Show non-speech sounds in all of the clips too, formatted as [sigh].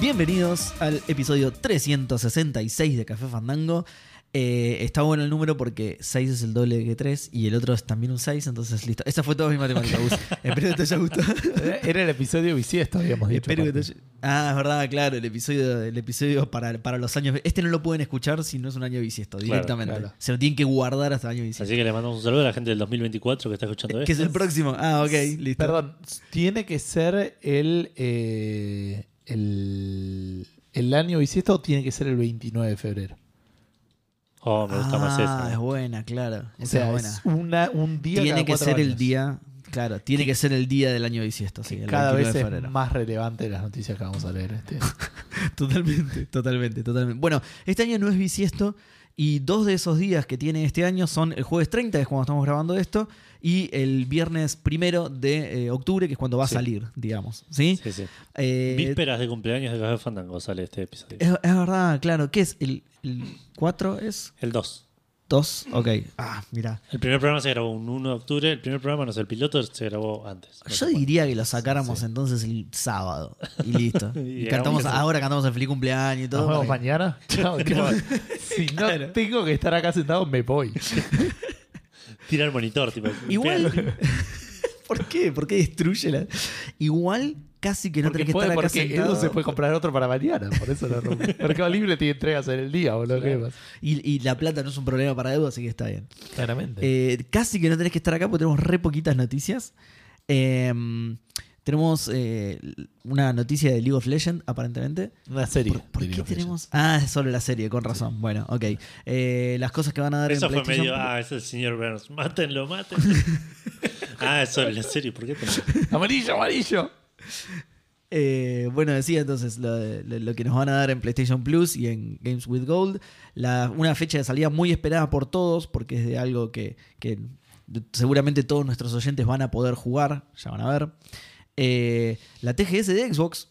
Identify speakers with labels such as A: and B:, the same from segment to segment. A: Bienvenidos al episodio 366 de Café Fandango. Eh, está bueno el número porque 6 es el doble que 3 y el otro es también un 6, entonces listo. Esa fue toda mi matemática,
B: [laughs]
A: Gus. Espero que te haya gustado.
B: Eh, Era el episodio bisiesto, habíamos dicho.
A: Espero que te
B: Martín.
A: haya- Ah, es verdad, claro, el episodio, el episodio para, para los años. Este no lo pueden escuchar si no es un año bisiesto, directamente.
B: claro.
A: Se lo tienen que guardar hasta el año bisiesto.
C: Así que le mandamos un saludo a la gente del 2024 que está escuchando
A: Que
C: esto.
A: es el próximo. Ah, ok, listo.
B: Perdón, ¿tiene que ser el, eh, el, el año bisiesto o tiene que ser el 29 de febrero?
C: Oh, me gusta
A: ah,
C: más
A: es
C: esa.
A: buena, claro. Esa
B: O
A: es
B: sea,
A: buena.
B: es una, un día
A: tiene
B: cada
A: que
B: cuatro
A: ser el
B: años.
A: día, claro, tiene que ser el día del año bisiesto, sí, el
B: Cada
A: 29
B: vez
A: de
B: es
A: febrero.
B: más relevante las noticias que vamos a leer.
A: [laughs]
B: Este.
A: Totalmente, totalmente, totalmente. Bueno, este año no es bisiesto y dos de esos días que tiene este año son el jueves 30, que es cuando estamos grabando esto, y el viernes primero de eh, octubre, que es cuando va a
B: Sí.
A: salir, digamos, ¿sí?
C: Sí, sí.
A: Eh,
C: Vísperas de cumpleaños de Café Fandango sale este episodio.
A: es, es verdad, claro. ¿Qué es? ¿El, el 4 es?
C: El 2.
A: ¿2? Ok. Ah, mirá.
C: El primer programa se grabó un 1 de octubre. El primer programa, no sé, el piloto se grabó antes. No
A: Yo
C: sé cuándo.
A: diría que lo sacáramos
B: Sí.
A: entonces el sábado y
B: [laughs]
A: listo.
C: Y
A: Y cantamos,
C: hagamos eso.
A: ahora cantamos el feliz cumpleaños y
B: ¿Nos
A: todo.
B: vemos
A: porque- [laughs]
B: mañana? Chao, chao. Si no
A: Claro.
B: tengo que estar acá sentado, me voy.
C: Tira el
A: [laughs]
C: monitor, tipo.
A: Igual. ¿Por qué? ¿Por qué destruye la.? Igual casi que no
B: porque
A: tenés que
B: puede-
A: estar acá
B: porque
A: sentado.
B: Edu se puede comprar otro para mañana. Por eso
A: [laughs]
B: lo rompe. Mercado Libre tiene entregas en el día, boludo. ¿qué pasa?
A: y, y la plata no es un problema para Edu, así que está bien.
B: Claramente.
A: Eh, casi que no tenés que estar acá porque tenemos re poquitas noticias. Eh, tenemos eh, una noticia de League of Legends, aparentemente.
B: Una serie.
A: ¿Por, por
B: de League
A: qué
B: of Legends.
A: tenemos.? Ah, es solo la serie, con razón. Bueno, ok. Eh, las cosas que van a dar
C: Eso
A: en
C: fue
A: PlayStation.
C: medio. Ah, es el señor Burns. [laughs] Mátenlo, mátenlo.
A: [laughs]
C: ah, eso en la serie. ¿Por qué? tan-
B: Amarillo, amarillo.
A: Eh, bueno, decía entonces lo, lo- lo que nos van a dar en PlayStation Plus y en Games with Gold. La- una fecha de salida muy esperada por todos, porque es de algo que, que seguramente todos nuestros oyentes van a poder jugar. Ya van a ver. Eh, la TGS de Xbox.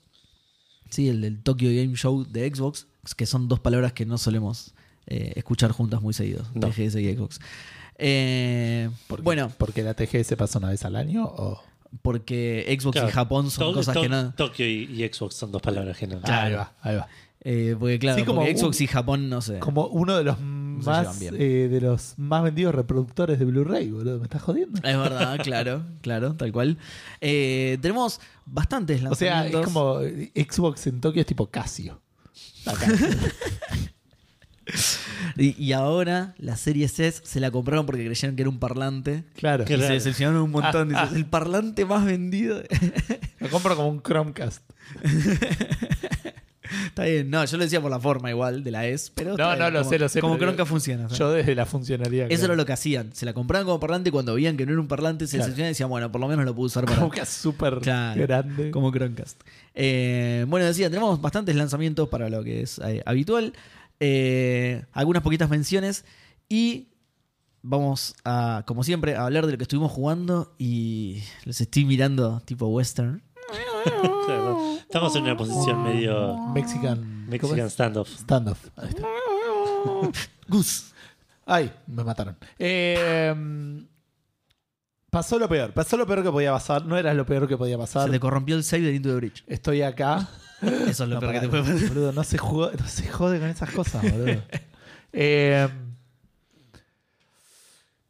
A: Sí, el del Tokyo Game Show de Xbox, que son dos palabras que no solemos eh, escuchar juntas muy seguido.
C: No.
A: TGS y Xbox. Eh,
B: ¿Por qué?
A: bueno,
B: ¿Porque la TGS pasa una vez al año o...?
A: porque Xbox
C: Claro,
A: y Japón son
C: To-
A: cosas
C: To-
A: que no...
C: Tokio y, y Xbox son dos palabras que no.
A: Claro.
B: Ah, Ahí va, ahí va.
A: Eh, porque claro,
B: Sí, como
A: porque Xbox
B: un-
A: y Japón, no sé.
B: Como uno de los
A: se llevan
B: más
A: bien.
B: eh, de los más vendidos reproductores de Blu-ray, boludo. ¿Me estás jodiendo?
A: [laughs] Es verdad, claro, claro, tal cual. Eh, tenemos bastantes
B: O sea,
A: lanzamientos.
B: es como eh, Xbox en Tokio es tipo
A: [laughs]
B: Casio. Acá.
A: y, y ahora la serie S se la compraron porque creyeron que era un parlante.
B: claro.
A: Y
B: Ah,
C: Qué
A: se
C: raro.
A: decepcionaron un montón. Dices, el parlante más vendido. [laughs]
B: Lo compro como un Chromecast.
A: está bien, no, yo lo decía por la forma igual de la S, pero.
B: No,
A: está bien,
B: no, lo
A: como-
B: sé, lo sé,
A: Como
B: pero
A: Cronca
B: yo-
A: funciona. ¿sabes?
B: Yo desde la funcionalidad.
A: Eso
B: claro.
A: era lo que hacían. Se la compraban como parlante y cuando veían que no era un parlante, se
B: Claro.
A: decepcionaban y decían, bueno, por lo menos lo puedo usar para.
B: Chromecast súper
A: Claro.
B: grande.
A: como Chromecast. Eh, bueno, decía, tenemos bastantes lanzamientos para lo que es eh, habitual. Eh, algunas poquitas menciones. Y vamos a, como siempre, a hablar de lo que estuvimos jugando. Y los estoy mirando tipo western.
C: Claro. Estamos en una posición medio.
B: Mexican. ¿cómo
C: Mexican
B: es?
C: standoff.
B: Standoff. Ahí [laughs] está.
A: Gus.
B: Ay, me mataron. Eh, pasó lo peor. Pasó lo peor que podía pasar. No era lo peor que podía
A: Se te
B: pasar.
A: corrompió el save de Into the
B: [coughs]
A: Bridge.
B: Estoy acá.
A: Eso es lo
B: No,
A: peor que
B: pará,
A: te puede pasar.
B: Boludo, no se, jugó- no se jode con esas cosas, boludo. Eh,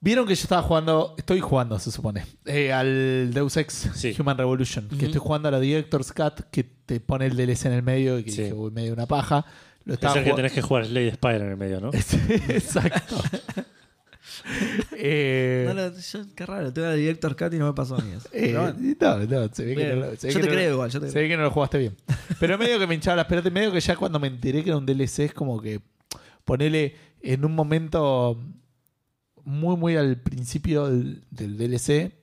B: Vieron que yo estaba jugando, estoy jugando, se supone, eh, al Deus Ex
C: Sí.
B: Human Revolution. Que estoy jugando a la Director's Cut, que te pone el DLC en el medio y que
C: Sí.
B: dije, uy, medio una paja. Lo
C: Es
B: estaba
C: el que
B: jugando-
C: tenés que jugar Slade Spider en el medio, ¿no?
A: [laughs]
B: Exacto. Eh,
A: [laughs] No, no, yo- qué raro, tengo la Director Cut y no me pasó a mí eso.
B: [laughs] Eh,
A: Pero bueno,
B: no, no, se ve que
A: bien.
B: no, lo- se
A: yo te
B: ve que no lo-
A: creo igual, yo te
B: Se
A: creo.
B: ve que no lo jugaste bien. Pero medio que me hinchaba las pelotas. y Medio que ya cuando me enteré que era un DLC es como que ponele en un momento muy, muy al principio del, del DLC,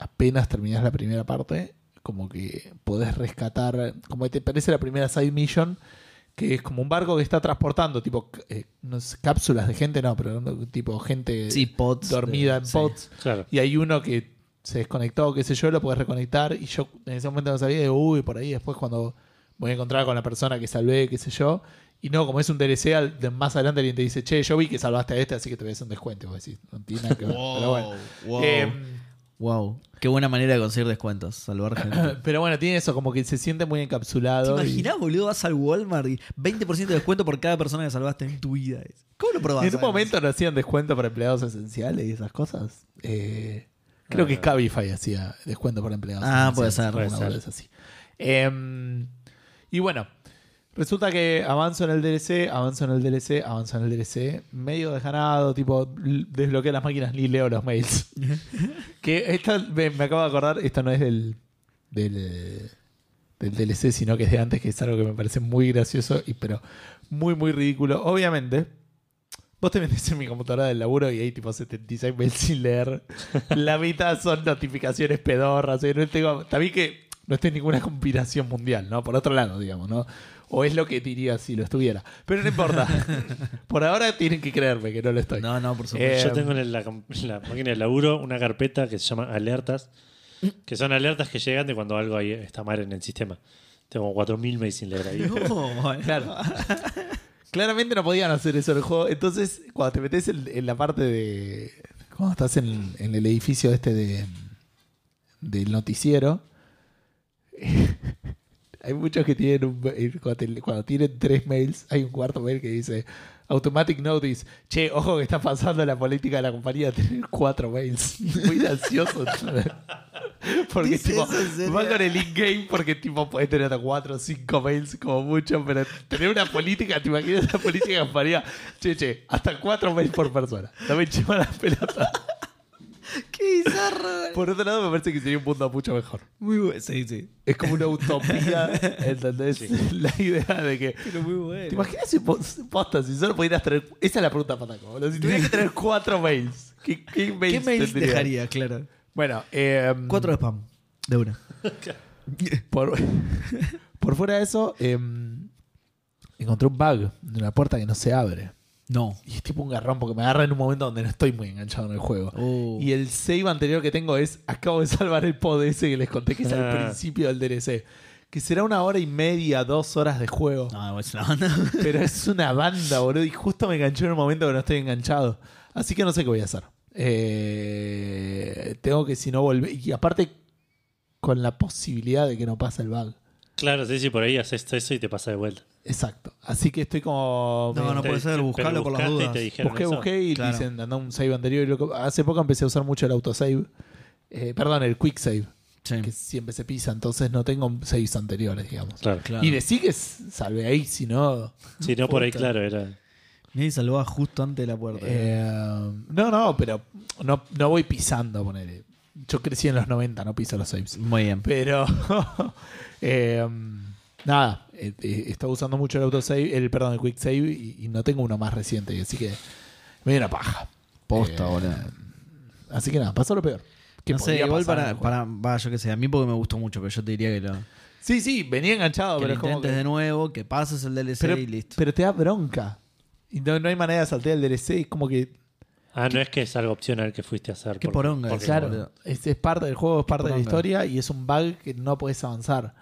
B: apenas terminás la primera parte, como que podés rescatar, como que te parece la primera side mission, que es como un barco que está transportando, tipo, eh, no sé, cápsulas de gente, no, pero no, tipo gente
A: Sí, pots.
B: dormida en
A: sí.
B: pods.
C: Claro.
B: Y hay uno que se desconectó, qué sé yo, lo podés reconectar. Y yo en ese momento no sabía, digo, uy, por ahí después cuando voy a encontrar con la persona que salvé, qué sé yo. Y no, como es un DLC, al- de más adelante alguien te dice,
A: [laughs]
B: che, yo vi que salvaste a este, así que te voy a hacer un descuento. Y vos decís, no tiene nada que ver. Pero bueno.
A: Wow, wow.
B: Eh,
A: Wow. Qué buena manera de conseguir descuentos, salvar
B: [coughs]
A: gente.
B: Pero bueno, tiene eso, como que se siente muy
A: ¿Te
B: encapsulado. y-
A: imaginás, boludo? Vas al Walmart y 20% de descuento por cada persona que salvaste en tu vida. ¿Cómo lo probás?
B: En un
A: además?
B: momento no hacían descuento para empleados esenciales y esas cosas. Eh, creo que Cabify hacía descuento para empleados
A: Ah, puede
B: esenciales,
A: ser,
B: alguna
A: puede
B: boludez así. Em, y bueno, resulta que avanzo en el DLC, avanzo en el DLC, avanzo en el DLC. Medio desganado, tipo, l- desbloqueé las máquinas ni leo los
A: [laughs]
B: mails. que esta, me, me acabo de acordar, esta no es del, del, del DLC, sino que es de antes, que es algo que me parece muy gracioso, y, pero muy, muy ridículo. Obviamente, vos te metes en mi computadora del laburo y hay tipo 76 mails sin leer. La mitad son notificaciones pedorras. y no tengo, también que no estoy en ninguna conspiración mundial, ¿no? Por otro lado, digamos, ¿no? O es lo que diría si lo estuviera. Pero no importa. Por ahora tienen que creerme que no lo estoy.
A: No, no, por
B: [laughs]
A: supuesto.
B: Eh,
C: pues, Yo tengo en la, en la máquina de laburo una carpeta que se llama alertas, que son alertas que llegan de cuando algo ahí está mal en el sistema. Tengo 4.000 mails sin leer ahí.
A: [laughs]
B: [laughs]
A: No, bueno.
B: Eh, Claro. Claramente no podían hacer eso en el juego. Entonces, cuando te metes en, en la parte de. Cuando estás en, en el edificio este de. del noticiero. hay muchos que tienen un. mail- Cuando, te- cuando tienen tres mails, hay un cuarto mail que dice. Automatic Notice. Che, ojo que está pasando la política de la compañía [laughs] tener cuatro mails. [laughs] Muy gracioso. Porque
A: Dice
B: tipo,
A: eso, ¿en serio?
B: va con el in-game porque tipo podés tener hasta 4 o 5 mails como mucho, pero tener una política, te imaginas la política que faría, che, che, hasta 4 mails por persona. No me lleva la pelota.
A: Qué bizarro.
B: Por otro lado, me parece que sería un mundo mucho mejor.
A: Muy bueno. Sí, sí.
B: Es como
A: [laughs]
B: una utopía, ¿entendés? La idea de que.
A: Pero muy bueno.
B: ¿Te imaginas si vos- posta, si solo pudieras tener. Esa es la pregunta, Pataco. boludo. Si tuvieras que tener 4 mails, ¿qué, qué mails
A: ¿Qué mails
B: tendrías?
A: dejaría, claro?
B: Bueno, eh,
A: Cuatro de spam. De una.
B: Por, [laughs] por fuera de eso, eh, encontré un bug de una puerta que no se abre.
A: No.
B: Y es tipo un garrón porque me agarra en un momento donde no estoy muy enganchado en el juego.
A: Oh.
B: Y el save anterior que tengo es, acabo de salvar el pod ese que les conté que es al
C: Ah.
B: principio del DLC. Que será una hora y media, dos horas de juego.
A: No, Ah, es una banda.
B: [laughs] Pero es una banda, boludo. Y justo me enganchó en un momento que no estoy enganchado. Así que no sé qué voy a hacer. Eh, tengo que si no volver... Y aparte, con la posibilidad de que no pase el bug.
C: Claro, sí, sí, por ahí haces eso y te pasa de vuelta.
B: Exacto. Así que estoy como.
A: No,
B: me-
A: no
C: Te-
A: puede ser,
C: pero
A: buscalo por las
C: buscaste
A: dudas.
C: Y te dijeron
B: busqué,
C: eso.
B: busqué y
A: Claro.
B: dicen, andá un save anterior. y lo que- hace poco empecé a usar mucho el autosave. Eh, perdón, el quick save,
A: Sí.
B: que siempre se pisa, entonces no tengo saves anteriores, digamos.
C: Claro.
A: Claro.
B: Y decí que s- salve ahí, si no.
C: Si no, por ahí,
B: Puta.
C: claro, era.
A: Nadie salvaba justo antes de la puerta.
B: eh, no, no, pero no, no voy pisando, ponele. Yo crecí en los 90, no piso los saves.
A: Muy bien.
B: Pero. [laughs] eh, nada, eh, eh, estaba usando mucho el autosave, el, perdón, el quick save y, y no tengo uno más reciente, así que me dio una paja.
A: Posta,
B: Eh,
A: boludo.
B: Así que nada, pasó lo peor. que
A: No sé,
B: podía
A: igual
B: pasar en
A: para,
B: el juego.
A: para. Va, yo qué sé, a mí porque me gustó mucho, pero yo te diría que lo.
B: Sí, sí, venía enganchado,
A: que
B: pero
A: lo
B: es como.
A: intentes
B: que-
A: de nuevo, que pases el DLC
B: pero,
A: y listo.
B: pero te da bronca. Y no, no hay manera de saltear el DLC, es como que.
C: Ah, no es que es algo opcional que fuiste a hacer.
A: Qué
C: porque-
A: poronga,
C: porque-
A: claro.
B: Claro, este es, es parte del juego, es parte de la
A: Poronga.
B: historia y es un bug que no puedes avanzar.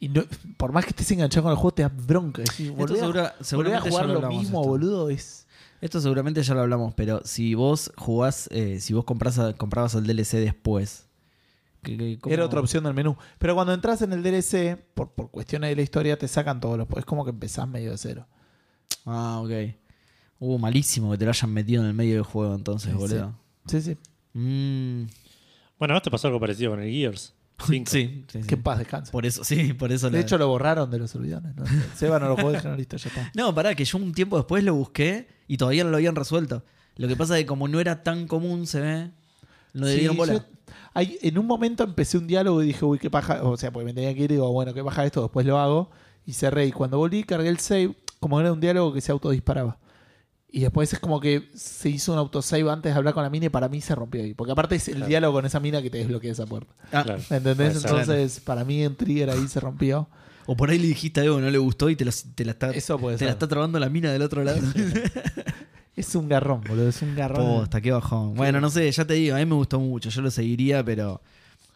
B: Y no- por más que estés enganchado con el juego, te da bronca. Decís,
A: Esto
B: volver a-
A: segura-
B: volver a
A: seguramente
B: jugar
A: ya lo
B: lo,
A: hablamos
B: mismo,
A: esto.
B: boludo, es.
A: Esto seguramente ya lo hablamos, pero si vos jugás, eh, si vos compras a- comprabas el DLC después. que- que- ¿cómo?
B: Era otra opción del menú. Pero cuando entras en el DLC, por, por cuestiones de la historia, te sacan todos los. Es como que empezás medio de cero.
A: Ah, ok. Uh, malísimo que te lo hayan metido en el medio del juego entonces,
B: Sí, sí.
A: boludo.
B: Sí, sí.
A: Mm,
C: Bueno, a vos te pasó algo parecido con el Gears.
A: [laughs] sí,
C: cinco.
A: sí, sí.
B: Que en paz descanse.
A: Por eso, sí, por eso
B: De
A: la-
B: hecho, lo borraron de los servidores.
A: [laughs]
B: ¿no? Seba no lo jugó, dijeron, listo, ya está.
A: No, pará, que yo un tiempo después lo busqué y todavía no lo habían resuelto. Lo que pasa es que como no era tan común, se ve, no
B: Sí,
A: debieron bola.
B: yo- hay- en un momento empecé un diálogo y dije, uy, qué paja. O sea, porque me tenía que ir y digo, bueno, qué paja esto, después lo hago. Y cerré. Y cuando volví, cargué el save. Como era un diálogo que se autodisparaba. Y después es como que se hizo un autosave antes de hablar con la mina y para mí se rompió ahí. Porque aparte es el
C: Claro.
B: diálogo con esa mina que te desbloquea esa puerta.
A: Ah,
C: Claro.
B: ¿Me entendés?
C: Puede ser.
B: Entonces, para mí en Trigger ahí se rompió.
A: O por ahí le dijiste algo que no le gustó y te, los- te la está,
B: Eso puede
A: te la
B: ser.
A: está trabando la mina del otro lado.
B: Es un garrón, boludo. Es un garrón.
A: [laughs] Posta, qué bajón. Bueno, no sé, ya te digo, a mí me gustó mucho, yo lo seguiría, pero.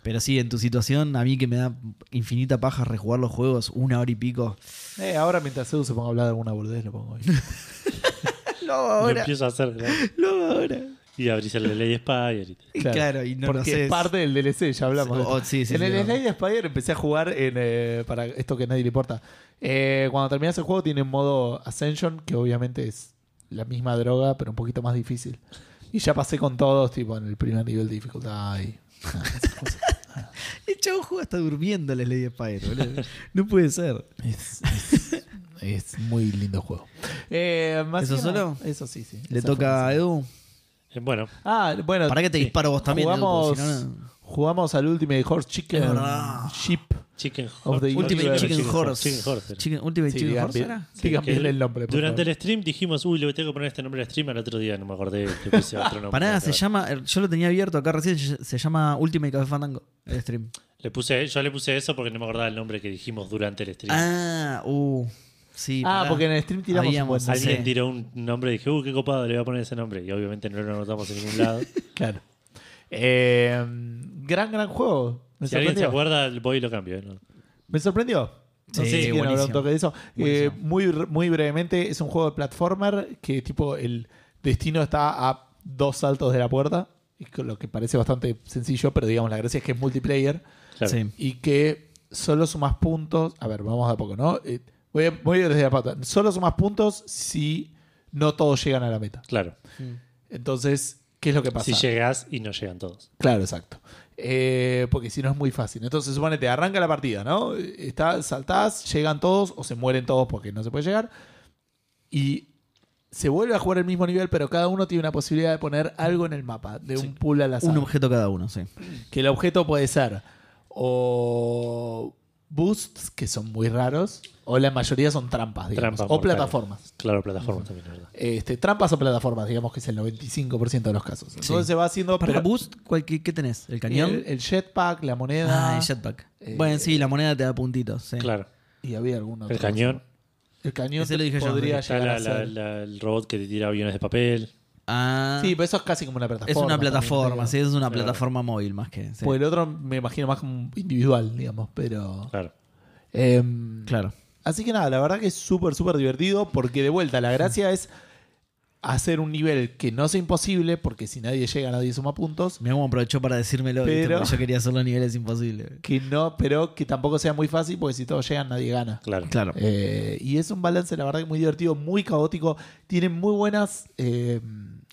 A: Pero sí, en tu situación, a mí que me da infinita paja rejugar los juegos una hora y pico.
B: Eh, ahora mientras Edu se ponga a hablar de alguna boludez, lo pongo ahí.
A: [laughs] No,
C: Lo empiezo a hacer. claro.
A: [laughs] No, ahora.
C: Y abrís el de Lady Spider. y-
A: Y
B: Claro,
A: Claro, y no
B: porque
A: lo
B: es
A: haces.
B: parte del DLC, ya hablamos. de
A: O-
B: esto.
A: sí, sí,
B: en
A: sí,
B: el
A: no.
B: Slade Spider empecé a jugar en, eh, para esto que a nadie le importa. Eh, cuando terminas el juego tiene un modo Ascension, que obviamente es la misma droga, pero un poquito más difícil. Y ya pasé con todos, tipo, en el primer nivel de dificultad. y-
A: El chavo juega hasta durmiendo la Lady Spider, boludo. No puede ser.
B: Es, es- es muy lindo juego. Eh, más
A: ¿Eso
B: que nada-
A: solo?
B: Eso sí, sí.
A: Le
B: Esa
A: toca a
B: fue
A: Edu.
C: Eh, Bueno,
B: la- Ah, bueno.
A: ¿Para qué te
C: sí.
A: disparo vos también? Edu?
B: jugamos,
A: Porque si no, no.
B: jugamos al Ultimate Horse Chicken
A: Es verdad.
B: Ship.
C: Chicken
B: Of the
C: Horse.
B: Ultimate
C: Chicken
A: Chicken Horse.
C: Chicken Horse.
A: Chicken- Ultimate
B: Sí,
A: Chicken
B: digan
A: Horse
B: bien-
A: era.
B: digan
C: que
B: bien el nombre. por
C: Durante
B: favor.
C: el stream dijimos, uy, le tengo que poner este nombre al stream. Al otro día no me acordé que puse otro nombre.
A: Pará, se llama. Yo lo tenía abierto acá recién. Se llama Ultimate Café Fandango. El stream.
C: Le puse, yo le puse eso porque no me acordaba el nombre que dijimos durante el stream.
A: Ah, uh. Sí.
B: Ah,
A: pará.
B: porque en el stream tiramos un
A: Habíamos-
B: buen-
A: sí.
C: Alguien tiró un nombre y dije, uh, qué copado, le voy a poner ese nombre. Y obviamente no lo anotamos en ningún lado.
B: Claro. Eh, gran, gran juego. Me
C: si alguien se
B: sorprendió.
C: acuerda, voy y lo cambio. ¿eh? No.
B: Me sorprendió. No
A: Sí,
B: sé si quieren hablar un
A: buenísimo.
B: toque de eso. Eh,
A: Buenísimo.
B: muy, muy brevemente, es un juego de platformer que tipo el destino está a dos saltos de la puerta. y con Lo que parece bastante sencillo, pero digamos, la gracia es que es multiplayer
C: Claro.
A: Sí.
B: y que solo sumas puntos. A ver, vamos de a poco, ¿no? Eh, voy, a- voy a ir desde la pata. Solo sumas puntos si no todos llegan a la meta.
C: Claro.
B: Entonces, ¿qué es lo que pasa?
C: Si llegás y no llegan todos.
B: Claro, exacto. Eh, porque si no es muy fácil. Entonces, supone, te arranca la partida, ¿no? Está, saltás, llegan todos o se mueren todos porque no se puede llegar. Y se vuelve a jugar el mismo nivel, pero cada uno tiene una posibilidad de poner algo en el mapa, de un pool al azar.
A: Un objeto cada uno, sí.
B: Que el objeto puede ser o boosts, que son muy raros, o la mayoría son trampas, digamos,
C: Trampas
B: o
C: mortales.
B: plataformas.
C: Claro, plataformas también, la verdad.
B: Este, trampas o plataformas, digamos que es el 95% de los casos. Entonces se va haciendo
A: Para
B: pero-
A: Boost, ¿cuál- qué, qué tenés? ¿El cañón?
B: el, el jetpack, la moneda.
A: ah, el jetpack.
B: eh,
A: bueno, sí, la moneda te da puntitos. Sí.
C: Claro.
B: Y había alguno.
C: El cañón.
B: El cañón
A: Ese lo dije yo,
B: podría
C: Está
B: llegar
C: la-
B: a
C: la-
B: ser.
C: la- el robot que te tira aviones de papel.
A: Ah,
B: Sí, pero eso es casi como una plataforma.
A: es una
B: también,
A: plataforma,
B: digamos.
A: sí, es una
C: Claro.
A: plataforma móvil más que. sí.
B: Porque el otro me imagino más como individual, digamos, pero...
C: Claro.
B: em,
A: Claro.
B: Así que nada, la verdad que es súper, súper divertido porque de vuelta la gracia es hacer un nivel que no sea imposible porque si nadie llega nadie suma puntos,
A: Mi mamá aprovechó para decírmelo, ¿viste?
B: Pero-
A: Porque yo quería hacer los niveles imposibles.
B: que no, pero que tampoco sea muy fácil porque si todos llegan nadie gana.
C: Claro.
A: Claro.
B: Eh, y es un balance, la verdad, que muy divertido, muy caótico. Tiene muy buenas eh,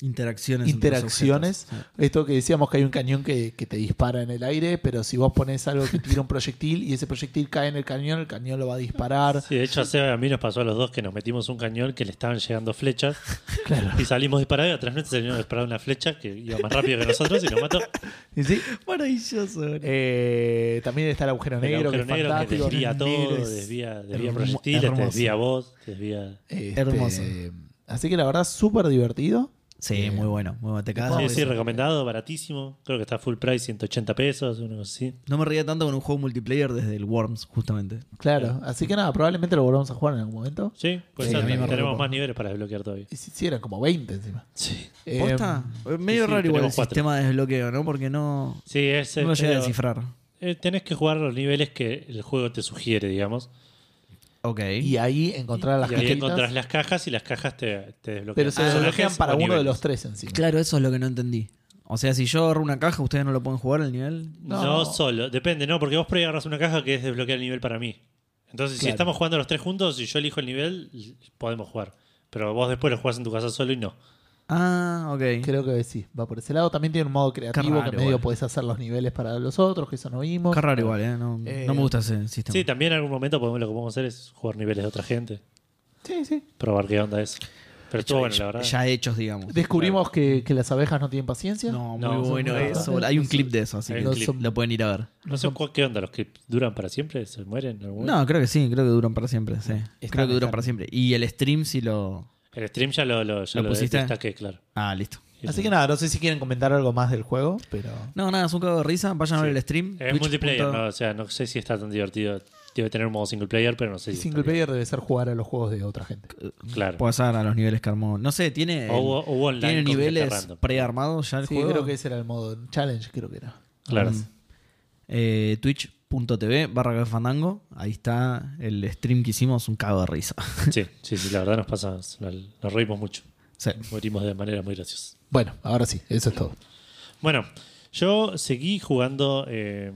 A: Interacciones. entre los
B: interacciones.
A: objetos, sí.
B: Esto que decíamos que hay un cañón que, que te dispara en el aire, pero si vos pones algo que tira un proyectil y ese proyectil cae en el cañón, el cañón lo va a disparar.
C: Sí, de hecho, a Seba y a mí nos pasó a los dos que nos metimos un cañón que le estaban llegando flechas
A: [laughs]
B: Claro.
C: y salimos disparados y atrás nuestro salió disparada una flecha que iba más rápido que nosotros y nos mató.
B: Y sí,
A: [laughs] Maravilloso, boludo.
B: eh, también está el agujero
C: El
B: negro,
C: agujero
B: que es
C: negro que
B: fantástico.
C: desvía todo,
B: Negro es-
C: desvía, desvía
A: hermo-
C: proyectiles, te
A: hermoso.
C: desvía vos, te desvía...
B: este,
A: Hermoso.
B: Así que la verdad, súper divertido.
A: Sí, muy bueno. Muy bueno. Te cagas de
C: Sí, sí,
A: risa.
C: recomendado, baratísimo. Creo que está full price, 180 pesos, una cosa así.
A: No me reía tanto con un juego multiplayer desde el Worms, justamente.
B: Claro, así que nada, probablemente lo volvamos a jugar en algún momento.
C: Sí, pues
A: Sí, a mí me
C: tenemos
A: recopó.
C: más niveles para desbloquear todavía.
B: Y si, si eran como 20 encima.
C: Sí,
B: Eh,
A: ¿Posta? Medio
C: Em, sí, sí,
A: raro igual el
C: tenemos cuatro.
A: sistema de desbloqueo, ¿no? Porque no,
C: sí es,
A: no lo llegué a
C: pero,
A: descifrar.
C: eh, tenés que jugar los niveles que el juego te sugiere, digamos.
A: Ok.
B: Em, Y ahí encontrar las
C: y ahí
B: cajeritas,
C: encontrás las cajas y las cajas te, te desbloquean.
B: Pero se
A: Ah,
B: desbloquean
C: Personajes
B: para
C: o
B: uno de
C: niveles.
B: los tres encima.
A: Claro, eso es lo que no entendí. O sea, si yo agarro una caja, ¿ustedes no lo pueden jugar al nivel?
B: No.
C: No. solo, depende, no, porque vos por ahí agarrás una caja que es desbloquear el nivel para mí. Entonces, si
B: Claro.
C: estamos jugando los tres juntos y yo elijo el nivel, l- podemos jugar. Pero vos después lo jugás en tu casa solo y no.
A: Ah, ok.
B: Creo que sí, va por ese lado. También tiene un modo creativo
A: raro
B: que medio
A: igual.
B: podés hacer los niveles para los otros, que eso no vimos.
A: Qué raro igual, ¿eh? No,
B: Eh,
A: no me gusta ese sistema.
C: Sí, también en algún momento podemos, lo que podemos hacer es jugar niveles de otra gente,
B: Sí, sí.
C: probar qué onda es. Pero estuvo bueno, la verdad.
A: Ya hechos, digamos.
B: Descubrimos que, que las abejas no tienen paciencia.
A: No, muy
C: No, son
A: bueno
C: muy
A: eso.
B: raros.
A: Hay un clip de eso, así
C: Hay
A: que
C: un
B: clip.
A: lo pueden ir a ver.
C: No sé cu- qué onda, los que duran para siempre, se mueren. ¿Algún-
A: No, creo que sí, creo que duran para siempre, sí. creo que duran
B: están.
A: para siempre. Y el stream sí lo...
C: El stream ya lo, lo, ya
A: ¿Lo
C: lo
A: pusiste?
C: destaqué, claro.
A: Ah, listo.
B: Así que nada, no sé si quieren comentar algo más del juego, pero.
A: No, nada, es un cago de risa. Vayan a ver
C: Sí.
A: el stream.
C: Es
A: Twitch
C: multiplayer,
A: punto-
C: ¿no? o sea, no sé si está tan divertido. Debe tener un modo single player, pero no sé
B: El
C: si. está
B: single player debe ser jugar a los juegos de otra gente.
C: bien. Claro.
A: Puedes pasar a los niveles que armó. No sé, tiene,
C: O- o online
A: tiene
C: con gente
A: niveles
C: random.
A: prearmados ya el
B: Sí,
A: juego.
B: creo que ese era el modo challenge, creo que era.
C: Claro.
A: um.
C: [laughs]
A: Eh, Twitch.tv barra Café fandango. Ahí está el stream que hicimos, un cago de risa. [laughs]
C: Sí, sí, sí, la verdad nos pasa, nos, nos reímos mucho.
A: Sí.
C: Morimos de manera muy graciosa.
B: Bueno, ahora sí, eso es todo.
C: Bueno, yo seguí jugando eh,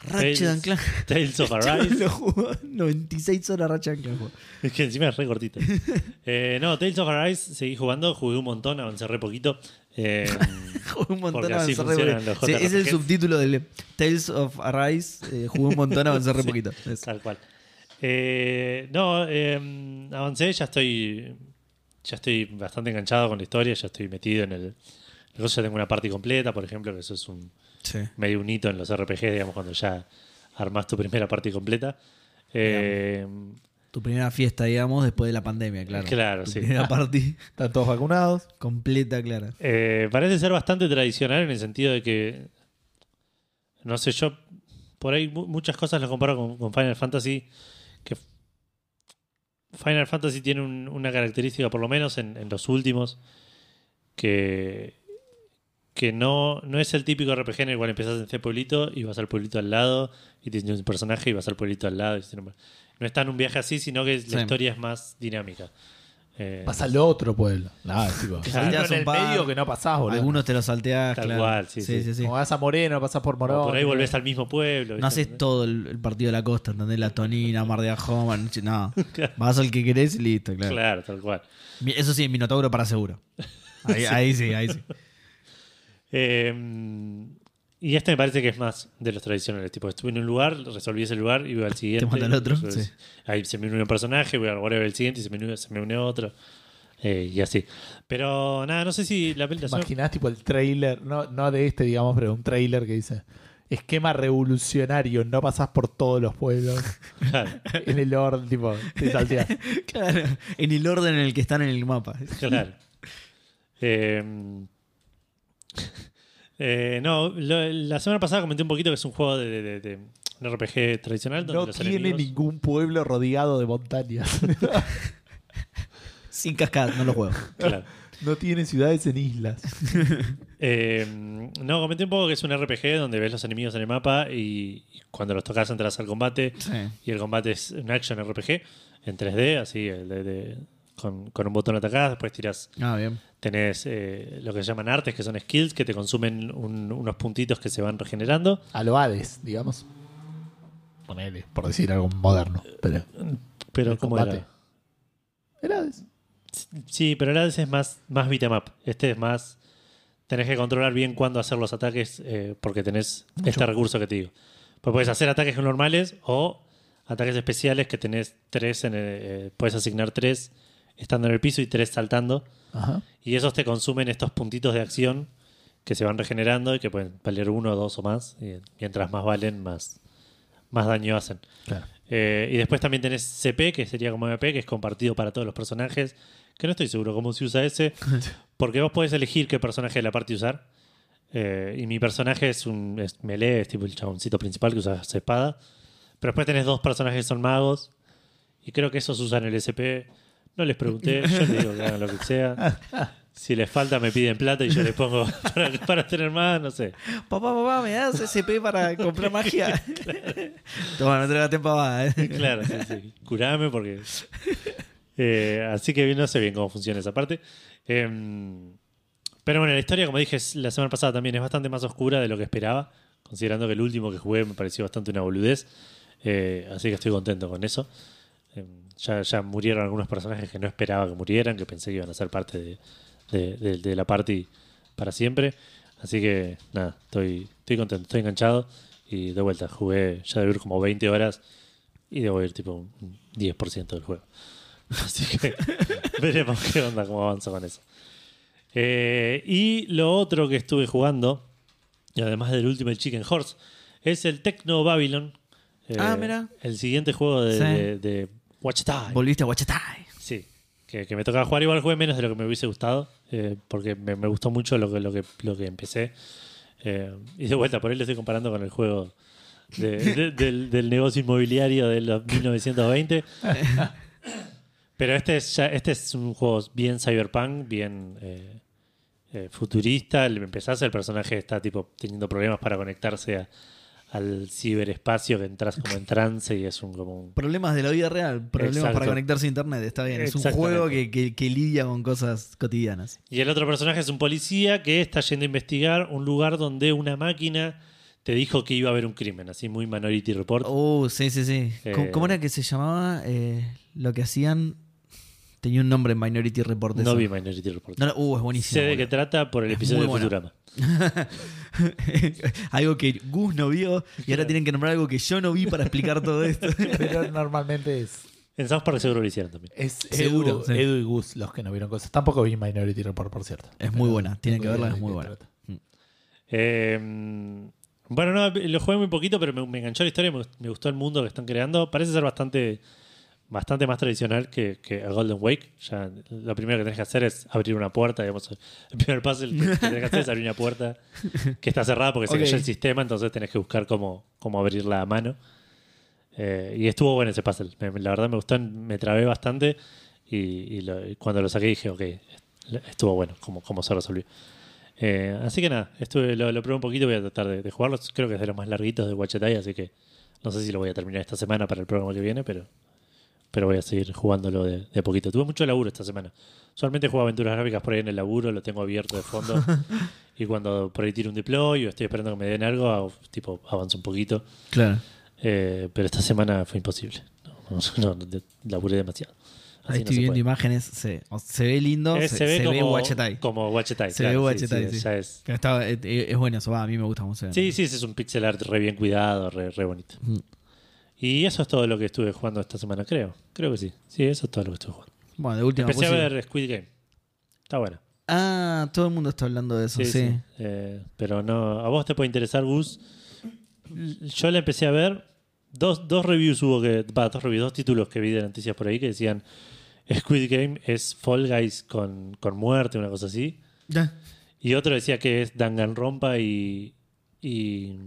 A: Ratchet
C: Tales-
A: and [laughs] Clank.
C: [laughs] Tales of
A: Chaval,
C: Arise.
A: lo jugó 96 horas Ratchet and Clank, jugó.
C: Es que encima es re cortita. Eh, no, Tales of Arise seguí jugando, jugué un montón, avancé re poquito. Eh,
A: [laughs] [laughs] Jugué un montón
C: Porque
A: a
C: así
A: avanzar
C: funcionan
A: re
C: los
A: poquito. Sí, es el
C: JRPGs.
A: subtítulo del Tales of Arise. eh, jugué un montón a avanzar re
C: [laughs] Sí,
A: poquito. Es-
C: Tal cual. Eh, no, eh, avancé, ya estoy. Ya estoy bastante enganchado con la historia, ya estoy metido en el. Luego ya tengo una parte completa, por ejemplo, que eso es un medio un hito en los RPGs, digamos, cuando ya armás tu primera parte completa. Eh,
A: Tu primera fiesta, digamos, después de la pandemia, claro.
C: Claro,
A: Tu
C: sí. [laughs]
A: Primera party
B: Están todos vacunados.
A: completa, clara.
C: Eh, parece ser bastante tradicional en el sentido de que. No sé, yo. Por ahí mu- muchas cosas las comparo con, con Final Fantasy. Que f- Final Fantasy tiene un- una característica, por lo menos en, en los últimos, que. Que no, no es el típico RPG en el cual empezás en este pueblito y vas al pueblito al lado y tienes un personaje y vas al pueblito al lado. y tienes un- No es tan un viaje así, sino que
A: Sí.
C: la historia es más dinámica. Eh,
B: Vas al otro pueblo. Nada, tipo.
A: Claro.
B: uno en el medio que no pasás, boludo.
A: Algunos te lo salteás,
C: Tal
A: claro.
C: cual, sí, sí.
B: Como vas a Moreno, pasás por Morón.
C: o por ahí volvés al mismo pueblo.
A: eh. No
C: ¿viste?
A: haces todo el, el partido de la costa, ¿entendés? La Tonina, Mar de Ajoma,
C: [laughs]
A: no. Vas al que querés y listo, claro.
C: Claro, tal cual.
A: Mi- Eso sí, Minotauro para seguro. Ahí
C: [laughs]
A: sí, ahí sí. Ahí sí.
C: Eh, y este me parece que es más de los tradicionales. Tipo, estuve en un lugar, resolví ese lugar y voy al siguiente.
A: Te mando al otro,
C: Resolví-
A: sí.
C: Ahí se me une un personaje, voy al whatever el siguiente y se me une, se me une otro. Eh, y así. Pero nada, no sé si la
B: ¿Te
C: película.
B: imaginás tipo el trailer? No, no de este, digamos, pero un trailer que dice esquema revolucionario, no pasás por todos los
A: [laughs]
B: pueblos.
C: Claro,
B: en el orden, tipo, te salteás.
A: Claro, en el orden en el que están en el mapa.
C: claro. Eh, eh, no, lo- la semana pasada comenté un poquito que es un juego de, de- de- de un RPG tradicional. Donde
B: No
C: los
B: tiene
C: enemigos-
B: ningún pueblo rodeado
A: [laughs]
B: de montañas.
A: Sin cascada, no lo juego.
C: Claro.
B: No tiene ciudades en islas.
C: Eh, no, comenté un poco que es un RPG donde ves los enemigos en el mapa y, y cuando los tocas entras al combate
A: Sí.
C: y el combate es un action RPG en 3D, así, el de- de- con, con un botón atacás, después tiras,
A: Ah, bien.
C: tenés eh, lo que se llaman artes, que son skills, que te consumen un- unos puntitos que se van regenerando.
B: A lo Hades, digamos. Ponele, por decir algo moderno. Pero
C: Pero
B: el
C: ¿cómo
B: combate.
C: era?
B: El Hades.
C: Sí, pero el Hades es más, más beat 'em up. Este es más. Tenés que controlar bien cuándo hacer los ataques eh, porque tenés este recurso que te digo. Pues puedes hacer ataques normales o ataques especiales que tenés tres en el- eh, puedes asignar tres estando en el piso y tres saltando.
B: Ajá.
C: Y esos te consumen estos puntitos de acción que se van regenerando y que pueden valer uno, dos o más. Y mientras más valen, más, más daño hacen.
B: Claro.
C: Eh, y después también tenés CP, que sería como MP, que es compartido para todos los personajes. Que no estoy seguro cómo se usa ese. Porque vos podés elegir qué personaje de la parte usar. Eh, y mi personaje es un es melee, es tipo el chaboncito principal que usa esa espada. Pero después tenés dos personajes que son magos. Y creo que esos usan el SP. No les pregunté, yo les digo que hagan lo que sea. Si les falta, me piden plata y yo les pongo [laughs] para, para tener más, no sé.
A: Papá, papá, ¿me das SP para comprar
C: [laughs]
A: magia? Toma, no te la pavada. ¿eh?
C: Claro, sí, sí. Curame porque. Eh, así que no sé bien cómo funciona esa parte. Em, pero bueno, la historia, como dije es- la semana pasada también, es bastante más oscura de lo que esperaba, considerando que el último que jugué me pareció bastante una boludez. Eh, así que estoy contento con eso. Em, ya, ya murieron algunos personajes que no esperaba que murieran, que pensé que iban a ser parte de, de- de- de la party para siempre. Así que nada, estoy, estoy contento, estoy enganchado. Y de vuelta, jugué ya debo ir como 20 horas y debo ir tipo un 10% del juego. [laughs] Así que [laughs] veremos qué onda, cómo avanza con eso. Eh, y lo otro que estuve jugando, y además del último, el Chicken Horse, es el Tecno Babylon. eh,
A: Ah, mira.
C: El siguiente juego de,
A: Sí.
C: de, de Watch Time.
A: Volviste a Guachatay.
C: Sí, que, que me tocaba jugar. Igual jugué menos de lo que me hubiese gustado, eh, porque me, me gustó mucho lo que, lo que, lo que empecé. Eh, y de vuelta, por ahí lo estoy comparando con el juego de- de- del, del negocio inmobiliario de los 1920. Pero este es, ya- este es un juego bien cyberpunk, bien eh, eh, futurista. El- Empezás, el personaje está tipo teniendo problemas para conectarse a, al ciberespacio que entras como en trance y es un como un-
A: Problemas de la vida real, problemas
C: Exacto.
A: para conectarse a internet, está bien. Es un
C: Exactamente.
A: juego que, que- que lidia con cosas cotidianas.
C: Y el otro personaje es un policía que está yendo a investigar un lugar donde una máquina te dijo que iba a haber un crimen, así muy Minority Report.
A: Oh, sí, sí, sí. ¿Cómo,
C: Eh.
A: cómo era que se llamaba eh, lo que hacían? Tenía un nombre en Minority Report. eso.
C: no vi Minority Report.
A: No, no, uh, es buenísimo.
C: sé de qué
A: boludo.
C: trata por el
A: Es
C: episodio
A: muy
C: de
A: bueno.
C: Futurama.
A: [laughs] algo que Gus no vio y ahora tienen que nombrar algo que yo no vi para explicar todo
C: [laughs]
A: esto.
B: Pero normalmente es.
C: En South Park seguro lo hicieron también.
B: Es
A: Seguro,
B: Edu,
A: sí.
B: Edu y Gus los que no vieron cosas. Tampoco vi Minority Report, por cierto.
A: Es muy buena, tienen que
B: Tengo
A: verla, es
B: idea de
A: muy
B: qué
A: buena.
B: trata.
C: Eh, bueno, no, lo jugué muy poquito, pero me, me enganchó la historia, me, gust- me gustó el mundo que están creando. Parece ser bastante, bastante más tradicional que, que a Golden Wake. Ya, lo primero que tenés que hacer es abrir una puerta, digamos. [laughs] El primer puzzle que tenés que hacer es abrir una puerta que está cerrada porque
B: Ok.
C: se cayó el sistema, entonces tenés que buscar cómo, cómo abrirla a mano. Eh, y estuvo bueno ese puzzle. Me- la verdad me gustó, me trabé bastante y, y lo- y cuando lo saqué dije, ok, estuvo bueno, cómo, cómo se resolvió. Eh, así que nada, estuve, lo, lo probé un poquito, voy a tratar de, de jugarlo. Creo que es de los más larguitos de Wachetai, así que no sé si lo voy a terminar esta semana para el programa que viene, pero, pero voy a seguir jugándolo de, de a poquito. Tuve mucho laburo esta semana. Solamente juego aventuras gráficas por ahí en el laburo, lo tengo abierto
A: [laughs]
C: de fondo. y cuando por ahí tiro un deploy o estoy esperando que me den algo, hago- tipo avanzo un poquito.
A: Claro.
C: Eh, pero esta semana fue imposible. No, no, no, de- laburé demasiado.
A: Ahí
C: Así no
A: estoy
C: se
A: viendo
C: puede.
A: imágenes, se, o- se ve lindo,
C: Eh,
A: se, se ve, Wachetai.
C: Como Wachetai.
A: Se
C: claro,
A: ve
C: sí, sí,
A: Wachetai, sí.
C: ya es-
A: Que está- eh, eh, es bueno eso, va, a mí me gusta mucho.
C: Sí, sí, ese es un pixel art re bien cuidado, re, re bonito.
A: Ujú.
C: Y eso es todo lo que estuve jugando esta semana, creo. Creo que sí. Sí, eso es todo lo que estuve jugando.
A: Bueno, de última
C: Empecé a
A: puse-
C: ver Squid Game. Está bueno.
A: Ah, todo el mundo está hablando de eso,
C: Sí,
A: sí.
C: sí. Eh, pero no, a vos te puede interesar, Gus. L- Yo la empecé a ver. Dos, dos reviews hubo que. Va, dos reviews, dos títulos que vi de noticias por ahí que decían Squid Game es Fall Guys con, con muerte, una cosa así.
A: Ya.
C: Y otro decía que es Danganronpa y. y.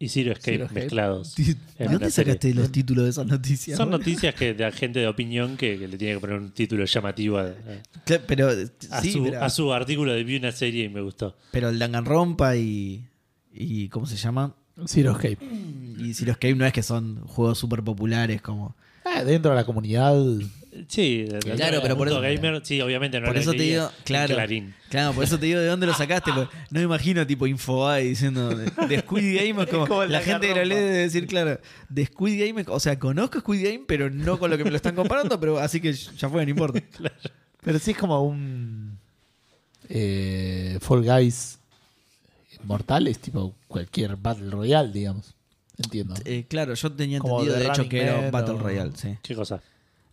C: y Zero Escape
B: Zero Escape.
C: mezclados.
A: ¿De
C: una
A: dónde
C: serie.
A: sacaste los títulos de esas noticias?
C: Son
A: boludo?
C: noticias que de gente de opinión que, que le tiene que poner un título llamativo a, a-
A: Claro, pero, eh,
C: a
A: sí,
C: su,
A: pero,
C: a su artículo de vi una serie y me gustó.
A: pero el Danganronpa y, y. ¿Cómo se llama?
B: Zero Escape.
A: Y si los Cave no es que son juegos súper populares como.
B: Ah, dentro de la comunidad.
C: Sí,
A: Claro, pero por
C: Mundo
A: eso-
C: gamer, sí, obviamente no
A: por
C: lo
A: eso te
C: leía
A: digo,
C: en
A: claro,
C: Clarín.
A: claro, por eso te digo de dónde lo sacaste. porque no me imagino tipo Infobae diciendo de, de Squid Game. [laughs] Es como,
B: como el
A: la gente que lo lee
B: Danganronpa.
A: debe decir, claro, de Squid Game. O sea, conozco Squid Game, pero no con lo que me lo están comparando. pero así que ya fue, no
C: [laughs]
A: importa.
B: Pero sí es como un. eh, Fall Guys mortales, tipo cualquier Battle Royale, digamos. Entiendo.
A: Eh, claro, yo tenía
B: Como
A: entendido
B: de
A: de hecho
B: Running
A: que era
B: Man
A: un Battle
B: o-
A: Royale, sí.
C: ¿Qué cosa?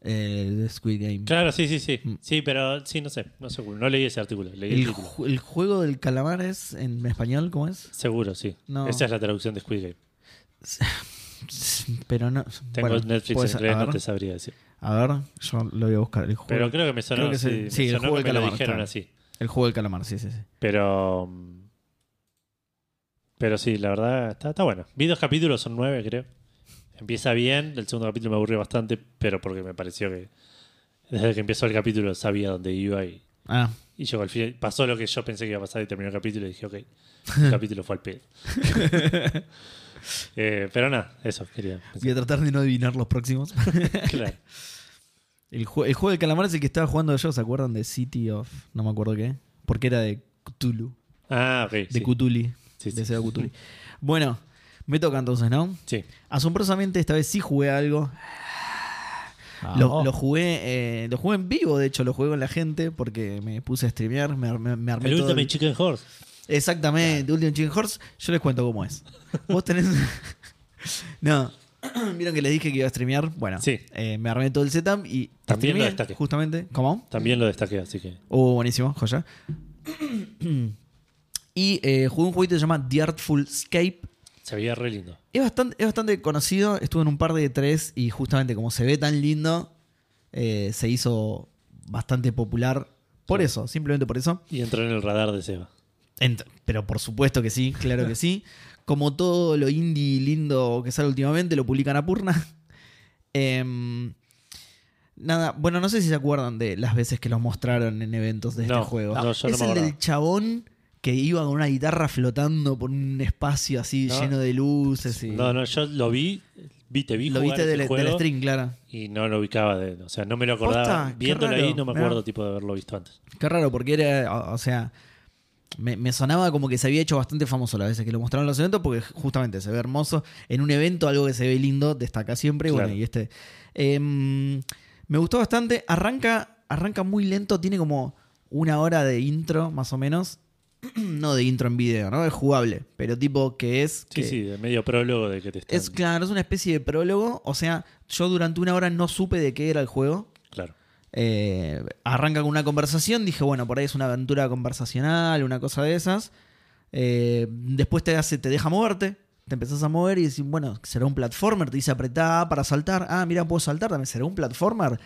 A: Eh, de Squid Game.
C: Claro, sí, sí, sí.
A: Mm.
C: Sí, pero sí, no sé. No sé, no leí ese artículo. Leí el,
A: El,
C: título.
A: ju- el juego del calamar es en español, ¿cómo es?
C: Seguro, sí.
A: No.
C: Esa es la traducción de Squid Game.
A: Pero no.
C: Tengo
A: bueno,
C: Netflix
A: puedes-
C: en inglés,
A: a,
C: no
A: ver,
C: te sabría decir.
A: a ver, yo lo voy a buscar. El juego,
C: Pero creo que me sonó
A: creo que
C: así.
A: sí.
C: me
A: Sí, el
C: sonó
A: juego
C: que
A: del
C: me lo
A: calamar,
C: dijeron
A: claro.
C: así.
A: el juego del calamar, sí, sí, sí.
C: Pero. mm, Pero sí, la verdad, está, está bueno. Vi dos capítulos, son nueve, creo. Empieza bien, el segundo capítulo me aburrió bastante, pero porque me pareció que desde que empezó el capítulo sabía dónde iba y,
A: Ah,
C: y llegó al final. Pasó lo que yo pensé que iba a pasar y terminó el capítulo y dije,
A: [laughs]
C: ok, el capítulo fue al pedo. Eh, pero nada, eso quería.
A: voy a tratar de no adivinar los próximos.
C: [laughs] Claro.
A: el, jue- el juego del calamar es el que estaba jugando yo, ¿se acuerdan? De City of. No me acuerdo qué. Porque era de Cthulhu.
C: Ah, ok.
A: De
C: sí.
A: Cthulhu. de
C: Sí, sí.
A: Sega
C: [laughs]
A: Cthulhu. Bueno, me toca entonces, ¿no?
C: Sí.
A: Asombrosamente, esta vez sí jugué algo.
B: Ah,
C: Ah.
B: oh,
A: Lo, lo jugué eh, lo jugué en vivo, de hecho, lo jugué con la gente porque me puse a streamear, me, armé- me armé
C: El
A: todo
C: último
A: el-
C: Chicken Horse.
A: Exactamente, Ultimate Chicken Horse, yo les cuento cómo es. Vos tenés... [laughs] no, [clears throat] vieron que les dije que iba a streamear, bueno,
C: Sí.
A: eh, me armé todo el setup y...
C: También lo
A: streameé,
C: destaque.
A: Justamente, ¿cómo?
C: También lo destaqué, así que.
A: Oh, buenísimo, joya. [clears throat] y eh, jugué un jueguito que se llama The Artful Escape,
C: Se veía re lindo.
A: es bastante, es bastante conocido, estuvo en un par de E tres y justamente como se ve tan lindo, eh, se hizo bastante popular. Por
C: Sí.
A: eso, simplemente por eso.
C: Y entró en el radar de Seba.
A: Ent- pero por supuesto que sí, claro que sí. Como todo lo indie lindo que sale últimamente, lo publican a Purna. [laughs] Em, nada, bueno, no sé si se acuerdan de las veces que los mostraron en eventos de
C: No,
A: este juego.
C: no, yo no
A: es
C: me
A: el
C: acordaba.
A: del chabón que iba con una guitarra flotando por un espacio así
C: No.
A: lleno de luces. Y...
C: No, no, yo lo vi, vi te vi
A: Lo
C: jugar
A: viste
C: ese
A: del, del
C: juego
A: stream, Clara.
C: y no lo ubicaba de, o sea, no me lo
A: Posta,
C: acordaba.
A: qué
C: Viéndolo
A: raro.
C: ahí no me
A: Mirá.
C: acuerdo tipo de haberlo visto antes.
A: Qué raro, porque era, o, o sea, me, me sonaba como que se había hecho bastante famoso las veces que lo mostraron en los eventos, porque justamente se ve hermoso. En un evento algo que se ve lindo destaca siempre. y Bueno,
C: Claro.
A: y este... em, me gustó bastante. Arranca, arranca muy lento, tiene como una hora de intro, más o menos. [clears throat] no de intro en video, ¿no? Es jugable, pero tipo que es...
C: Sí,
A: que-
C: sí, de medio prólogo de que te están.
A: Es claro, es una especie de prólogo. O sea, yo durante una hora no supe de qué era el juego.
C: Claro.
A: Eh, arranca con una conversación. Dije, bueno, por ahí es una aventura conversacional, una cosa de esas. Eh, después te hace, te deja moverte. Te empezás a mover y decís, bueno, será un platformer. Te dice apretá A para saltar. Ah, mira, puedo saltar también. Será un platformer.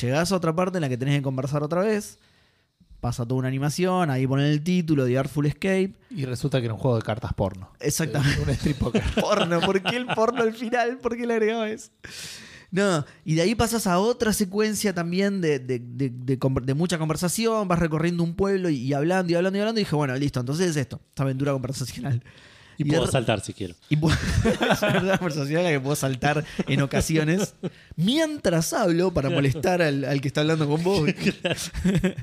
A: Llegás a otra parte en la que tenés que conversar otra vez. Pasa toda una animación. Ahí ponen el título de Artful Escape.
B: Y resulta que era un juego de cartas porno. Eh,
A: Exactamente.
B: Un strip poker.
A: porno. ¿Por qué el porno al final? ¿Por qué le agregaba eso? No, y de ahí pasas a otra secuencia también de, de- de- de conver- de mucha conversación, vas recorriendo un pueblo y, y hablando y hablando y hablando, y dije, bueno, listo, entonces es esto, esta aventura conversacional.
C: Y,
A: Y
C: puedo
A: de-
C: saltar si quiero.
A: Y pu- [laughs] es una aventura conversacional a la que puedo saltar en ocasiones mientras hablo para molestar al, al que está hablando con
C: [laughs]
A: vos. [laughs]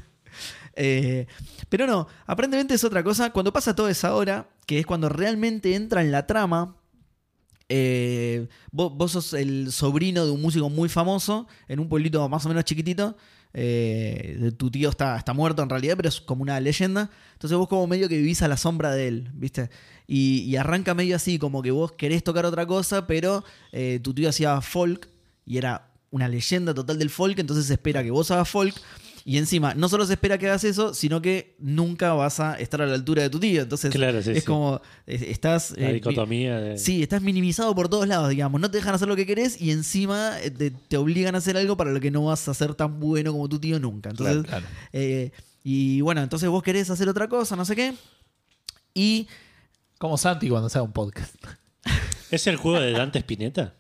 A: Eh, pero no, aparentemente es otra cosa. Cuando pasa toda esa hora, que es cuando realmente entra en la trama, eh, vos, vos sos el sobrino de un músico muy famoso en un pueblito más o menos chiquitito. Eh, tu tío está, está muerto en realidad, pero es como una leyenda. Entonces vos como medio que vivís a la sombra de él, ¿viste? Y, y arranca medio así, como que vos querés tocar otra cosa, pero eh, tu tío hacía folk y era una leyenda total del folk, entonces se espera que vos hagas folk. Y encima, no solo se espera que hagas eso, sino que nunca vas a estar a la altura de tu tío. Entonces
C: Claro, sí,
A: es
C: sí.
A: como, es- estás...
C: La
A: eh,
C: dicotomía de.
A: Sí, estás minimizado por todos lados, digamos. No te dejan hacer lo que querés y encima eh, te, te obligan a hacer algo para lo que no vas a ser tan bueno como tu tío nunca. [laughs] Entonces,
B: Claro.
A: eh, y bueno, entonces vos querés hacer otra cosa, no sé qué. Y
B: Como Santi cuando sea
A: [laughs]
B: un podcast.
C: ¿Es el juego de Dante Spinetta?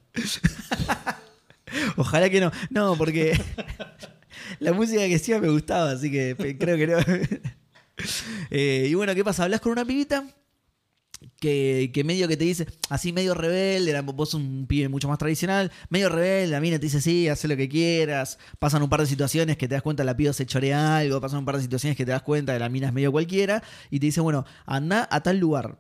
A: ojalá que no. No,
B: [laughs]
A: porque la música que hacía me gustaba, así que pe- creo que no.
B: [laughs]
A: [laughs] Eh, y bueno, ¿qué pasa? Hablas con una pibita que, que medio que te dice, así medio rebelde, era- vos sos un pibe mucho más tradicional, medio rebelde, la mina te dice, sí, haz lo que quieras, pasan un par de situaciones que te das cuenta, la piba se chorea algo, pasan un par de situaciones que te das cuenta de la mina es medio cualquiera, y te dice, bueno, anda a tal lugar.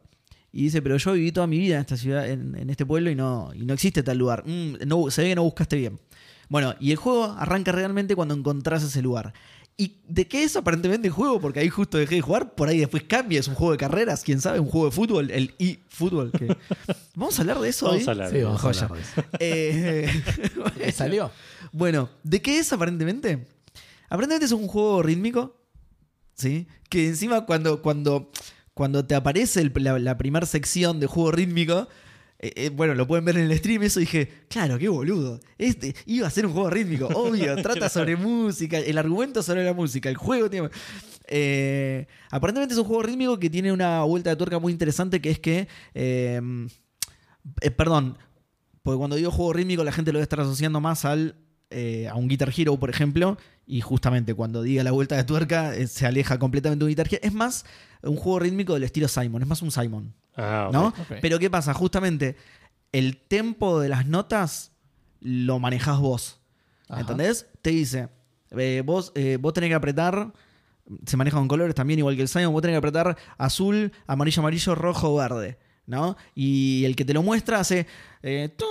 A: Y dice, pero yo viví toda mi vida en esta ciudad, en, en este pueblo, y no, y no existe tal lugar. Mm, no, se ve que no buscaste bien. Bueno, y el juego arranca realmente cuando encontrás ese lugar. ¿Y de qué es aparentemente el juego? Porque ahí justo dejé de jugar, por ahí después cambia, es un juego de carreras, quién sabe, un juego de fútbol, el e-fútbol.
B: [laughs]
A: que- Vamos a hablar de eso.
C: Vamos
A: hoy?
C: a hablar.
B: Sí, vamos a
A: Joya.
B: hablar de eso.
A: Eh, [laughs]
B: ¿Qué [laughs] salió?
A: bueno, ¿de qué es aparentemente? Aparentemente es un juego rítmico, ¿sí? Que encima cuando, cuando, cuando te aparece el- la, primera sección de juego rítmico, eh, eh, bueno, lo pueden ver en el stream, eso dije, claro, qué boludo. Este iba a ser un juego rítmico, obvio, trata sobre música, el argumento sobre la música, el juego tiene... Eh, aparentemente es un juego rítmico que tiene una vuelta de tuerca muy interesante que es que... eh, eh, perdón, porque cuando digo juego rítmico la gente lo debe estar asociando más al eh, a un Guitar Hero, por ejemplo, y justamente cuando diga la vuelta de tuerca eh, se aleja completamente de un Guitar Hero. Es más un juego rítmico del estilo Simon, es más un Simon,
C: Ah, ok.
A: ¿no?
B: ok.
A: Pero ¿qué pasa? Justamente el tempo de las notas lo manejás vos.
B: Ajá.
A: ¿Entendés? Te dice, eh, vos, eh, vos tenés que apretar, se maneja con colores también, igual que el Simon, vos tenés que apretar azul, amarillo, amarillo, rojo, verde, ¿no? Y el que te lo muestra hace... eh, tu,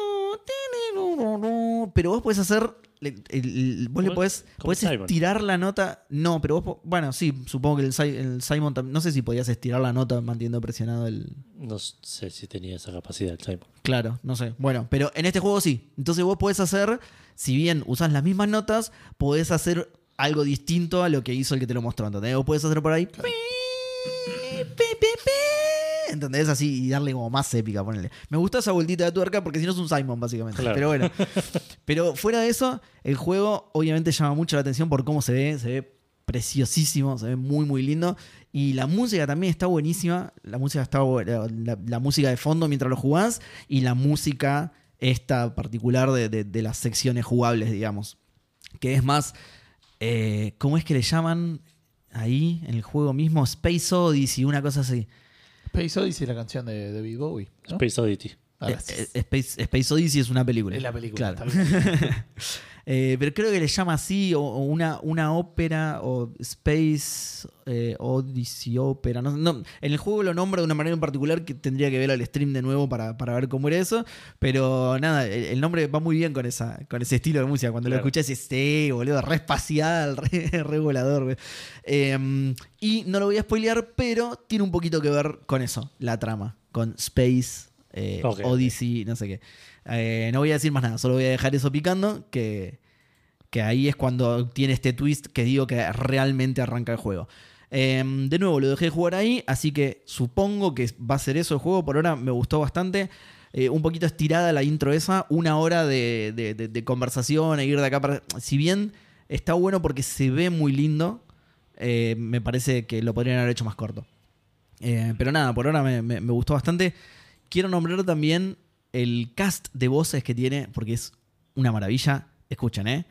A: ti, ni, ru, ru, ru, pero vos podés hacer... el- el- vos le
C: Como-
A: podés,
C: como
A: podés
C: Simon.
A: estirar la nota. No, pero vos. po- Bueno, sí, supongo que el, Si- el Simon también. No sé si podías estirar la nota manteniendo presionado el,
C: No sé si tenía esa capacidad el Simon.
A: Claro, no sé. Bueno, pero en este juego sí. Entonces vos podés hacer, si bien usás las mismas notas, podés hacer algo distinto a lo que hizo el que te lo mostró. ¿Entendés? Vos podés hacer por ahí. pi, pi, pi, pi, ¿Entendés? Así y darle como más épica, ponele. Me gusta esa vueltita de tuerca porque si no es un Simon, básicamente.
C: Claro.
A: Pero bueno. Pero fuera de eso, el juego obviamente llama mucho la atención por cómo se ve. Se ve preciosísimo, se ve muy, muy lindo. Y la música también está buenísima. La música está bu- la, la música de fondo mientras lo jugás y la música esta particular de, de- de las secciones jugables, digamos. Que es más, eh, ¿cómo es que le llaman? ahí, en el juego mismo, Space Odyssey, una cosa así.
B: Space Odyssey es la canción de de David Bowie. ¿no?
C: Space Oddity.
B: Ah,
A: Eh,
B: gracias.
A: eh, Space, Space Odyssey es una película.
B: Es la película,
A: Claro. [laughs]
B: está
A: Eh, pero creo que le llama así, o, o una, una ópera, o Space eh, Odyssey Opera. No, no, en el juego lo nombra de una manera en particular que tendría que ver al stream de nuevo para, para ver cómo era eso. Pero nada, el, el nombre va muy bien con, esa, con ese estilo de música. Cuando lo
C: Claro.
A: escuchas, es este, boludo, re espacial, [laughs] re, re volador. güey. Eh, y no lo voy a spoilear, pero tiene un poquito que ver con eso, la trama, con Space eh,
C: Ok, ok.
A: Odyssey, no sé qué. Eh, no voy a decir más nada, solo voy a dejar eso picando, que, que ahí es cuando tiene este twist que digo que realmente arranca el juego. Eh, de nuevo, lo dejé jugar ahí, así que supongo que va a ser eso el juego. Por ahora me gustó bastante. Eh, un poquito estirada la intro esa, una hora de, de- de- de conversación e ir de acá para... Si bien está bueno porque se ve muy lindo, eh, me parece que lo podrían haber hecho más corto. Eh, pero nada, por ahora me, me- me gustó bastante. Quiero nombrar también el cast de voces que tiene, porque es una maravilla. Escuchan, ¿eh?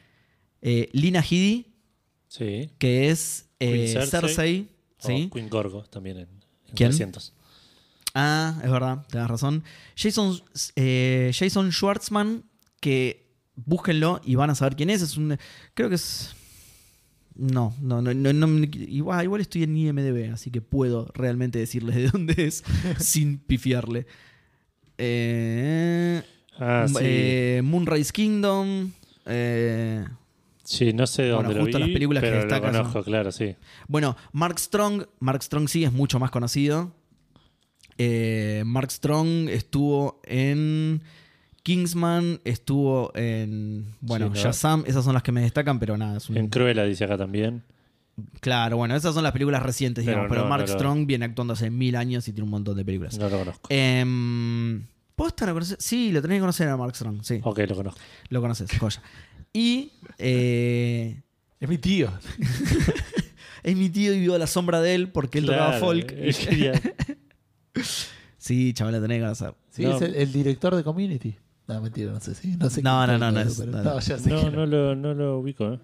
A: Eh, Lina Headey,
C: Sí.
A: que es eh,
C: Queen Cersei.
A: Cersei.
C: O
A: ¿sí?
C: Queen Gorgo también en, en
A: ¿Quién?
C: 300.
A: Ah, es verdad, tenés razón. Jason, eh, Jason Schwartzman, que búsquenlo y van a saber quién es. Es un. Creo que es. No, no, no, no, no- igual, igual estoy en IMDB, así que puedo realmente decirles de dónde es [laughs] sin pifiarle. Eh,
C: Ah, sí.
A: eh, Moonrise Kingdom. eh,
C: sí, no sé de
A: bueno,
C: dónde
A: justo
C: lo vi,
A: las películas que
C: pero lo
A: destacan son-
C: conozco, claro, sí.
A: Bueno, Mark Strong, Mark Strong sí es mucho más conocido. Eh, Mark Strong estuvo en Kingsman, estuvo en. Bueno,
C: Sí, ¿no?
A: Shazam, esas son las que me destacan, pero nada, es un-
C: En Cruella dice acá también.
A: Claro, bueno, esas son las películas recientes,
C: Pero
A: digamos, pero
C: no,
A: Mark
C: no lo-
A: Strong viene actuando hace mil años y tiene un montón de películas.
C: No lo conozco.
A: eh, Em, ¿Posta lo conoces? Sí, lo tenés que conocer a Mark Strong, sí,
C: Ok, lo conozco.
A: lo conoces, joya. Y. eh,
B: Es mi tío.
A: es mi tío y vivo a la sombra de él porque él tocaba
C: Claro, eh,
A: folk. [laughs]
C: es genial.
A: Sí, chaval, lo tenés que conocer.
B: Sí,
C: No.
B: es el, el director de Community. No, mentira, no sé. Sí, no, sé
A: No,
B: quién
A: no, no,
B: fue,
A: no
B: pero-
A: es-
B: pero-
A: no,
B: no, ya sé
C: No,
B: quién
C: no lo, no lo ubico, ¿eh?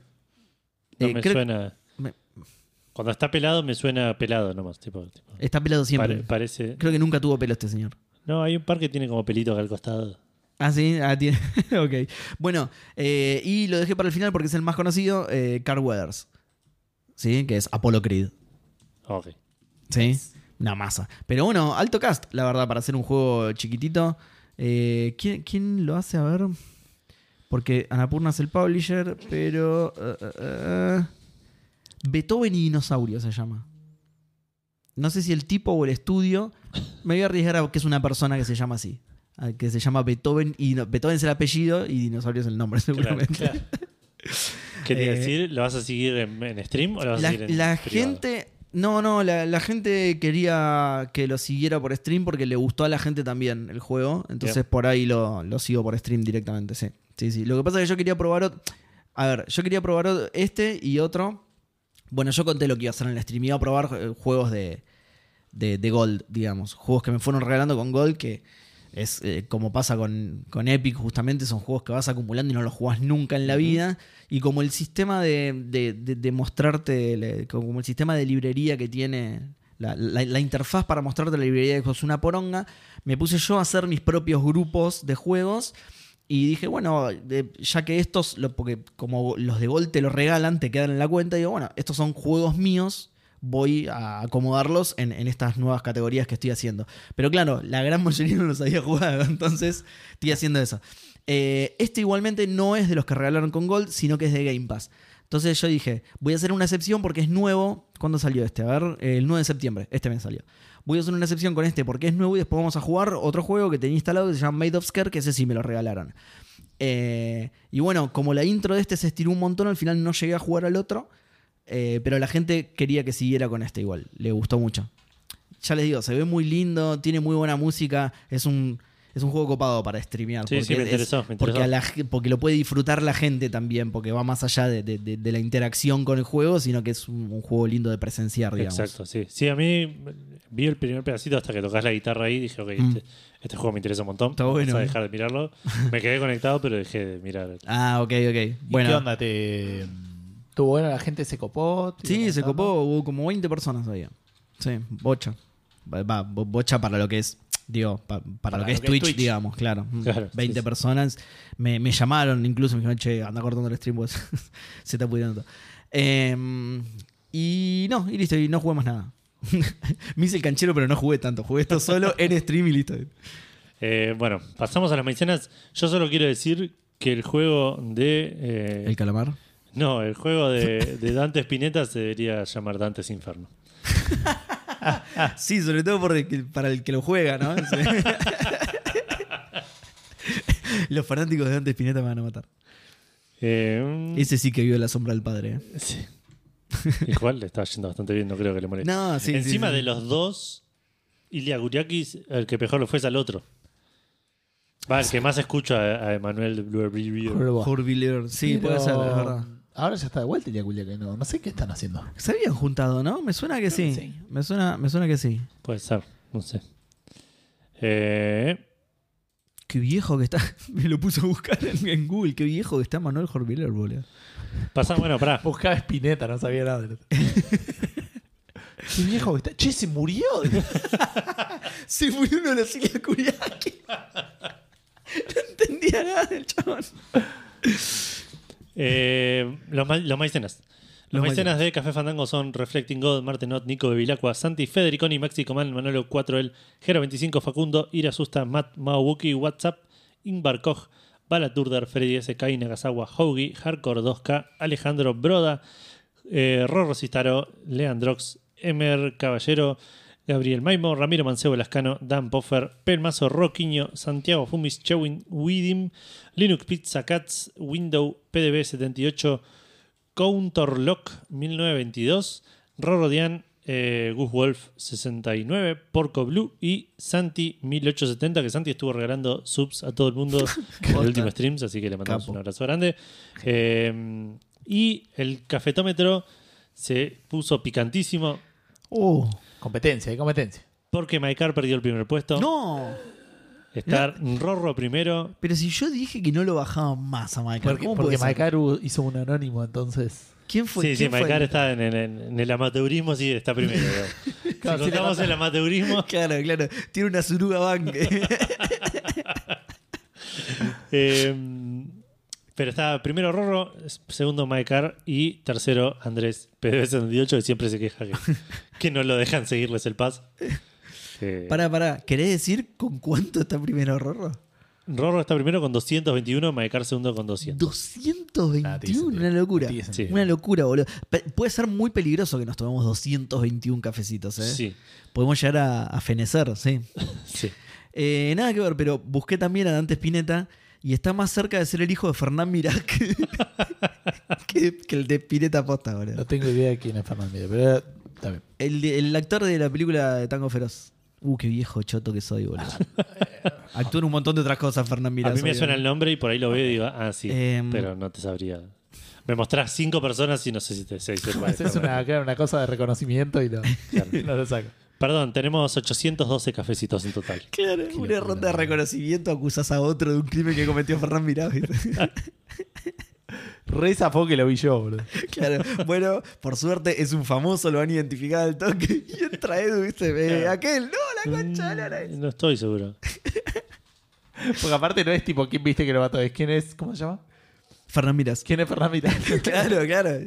C: No
A: Eh,
C: me
A: creo-
C: suena.
A: me-
C: Cuando está pelado, me suena pelado nomás. Tipo, tipo,
A: Está pelado Eh, siempre.
C: pare- parece.
A: Creo que nunca tuvo pelo este señor.
C: No, hay un par que tiene como pelito acá al costado.
A: Ah, sí, ah, tiene. [laughs] ok. Bueno, eh, y lo dejé para el final porque es el más conocido, eh, Carl Weathers. ¿Sí? Que es Apollo Creed.
C: Ok.
A: ¿Sí? Una masa. Pero bueno, alto cast, la verdad, para hacer un juego chiquitito. Eh, ¿quién, quién lo hace? A ver. Porque Anapurna es el publisher, pero. eh, eh, eh, Beethoven y Dinosaurio se llama. No sé si el tipo o el estudio. Me voy a arriesgar a que es una persona que se llama así. a Que se llama Beethoven y Dino- Beethoven es el apellido y Dinosaurio es el nombre, [laughs]
C: Claro,
A: seguramente.
C: claro. ¿Qué te iba a
A: Eh,
C: decir? ¿Lo vas a seguir en, en stream o lo vas a
A: La,
C: seguir en
A: la
C: privado?
A: gente. No, no, la, la gente quería que lo siguiera por stream porque le gustó a la gente también el juego. Entonces por ahí lo, lo sigo por stream directamente, sí. Sí, sí. Lo que pasa es que yo quería probar. ot- A ver, yo quería probar ot- este y otro. Bueno, yo conté lo que iba a hacer en el stream. Iba a probar eh, juegos de, de, de Gold, digamos. Juegos que me fueron regalando con Gold, que es eh, como pasa con, con Epic, justamente, son juegos que vas acumulando y no los jugás nunca en la vida. Y como el sistema de, de- de- de mostrarte, le- como el sistema de librería que tiene. La, la- la interfaz para mostrarte la librería de juegos es una poronga. Me puse yo a hacer mis propios grupos de juegos. Y dije, bueno, de- ya que estos, lo- porque como los de Gold te los regalan, te quedan en la cuenta, digo, bueno, estos son juegos míos, voy a acomodarlos en, en estas nuevas categorías que estoy haciendo. Pero claro, la gran mayoría no los había [laughs] jugado, entonces estoy haciendo eso. Eh, este igualmente no es de los que regalaron con Gold, sino que es de Game Pass. Entonces yo dije, voy a hacer una excepción porque es nuevo. ¿Cuándo salió este? A ver, el 9 de septiembre, este me salió. Voy a hacer una excepción con este porque es nuevo y después vamos a jugar otro juego que tenía instalado que se llama Made of Scare, que ese sí me lo regalaron. Eh, y bueno, como la intro de este se estiró un montón, al final no llegué a jugar al otro. eh, pero la gente quería que siguiera con este igual. Le gustó mucho. Ya les digo, se ve muy lindo, tiene muy buena música. Es un, es un juego copado para streamear.
C: Sí, sí, me
A: es-
C: interesó, me
A: Porque,
C: interesó.
A: a la ge- porque lo puede disfrutar la gente también, porque va más allá de, de- de- de la interacción con el juego, sino que es un, un juego lindo de presenciar, digamos.
C: Exacto, sí. Sí, a mí vi el primer pedacito hasta que tocas la guitarra ahí y dije, ok,
A: Mm.
C: este, este juego me interesa un montón.
A: Está
C: Vamos
A: bueno,
C: a
A: eh.
C: dejar de mirarlo. Me quedé conectado, pero dejé de mirar.
A: Ah, ok, ok.
B: ¿Y
A: Bueno,
B: ¿Qué onda? ¿Te, Estuvo bueno, la gente se copó. te iba
A: Sí, se
B: contando.
A: copó, hubo como 20 personas había. Sí, bocha. Va- va, bo- bocha para lo que es, digo, pa- para, lo que es Twitch, digamos, [laughs] claro. Mm,
C: Claro,
A: 20
C: sí, sí.
A: personas. Me, me llamaron incluso, me dijeron, che, anda cortando el stream, pues [laughs] se está pudriendo. todo". Em, y no, y listo, y no jugué más nada. [laughs] me hice el canchero, pero no jugué tanto. Jugué esto [laughs] solo en stream y listo.
C: Eh, bueno, pasamos a las menciones. Yo solo quiero decir que el juego de. eh,
A: El calamar.
C: no, el juego de, de Dante Spinetta se debería llamar Dante's Inferno.
A: Ah, Sí, sobre todo por el que- para el que lo juega, [laughs] ¿no? Los fanáticos de Dante Spinetta me van a matar.
C: Eh,
A: Ese sí que vive la sombra del padre. ¿eh?
C: sí. Igual le está yendo bastante bien, no creo que le moleste.
A: No, sí. sí,
C: Encima
A: sí.
C: de los dos, Ilya Guriakis, el que mejor lo fue es al otro. Va, el que más escucho a, a Emanuel Blue Review.
B: Jorba.
A: Horviller, sí,
B: Pero
A: puede ser, es verdad.
B: Ahora ya está de vuelta ya que no, no sé qué están haciendo.
A: Se habían juntado, ¿no? Me suena que sí.
B: sí.
A: Me, suena, me suena que sí.
C: Puede ser, no sé. Eh,
A: Qué viejo que está. [laughs] Me lo puse a buscar en, en Google. Qué viejo que está Manuel Horviller, boludo.
C: pasa, bueno, pará.
B: Buscaba Espineta, no sabía nada. [laughs] Qué viejo que está. Che, se murió.
A: Se murió uno de los Ilya Kuriaki. [laughs] No entendía nada del chabón.
C: Eh, los, ma- los maicenas. Los,
A: Los
C: maicenas de Café Fandango son Reflecting God, Martenot, Nico de Vilacua, Santi, Federiconi, Maxi Coman, Manolo 4L, Gero 25, Facundo, Irasusta, Matt, Maubuki, WhatsApp, Ingvar Koch, Balaturder, Freddy SK, Nagasawa, Hoagie, Hardcore 2K, Alejandro Broda, eh, Rorro Cistaro, Leandrox, Emer Caballero, Gabriel Maimo, Ramiro Mancebo Lascano, Dan Poffer, Pelmazo Roquiño, Santiago Fumis, Chewin Widim, Linux Pizza Cats, Window, PDB 78, Counterlock 1922, Rorro Dian, eh, Gus Wolf 69, Porco Blue y Santi 1870, que Santi estuvo regalando subs a todo el mundo en el
A: Posta.
C: último streams, así que le mandamos
A: Capo.
C: un abrazo grande. Eh, y el cafetómetro se puso picantísimo
B: Uh.
A: Oh.
B: competencia, hay competencia.
C: porque Maikar perdió el primer puesto.
A: No.
C: Está Rorro primero.
A: Pero si yo dije que no lo bajaban más a Michael.
B: Porque,
A: ¿cómo puede
B: porque
A: ser?
B: Macaru hizo un anónimo, entonces.
A: ¿Quién fue?
C: Sí, sí,
A: quién fue
C: Maikar
A: el-
C: está en, en- en el amateurismo, sí, está primero.
A: [laughs]
C: creo.
B: Claro,
C: si
B: sí, le
C: contamos
B: mata.
C: el amateurismo,
A: Claro, claro. Tiene una suruga bank.
C: eh, pero está primero Rorro, segundo Maikar y tercero Andrés PDB78, que siempre
A: [laughs]
C: se queja que, que no lo dejan seguirles el pas. Eh,
A: pará, pará. ¿Querés decir con cuánto está primero Rorro?
C: Rorro está primero con 221, Maikar segundo con 200.
A: 221,
B: Nada, tiene sentido.
A: una locura.
B: Tiene sentido.
C: Sí.
A: Una locura, boludo. Pe- puede ser muy peligroso que nos tomemos 221 cafecitos, ¿eh?
C: Sí,
A: Podemos llegar a, a fenecer,
C: [laughs]
A: sí.
C: sí.
A: Eh, nada que ver, pero busqué también a Dante Spinetta y está más cerca de ser el hijo de Fernán Mirac [laughs] que, que- que el de Spinetta Posta,
B: No
A: boludo.
B: tengo idea de quién es Fernando Mira, pero eh, está bien.
A: El, de- el actor de la película de Tango Feroz. Uh, qué viejo choto que soy,
B: [laughs]
A: boludo. Actúa en un montón de otras cosas, Fernán Mirac.
C: a mí me
A: obviamente.
C: suena el nombre y por ahí lo veo y digo, ah, sí,
A: Em,
C: pero no te sabría. Me mostrás cinco personas y no sé si te sé decir cuál es.
B: Es una, claro, una cosa de reconocimiento y no,
C: Claro.
B: [laughs] no lo saco.
C: Perdón, tenemos 812 cafecitos en total.
A: Claro, una
B: Qué locura,
A: ronda de
B: boludo.
A: reconocimiento acusás a otro de un crimen que cometió Fernán Mirá. ¿viste?
B: Re zafó que lo vi yo, boludo.
A: claro, bueno, por suerte es un famoso, lo han identificado al toque. Y entra Edu, viste, ve,
C: Claro.
A: aquel, no, la concha, de la lora.
C: Mm, No estoy seguro.
B: Porque aparte no es tipo, ¿quién viste que lo mató? Es quién es, ¿cómo se llama?
A: Fernán Mirás.
B: ¿Quién es Fernando Mira?
A: [laughs] claro, claro.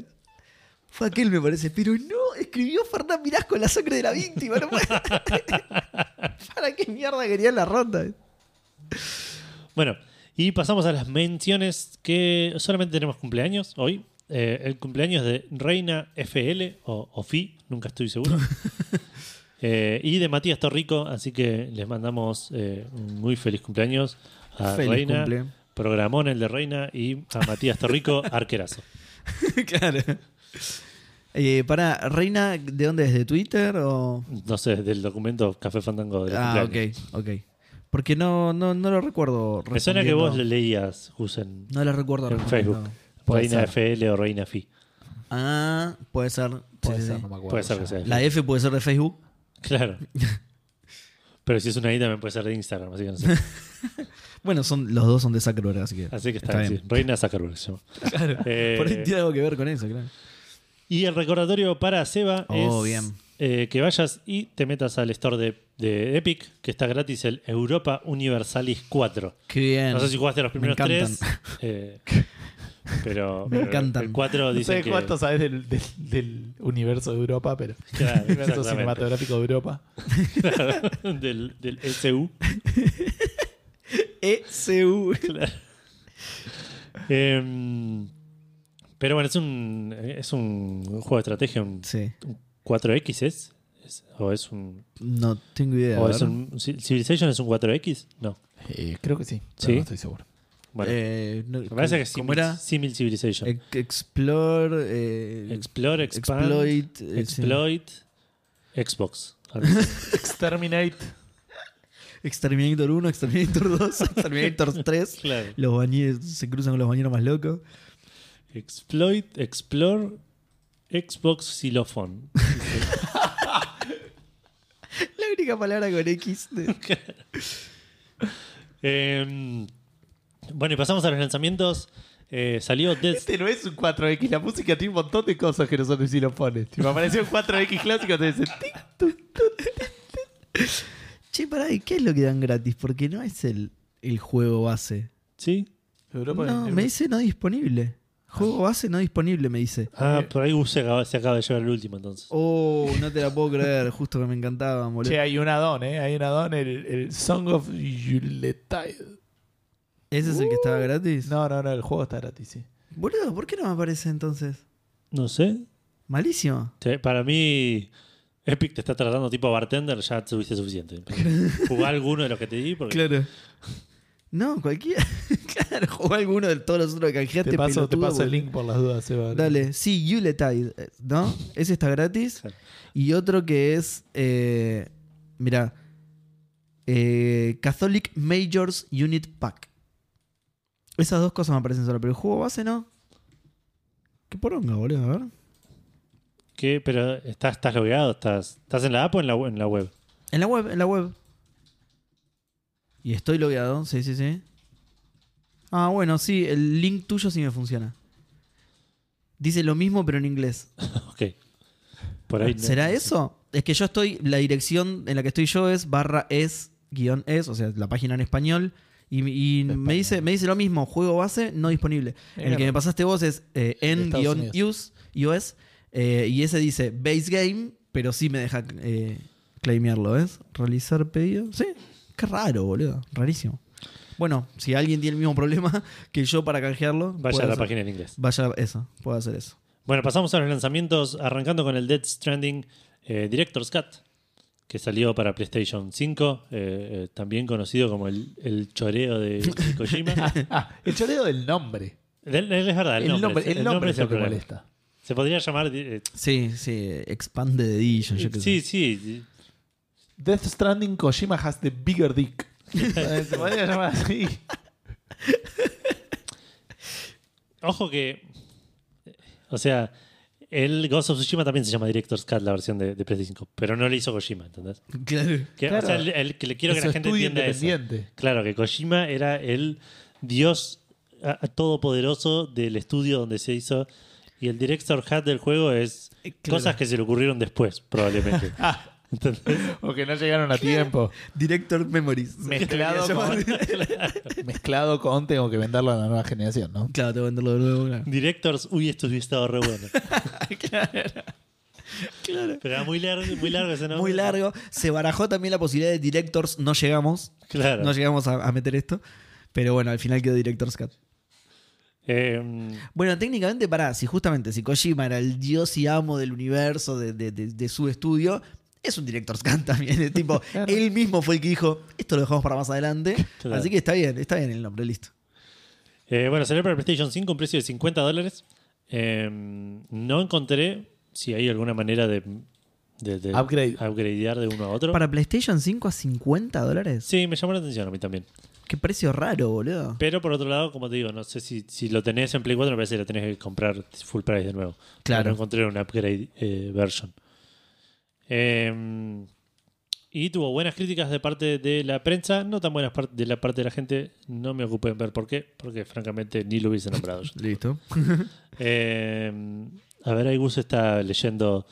A: Fue aquel, me parece. Pero no, escribió Fernán Mirás con la sangre de la víctima. no puede- [laughs] ¿Para qué mierda querían la ronda?
C: Bueno, y pasamos a las menciones que solamente tenemos cumpleaños hoy. Eh, el cumpleaños de Reina FL o OFI, nunca
A: [laughs]
C: estoy seguro. Eh, y de Matías Torrico, así que les mandamos eh, un muy feliz cumpleaños a
A: Feliz
C: Reina.
A: cumple.
C: Programón el de Reina y a
A: [laughs]
C: Matías Torrico, arquerazo.
A: claro. Eh, para, Reina, ¿de dónde es? ¿De Twitter o...?
C: No sé, del documento Café Fandango de
A: Ah, ok,
C: cumpleaños.
A: ok. Porque no, no, no lo recuerdo.
C: Me suena que
A: respondiendo.
C: vos le leías, Husen,
A: No lo recuerdo.
C: en
A: respondiendo.
C: Facebook.
B: Puede
C: Reina
B: ser.
C: FL o Reina FI.
A: Ah, puede ser. Sí,
B: Puede
A: sí,
B: ser,
A: sí.
B: no me acuerdo.
C: Puede ser que
B: ya.
C: sea.
A: [laughs] La F puede ser de Facebook.
C: Claro. Pero si es una I también puede ser de Instagram, así que no
A: [laughs]
C: sé.
A: Bueno, son, los dos son de Zuckerberg, así que.
C: Así que está,
A: Está
C: bien.
A: bien.
C: sí. Reina Zuckerberg se llama.
A: [laughs] Claro.
C: Eh,
A: Por ahí tiene algo que ver con eso, claro.
C: Y el recordatorio para Seba
A: Oh,
C: es
A: bien.
C: eh, que vayas y te metas al store de, de Epic, que está gratis el Europa Universalis 4.
A: Qué bien.
C: No sé si jugaste los
A: Me
C: primeros
A: encantan.
C: tres.
A: [laughs]
C: eh, pero,
A: Me
C: pero
A: encantan.
C: el 4
B: No
C: dice
B: sé
C: que.
B: cuánto sabes del, del- del universo de Europa, pero.
C: [laughs]
B: [laughs]
C: Claro,
B: universo
C: exactamente.
B: cinematográfico de Europa.
C: [laughs] del, del SU.
A: E ECU.
C: [laughs] Em, pero bueno, es un, es un juego de estrategia, un
A: Sí.
C: 4X es. Es- o es un.
A: No tengo idea.
C: o
A: a
C: Oh, es
A: ver.
C: un- Civilization es un 4 X? No.
B: Eh, creo que sí. pero
C: Sí.
B: No estoy seguro.
C: Bueno.
A: Eh, no-
C: me parece que es
A: ¿Cómo
C: simil,
A: era?
C: simil Civilization.
A: Ex- Explore. eh,
C: Explore, expand,
A: Exploit. eh, sí.
C: exploit,
A: [laughs]
C: Xbox. Algo así.
B: Exterminate.
A: Exterminator 1, Exterminator 2, [laughs] Exterminator 3.
C: Claro.
A: Los bañeros se cruzan con los bañeros más locos.
C: Exploit, explore, Xbox xilofón.
A: La única palabra con X. de-
C: [laughs] Em, bueno, y pasamos a los lanzamientos. Eh, salió Dead
B: Este no es un 4X. La música tiene un montón de cosas que no son xylofones. Si me apareció un 4X clásico, te dice. "Tic, tuc".
A: Che, pará, ¿y qué es lo que dan gratis? Porque no es el, el juego base.
C: ¿Sí?
B: Europa
A: No,
B: en-
A: me dice no disponible. Juego base no disponible, me dice.
C: Ah, por ahí se acaba, se acaba de llegar el último entonces.
A: Oh, no te la puedo creer. Justo que me encantaba, boludo.
B: Che, hay un addon, ¿eh? Hay un addon, el, el Song of Yuletide.
A: ¿Ese es el que estaba gratis?
B: No, no, no, el juego está gratis, sí.
A: Boludo, ¿por qué no me aparece entonces?
C: No sé.
A: Malísimo.
C: Che, Para mí, Epic te está tratando tipo bartender, ya tuviste [laughs] suficiente. Jugá alguno de los que te di porque
A: Claro. [laughs] No, cualquiera. [laughs] claro, jugá alguno de todos los otros que canjeaste.
B: Te paso, te
A: pelotudo,
B: paso el
A: boludo.
B: link por las dudas, Seba.
A: Dale, sí, Yuletide, eh, ¿no? Ese está gratis.
C: Claro.
A: Y otro que es. Eh, mira. Catholic Majors Unit Pack. Esas dos cosas me aparecen solo, pero el juego base no. Qué poronga, boludo, a ver.
C: ¿Qué? Pero estás, estás logueado, estás, estás en la app o en la, en la web.
A: En la web, en la web. Y estoy logueado, sí, sí, sí. Ah, bueno, sí, el link tuyo sí me funciona. Dice lo mismo, pero en inglés.
C: Ok. Por ahí no-
A: ¿Será
C: no sé.
A: eso? Es que yo estoy, la dirección en la que estoy yo es barra es guión es, o sea, la página en español. Y, y
B: Español.
A: me, dice, me dice lo mismo, juego base no disponible. el que me pasaste vos es eh, en
B: Estados
A: guión use, iOS, eh, y ese dice base game, pero sí me deja eh, claimearlo, ¿ves? Realizar pedido. Sí, qué raro, boludo, rarísimo. Bueno, si alguien tiene el mismo problema [laughs] que yo para canjearlo,
C: Vaya
A: puede
C: a la
A: hacer-
C: página en inglés.
A: Vaya, eso, puedo hacer eso.
C: Bueno, pasamos a los lanzamientos, arrancando con el Dead Stranding eh, Director's Cut, que salió para PlayStation 5, eh, eh, también conocido como el, el choreo
B: [laughs]
C: de, de Kojima.
B: Ah, el choreo del nombre.
C: Del- del- es verdad, el,
B: El nombre, el nombre
C: es
B: es
C: el
B: lo que
C: problema.
B: molesta.
C: Se podría llamar. eh,
A: Sí, sí, expande de Edition, yo qué sé.
C: sí, sí.
B: Death Stranding Kojima has the
A: [laughs]
B: bigger dick. Eh, Se podría llamar así.
C: Ojo que. O sea, el Ghost of Tsushima también se llama Director's Cut, la versión de, de PlayStation 5, pero no lo hizo Kojima, ¿entendés?
A: Claro.
C: Que,
B: Claro.
C: O sea, el- el que le quiero que
B: Es un
C: la gente
B: estudio
C: entienda eso.
B: independiente.
C: Claro, que Kojima era el dios ah, todopoderoso del estudio donde se hizo. Y el director hat del juego es
A: Eh, claro. Ah.
C: cosas que se le ocurrieron después,
A: [laughs]
C: probablemente. ¿Entendés?
B: O que no llegaron a tiempo.
A: Director Memories.
B: Mezclado
A: Debería llamar.
B: [laughs] con, mezclado con tengo que venderlo a la nueva generación, ¿no?
A: Claro, tengo que venderlo de nuevo. Claro.
C: Directors, uy, esto hubiera estado
A: [laughs]
C: re bueno. Pero era muy largo, muy largo ese nombre.
A: Muy largo. Se barajó también la posibilidad de Directors. No llegamos.
C: Claro.
A: No llegamos a, a meter esto. Pero bueno, al final quedó Directors Cut.
C: Eh,
A: Bueno, técnicamente, pará, si justamente si Kojima era el dios y amo del universo de, de- de- de su estudio, es un Director's Cut [laughs] también. Es tipo,
B: Claro.
A: él mismo fue el que dijo, esto lo dejamos para más adelante.
C: Claro.
A: Así que está bien, está bien el nombre, listo.
C: Eh, bueno, salió para PlayStation 5 un precio de 50 dólares. Eh, no encontré si hay alguna manera de, de- de
B: Upgrade.
C: upgradear de uno a otro.
A: Para PlayStation 5 a 50 dólares.
C: Sí, me llamó la atención a mí también.
A: Qué precio raro, boludo.
C: Pero por otro lado, como te digo, no sé si, si lo tenés en Play 4, me parece que lo tenés que comprar full price de nuevo.
A: Claro.
C: No encontré una upgrade eh, version. Eh, Y tuvo buenas críticas de parte de la prensa, no tan buenas par- de la parte de la gente. No me ocupé en ver por qué, porque francamente ni lo hubiese
B: [laughs]
C: nombrado yo.
A: Listo.
C: Eh, a ver, ahí Gus está leyendo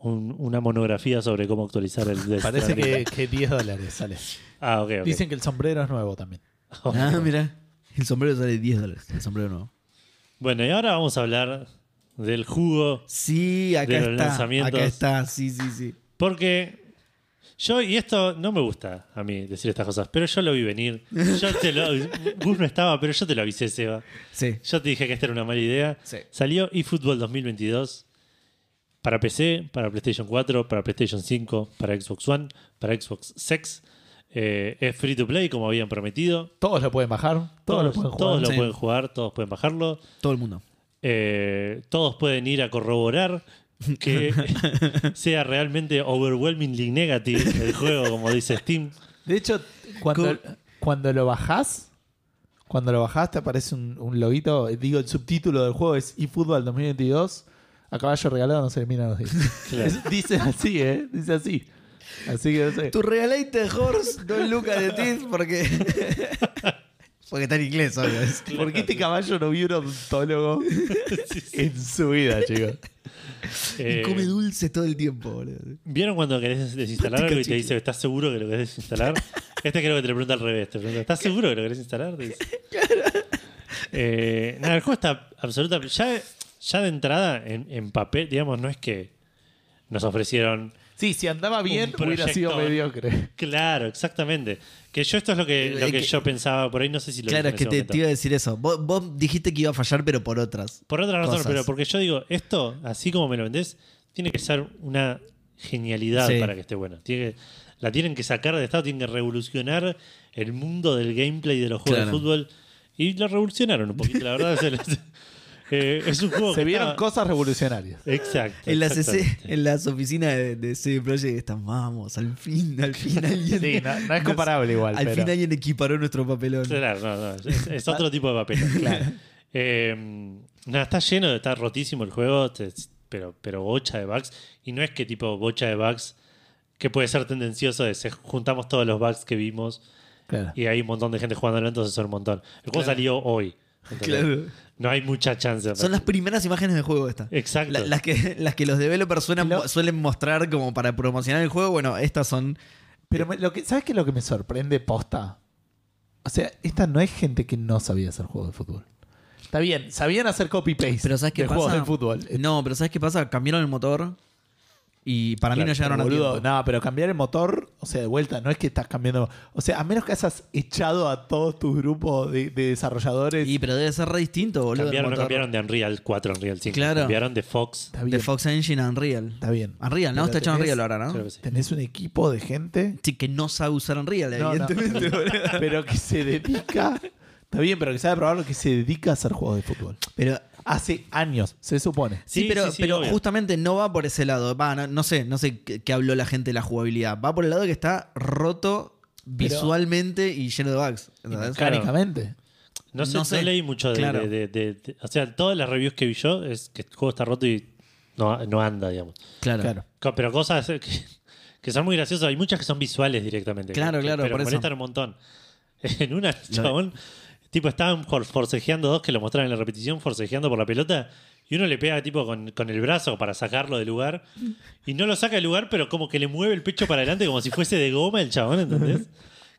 C: un- una monografía sobre cómo actualizar el Death
B: Parece que,
C: Stranding.
B: que 10 dólares sale.
C: Ah, ok, ok.
B: Dicen que el sombrero es nuevo también.
A: [laughs] Ah, mira. El sombrero sale 10 dólares. El sombrero nuevo.
C: Bueno, y ahora vamos a hablar del jugo.
A: Sí, acá
C: De los
A: está.
C: lanzamientos.
A: Acá está, sí, sí, sí.
C: Porque yo, y esto no me gusta a mí decir estas cosas, pero yo lo vi venir. Yo
B: [laughs]
C: te lo. Gus no estaba, pero yo te lo avisé, Seba.
A: Sí.
C: Yo te dije que esta era una mala idea.
A: Sí.
C: Salió eFootball 2022 para PC, para PlayStation 4, para PlayStation 5, para Xbox One, para Xbox 6. Eh, es free to play, como habían prometido.
B: Todos lo pueden bajar, todos, lo pueden jugar.
C: todos lo
A: Sí.
C: pueden jugar, todos pueden bajarlo.
A: Todo el mundo.
C: Eh, todos pueden ir a corroborar
A: [laughs]
C: que sea realmente overwhelmingly negative el juego, como dice Steam.
B: De hecho, cuando,
A: Cool.
B: cuando lo bajás, cuando lo bajás te aparece un, un loguito, eh, digo, el subtítulo del juego es eFootball 2022, a caballo regalado no se eliminan los días.
C: Claro.
B: [laughs] Dice así, ¿eh? Dice así. Así que no sé.
A: Tu regalaste horse, dos lucas de tips, porque. [laughs] porque está en inglés, obvio. Es-
B: ¿Por qué este caballo no vio un [laughs] odontólogo en su vida, chicos?
A: [laughs] Y
C: Eh,
A: come dulce todo el tiempo, boludo.
C: ¿Vieron cuando querés desinstalar algo y te dice, ¿estás seguro que lo
A: [laughs]
C: querés desinstalar? Este creo que te lo pregunta al revés. Te pregunta, ¿estás seguro que lo querés
A: [laughs]
C: instalar? Te dice. Eh, nada, el juego está absoluta. Ya, ya de entrada, en, en papel, digamos, no es que nos ofrecieron.
B: Sí, si andaba bien,
C: Un
B: hubiera sido
C: proyecto.
B: mediocre.
C: Claro, exactamente. Que yo esto es lo que, lo
A: Eh,
C: que
A: que-
C: yo pensaba, por ahí no sé si lo
A: Claro,
C: dije en
A: es que
C: ese
A: te,
C: momento.
A: te iba a decir eso. Vos, vos dijiste que iba a fallar, pero por otras.
C: Por otra razón,
A: cosas.
C: pero porque yo digo, esto, así como me lo vendés, tiene que ser una genialidad
A: Sí.
C: para que esté bueno. Tiene que- la tienen que sacar de estado, tienen que revolucionar el mundo del gameplay de los juegos
A: Claro.
C: de fútbol. Y lo revolucionaron un poquito, la verdad. [laughs] se les- eh, es un juego
B: Se
C: que
B: vieron
C: estaba-
B: cosas revolucionarias.
C: Exacto.
A: En las,
C: exactamente.
A: en las oficinas de, de CD Projekt están, vamos, al fin, al fin alguien.
B: Sí, no, no es comparable igual,
A: Al
B: pero-
A: fin alguien equiparó nuestro papelón.
C: Claro, no, no, es,
A: [laughs]
C: es
A: Ah.
C: otro tipo de papel. Eh, nada, está lleno, de- está rotísimo el juego, te- pero, pero bocha de bugs. Y no es que tipo bocha de bugs que puede ser tendencioso de se- juntamos todos los bugs que vimos
B: Claro.
C: y hay un montón de gente jugándolo, entonces son un montón. El juego
A: Claro.
C: salió hoy. ¿entendés?
A: Claro.
C: No hay mucha chance.
A: Son las primeras imágenes del juego esta.
C: Exacto.
A: La- las, que, las que los developers suenan-
B: Lo-
A: suelen mostrar como para promocionar el juego, bueno, estas son...
B: Pero me- lo que, ¿sabes qué es lo que me sorprende posta? O sea, esta no es gente que no sabía hacer juegos de fútbol. Está bien, sabían hacer copy-paste
A: Pero ¿sabes qué
B: de
A: pasa?
B: juegos de fútbol. Eh,
A: No, pero ¿sabes qué pasa? Cambiaron el motor y para mí
C: Claro,
A: no llegaron a
B: boludo,
A: tiempo.
B: no, pero cambiar el motor, o sea, de vuelta, no es que estás cambiando. O sea, a menos que hayas echado a todos tus grupos de, de desarrolladores.
A: Y pero debe ser re distinto, boludo. el
C: cambiaron, no
A: motor.
C: cambiaron de Unreal 4 a Unreal 5.
A: Claro.
C: Cambiaron de Fox.
B: está
A: De
B: bien.
A: Fox Engine a Unreal.
B: Está bien.
A: Unreal, ¿no?
B: Pero
A: Está hecho
B: tenés-
A: Unreal ahora, ¿no?
C: Creo que sí.
B: Ah, Tenés un equipo de gente.
A: Sí, que no sabe usar Unreal,
B: No, no.
A: evidentemente. boludo.
B: [laughs] pero que se dedica. Está bien, pero que sabe probar lo que se dedica a hacer juegos de fútbol.
A: Pero
B: Hace años, se supone.
A: Sí,
C: Sí,
A: pero,
C: sí, sí,
A: pero
C: obvio.
A: justamente no va por ese lado. Va, no, no sé, no sé qué, qué habló la gente de la jugabilidad. Va por el lado que está roto visualmente y lleno de bugs. ¿entendés?
C: Claro.
B: Mecánicamente.
C: No sé,
A: No
C: no
A: sé.
C: leí mucho de,
A: Claro.
C: de- de- de- O sea, todas las reviews que vi yo es que el juego está roto y no, no anda, digamos.
A: Claro.
B: Claro.
C: Co- Pero cosas que, que son muy graciosas. Hay muchas que son visuales directamente.
A: Claro,
C: que-
A: claro,
C: Pero
A: por eso.
C: molestan un montón. [laughs] En una, chabón, tipo, estaban for- forcejeando dos que lo mostraron en la repetición, forcejeando por la pelota. Y uno le pega, tipo, con, con el brazo para sacarlo del lugar. Y no lo saca del lugar, pero como que le mueve el pecho para adelante, como si fuese de goma el
A: [laughs]
C: chabón, ¿entendés?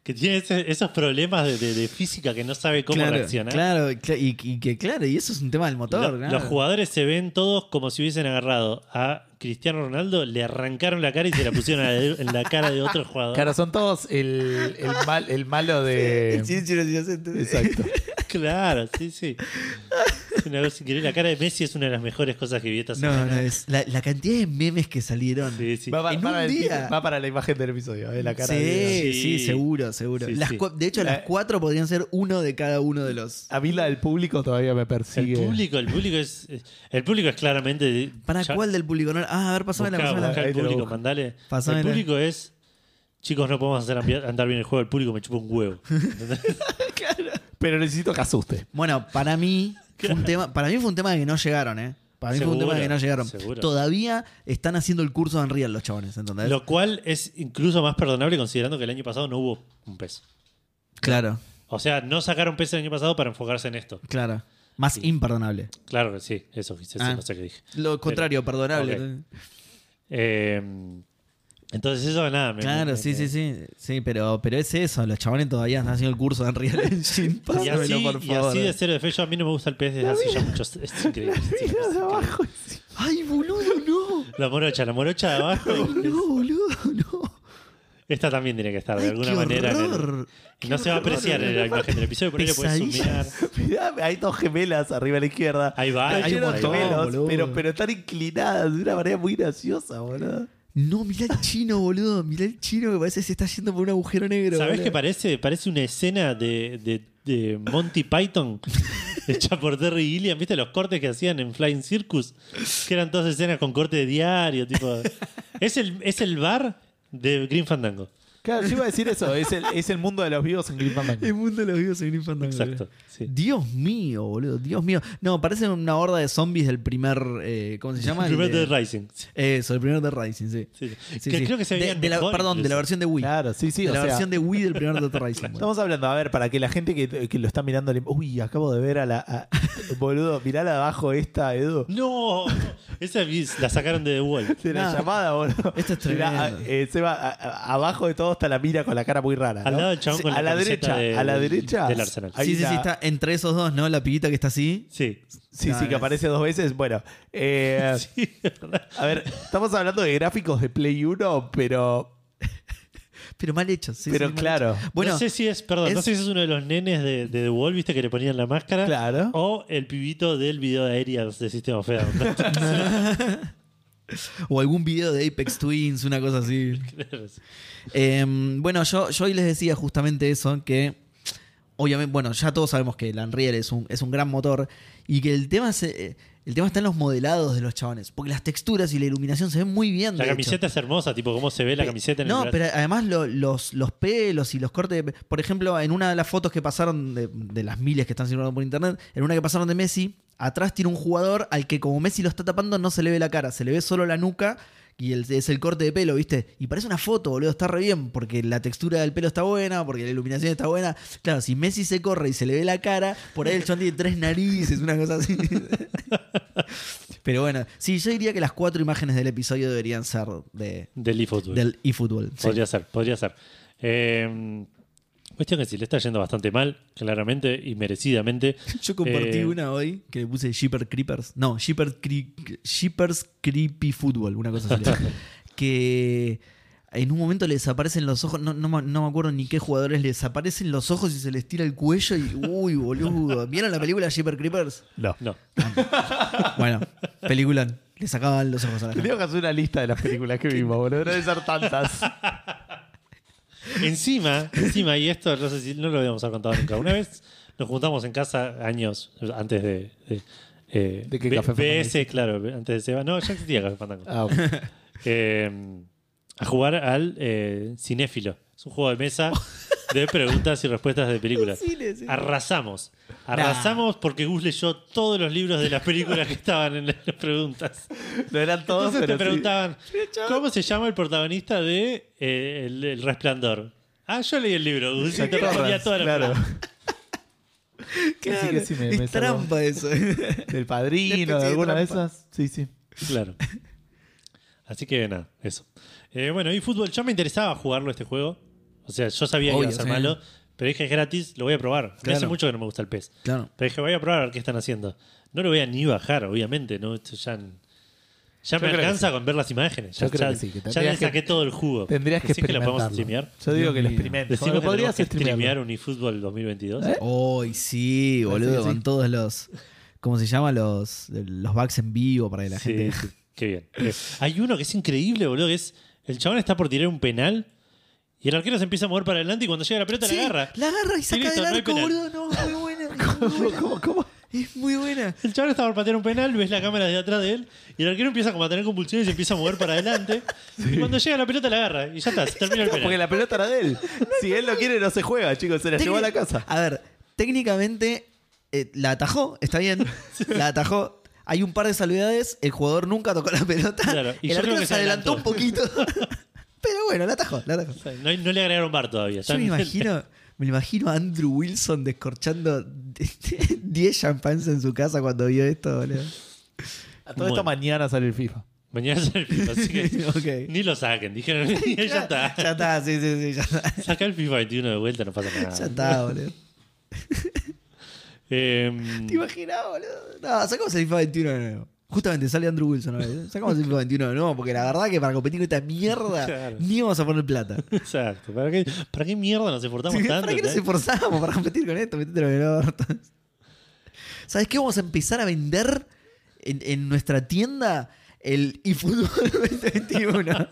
C: Que tiene ese- esos problemas de, de- de física que no sabe cómo
A: claro,
C: reaccionar.
A: Claro, cla- y, y que claro, y eso es un tema del motor.
C: Lo-
A: claro.
C: Los jugadores se ven todos como si hubiesen agarrado a Cristiano Ronaldo, le arrancaron la cara y se la pusieron a la- en la cara de otro jugador.
B: Claro, son todos el, el mal, el malo
C: eh,
A: [laughs]
B: de.
A: Sí, sí, sí, sí, sí.
B: Exacto. [laughs]
C: Claro, sí, sí. Es una cosa increíble. La cara de Messi es una de las mejores cosas que vi
A: [laughs]
C: esta
A: No,
C: semana.
A: no, es la, la cantidad de memes que salieron.
C: Sí, sí.
B: Va, pa-
A: En
B: para
A: un
B: el-
A: día.
B: va para la imagen del episodio, eh, la cara
A: sí,
B: de.
A: sí,
C: Sí.
A: seguro, seguro.
C: Sí,
A: Las
C: sí.
A: cua- De hecho, las
B: La-
A: cuatro podrían ser uno de cada uno de los.
B: A mí la del público todavía me
C: El
B: persigue.
C: público, el público es. El público es claramente. de-
A: ¿Para
C: ya-
A: cuál del público? No, ah, a ver, pasámela,
C: Buscá,
A: pasámela.
C: buscá el
B: Ahí te lo
C: público,
B: busco.
C: mandale.
A: Pasámela.
C: El público es. Chicos, no podemos hacer ambi- andar bien el juego. El público me chupa un
B: [laughs]
C: huevo. ¿Entendés?
B: Pero necesito que asuste.
C: [laughs]
A: Bueno, para mí fue un tema, para mí fue un tema de que no llegaron, ¿eh? Para mí fue un
C: Seguro,
A: tema que no llegaron.
C: seguro.
A: Todavía están haciendo el curso de Unreal los chavales, ¿entendés?
C: Lo cual es incluso más perdonable considerando que el año pasado no hubo un pez.
A: Claro,
C: O sea, no sacaron pez el año pasado para enfocarse en esto.
A: claro. Más imperdonable.
C: Claro que sí, eso, eso
A: Ah.
C: no sé qué dije.
A: Lo contrario, perdonable.
C: Ok. Eh, entonces eso nada, me,
A: Claro,
C: me-
A: sí,
C: me-
A: sí, sí. Sí, pero, pero es eso. Los chabones todavía están haciendo el curso de
C: [laughs]
A: Unreal Engine.
C: Y
A: Pásamelo,
C: así,
A: por
C: y
A: favor.
C: así de cero de fe, yo a mí no me gusta el pez desde hace ya muchos. Es increíble. es increíble, es increíble.
A: Ay, boludo, no.
C: La morocha, la morocha de abajo.
A: No, boludo, no.
C: Esta también tiene que estar de
A: Ay,
C: alguna
A: qué
C: manera. en el-
A: horror.
C: no se va a apreciar en la imagen del episodio, pero le puedes
A: Pesadillas.
B: [laughs]
C: sumear.
B: Mirá, hay dos gemelas arriba a la izquierda.
C: Ahí va,
B: Están
A: hay un
B: llenos de
A: montón, boludo.
B: gemelos, pero, pero están inclinadas de una manera muy graciosa, boludo.
A: No, mirá el chino, boludo. Mirá el chino que parece que se está yendo por un agujero negro.
C: ¿Sabés qué
A: boludo.
C: parece? Parece una escena de, de- de Monty Python [laughs] hecha por Terry Gilliam. ¿Viste los cortes que hacían en Flying Circus? Que eran todas escenas con corte de diario. tipo Es el, es el bar de Green Fandango.
B: Claro, yo iba a decir eso. Es el, es el mundo de los vivos en Green
A: El mundo de los vivos en Green Fandango,
C: Exacto,
A: boludo.
C: sí.
A: Dios mío, boludo. Dios mío. No, parece una horda de zombies del primer. eh, ¿Cómo
C: [laughs]
A: se llama?
C: El primer
A: de
C: de Rising. Sí,
A: Eso, el primer de Rising, sí.
C: sí, sí.
A: Sí,
C: que
A: sí.
C: Creo que se
A: De-
C: veían
A: de la-
C: mejor,
A: Perdón, de la
C: incluso.
A: versión de Wii.
B: Claro, sí, sí.
A: de
B: o
A: la
B: sea,
A: versión de Wii del primer Dead Rising.
C: [laughs]
A: boludo.
B: Estamos hablando, a ver, para que la gente que, que lo está mirando le- Uy, acabo de ver a la. a- boludo, mirá la de abajo esta, Edu.
C: No, esa vi- la sacaron de The Wall.
B: De la
A: No.
B: llamada, boludo.
A: Esto es
B: Mirá, a-
A: tremendo.
B: eh, Seba, a- a- abajo de todo está la mira con la cara muy rara.
C: Al
B: ¿no?
C: lado del chabón
B: Sí,
C: con la
B: a la derecha,
C: camiseta del-
B: a la derecha.
C: del Arsenal.
B: Hay
A: Sí, sí,
B: una-
A: sí, está entre esos dos, ¿no? La pibita que está así.
C: Sí.
B: Sí, sí, que aparece dos veces. Bueno, [laughs] eh, a ver, estamos hablando de gráficos de Play 1, pero.
A: Pero mal hecho. sí,
B: pero
A: sí, mal
B: claro.
A: hecho. Bueno,
C: no sé si es, perdón, no
A: es-
C: sé si es uno de los nenes de, de The Wall, viste que le ponían la máscara.
B: Claro.
C: O el pibito del video de Aerials de Sistema Feo.
A: [laughs] o algún video de Apex Twins, una cosa así. Eh, bueno, yo, yo hoy les decía justamente eso, que obviamente, bueno, ya todos sabemos que el Unreal es un, es un gran motor y que el tema, se, eh, el tema está en los modelados de los chabones, porque las texturas y la iluminación se ven muy bien.
C: La
A: de hecho.
C: camiseta es hermosa, tipo, cómo se ve la
A: Pe-
C: camiseta en
A: No,
C: el brazo.
A: pero además lo- los, los pelos y los cortes. de pe- Por ejemplo, en una de las fotos que pasaron de, de las miles que están circulando por internet, en una que pasaron de Messi, atrás tiene un jugador al que, como Messi lo está tapando, no se le ve la cara, se le ve solo la nuca. Y el- es el corte de pelo, ¿viste? Y parece una foto, boludo. Está re bien, porque la textura del pelo está buena, porque la iluminación está buena. Claro, si Messi se corre y se le ve la cara, por ahí el chon tiene tres narices, una cosa así. [laughs] Pero bueno, sí, yo diría que las cuatro imágenes del episodio deberían ser de,
C: Del eFootball.
A: del eFootball. sí.
C: Podría ser, podría ser. Eh, cuestión que sí, le está yendo bastante mal, claramente y merecidamente.
A: Yo compartí
C: Eh,
A: una hoy que le puse Shipper Creepers. No, Shipper Cre- Shippers Creepy Football, una cosa así. que en un momento le desaparecen los ojos. No, no, me- no me acuerdo ni qué jugadores le desaparecen los ojos y se les tira el cuello. Y uy, boludo. ¿Vieron la película Shipper Creepers?
B: No.
A: [laughs]
C: No.
A: Bueno, película. Le sacaban los ojos a la gente.
B: Tenemos que hacer una lista de las películas que [laughs] vimos, boludo. No deben ser tantas.
C: Encima, encima, y esto no sé si no lo habíamos contado nunca. Una vez nos juntamos en casa años antes de. de eh,
B: ¿De qué
C: B-
B: Café
C: BS, claro, antes de Seba. No, ya existía Café Fandango.
B: Ah, bueno.
C: Eh, a jugar al eh, Cinéfilo. Es un juego de mesa
B: [laughs]
C: de preguntas y respuestas de películas.
A: Ah,
C: Arrasamos. Arrasamos porque Gus leyó todos los libros de las películas que estaban en las
B: [laughs]
C: preguntas.
B: No eran todos,
C: Entonces te
B: pero sí.
C: preguntaban, ¿cómo se llama el protagonista de eh, el, El Resplandor? Ah, yo leí el libro, Gus, y te
B: Jack
C: respondía
B: Torrance,
C: todas las
B: claro.
C: preguntas.
B: Claro, Así que sí, me-
A: es
B: me salvó.
A: trampa eso.
B: Del
A: Una
B: padrino,
A: especie
B: de
A: de
B: alguna de
A: trampa.
B: esas. Sí, sí.
C: Claro. [laughs] Así que nada, eso. Eh, bueno, y fútbol, yo me interesaba jugarlo este juego. O sea, yo sabía
A: Obvio,
C: que iba a ser
A: sí.
C: malo, pero dije es gratis, lo voy a probar. Me hace
A: Claro.
C: mucho que no me gusta el pez.
A: claro.
C: Pero dije, voy a probar a ver qué están haciendo. No lo voy a ni bajar, obviamente, ¿no? Esto ya. Ya
B: Yo
C: me
B: creo que
C: alcanza con ver las imágenes. Ya,
B: Yo creo
C: ya-
B: que sí, que
C: ya le
B: tendrías que-
C: saqué todo el jugo.
B: Tendrías que
C: Decís que lo podemos
B: experimentarlo.
C: streamear.
B: Yo digo que lo
A: mío.
B: experimentes.
C: Decimos
B: Lo
C: que podrías
B: podrías
C: streamear
B: streamear.
C: un eFootball 2022.
B: ¿Eh?
A: Hoy sí, boludo,
B: Sí, sí.
A: con todos los. ¿Cómo se llama? Los, los backs en vivo para que la
C: Sí,
A: gente.
C: sí, qué bien. Eh, [laughs] Hay uno que es increíble, boludo, que es el chabón está por tirar un penal y el arquero se empieza a mover para adelante y cuando llega la pelota
A: Sí,
C: la agarra.
A: La agarra y saca
C: listo,
A: del
C: no hay
A: arco,
C: penal.
A: boludo. No, es muy buena. Es muy buena.
B: ¿Cómo, cómo?
A: Es muy buena.
C: El chabón está por patear un penal, ves la cámara de atrás de él y el arquero empieza como a tener convulsiones y empieza a mover
A: [laughs]
C: para adelante. Y cuando llega la pelota la agarra y ya está, se termina el
B: Porque
C: penal.
B: la pelota era de él. [laughs] Si él lo quiere, no se juega, chicos. Se la llevó a la
A: Técnic-
B: casa.
A: A ver, técnicamente eh, la atajó, está bien. La atajó. Hay un par de salvedades. El jugador nunca tocó la pelota.
C: Claro, y
A: el
C: yo creo
A: arquero
C: que
A: se adelantó un poquito. Pero bueno, la atajó, la atajó.
C: O sea, No, no le agregaron bar todavía.
A: Yo me
C: Están-
A: imagino, me imagino a Andrew Wilson descorchando [laughs] 10 champans en su casa cuando vio esto, boludo.
B: A todo
C: Bueno.
B: esto mañana sale el FIFA.
C: [laughs] Mañana es el FIFA, así que
A: [laughs] Ok.
C: ni lo saquen. Dijeron, [laughs] ya está.
A: [laughs] Ya está, sí, sí, sí, ya está.
C: Saca el FIFA 21 de vuelta, no pasa
A: [laughs]
C: nada.
A: Ya está, boludo.
C: Em,
A: ¿Te imaginas, boludo? No, sacamos el FIFA 21 de nuevo. Justamente sale Andrew Wilson ahora. ¿eh? Sacamos el FIFA 21 de nuevo porque la verdad que para competir con esta mierda
C: Claro.
A: ni vamos a poner plata.
C: exacto. ¿Para qué, ¿Para qué mierda nos esforzamos
A: Sí,
C: tanto? eh?
A: ¿Para qué nos
C: ¿sabes?
A: esforzamos para competir con esto? Métetelo en el orto. ¿Sabes qué? Vamos a empezar a vender en, en nuestra tienda el eFootball 2021.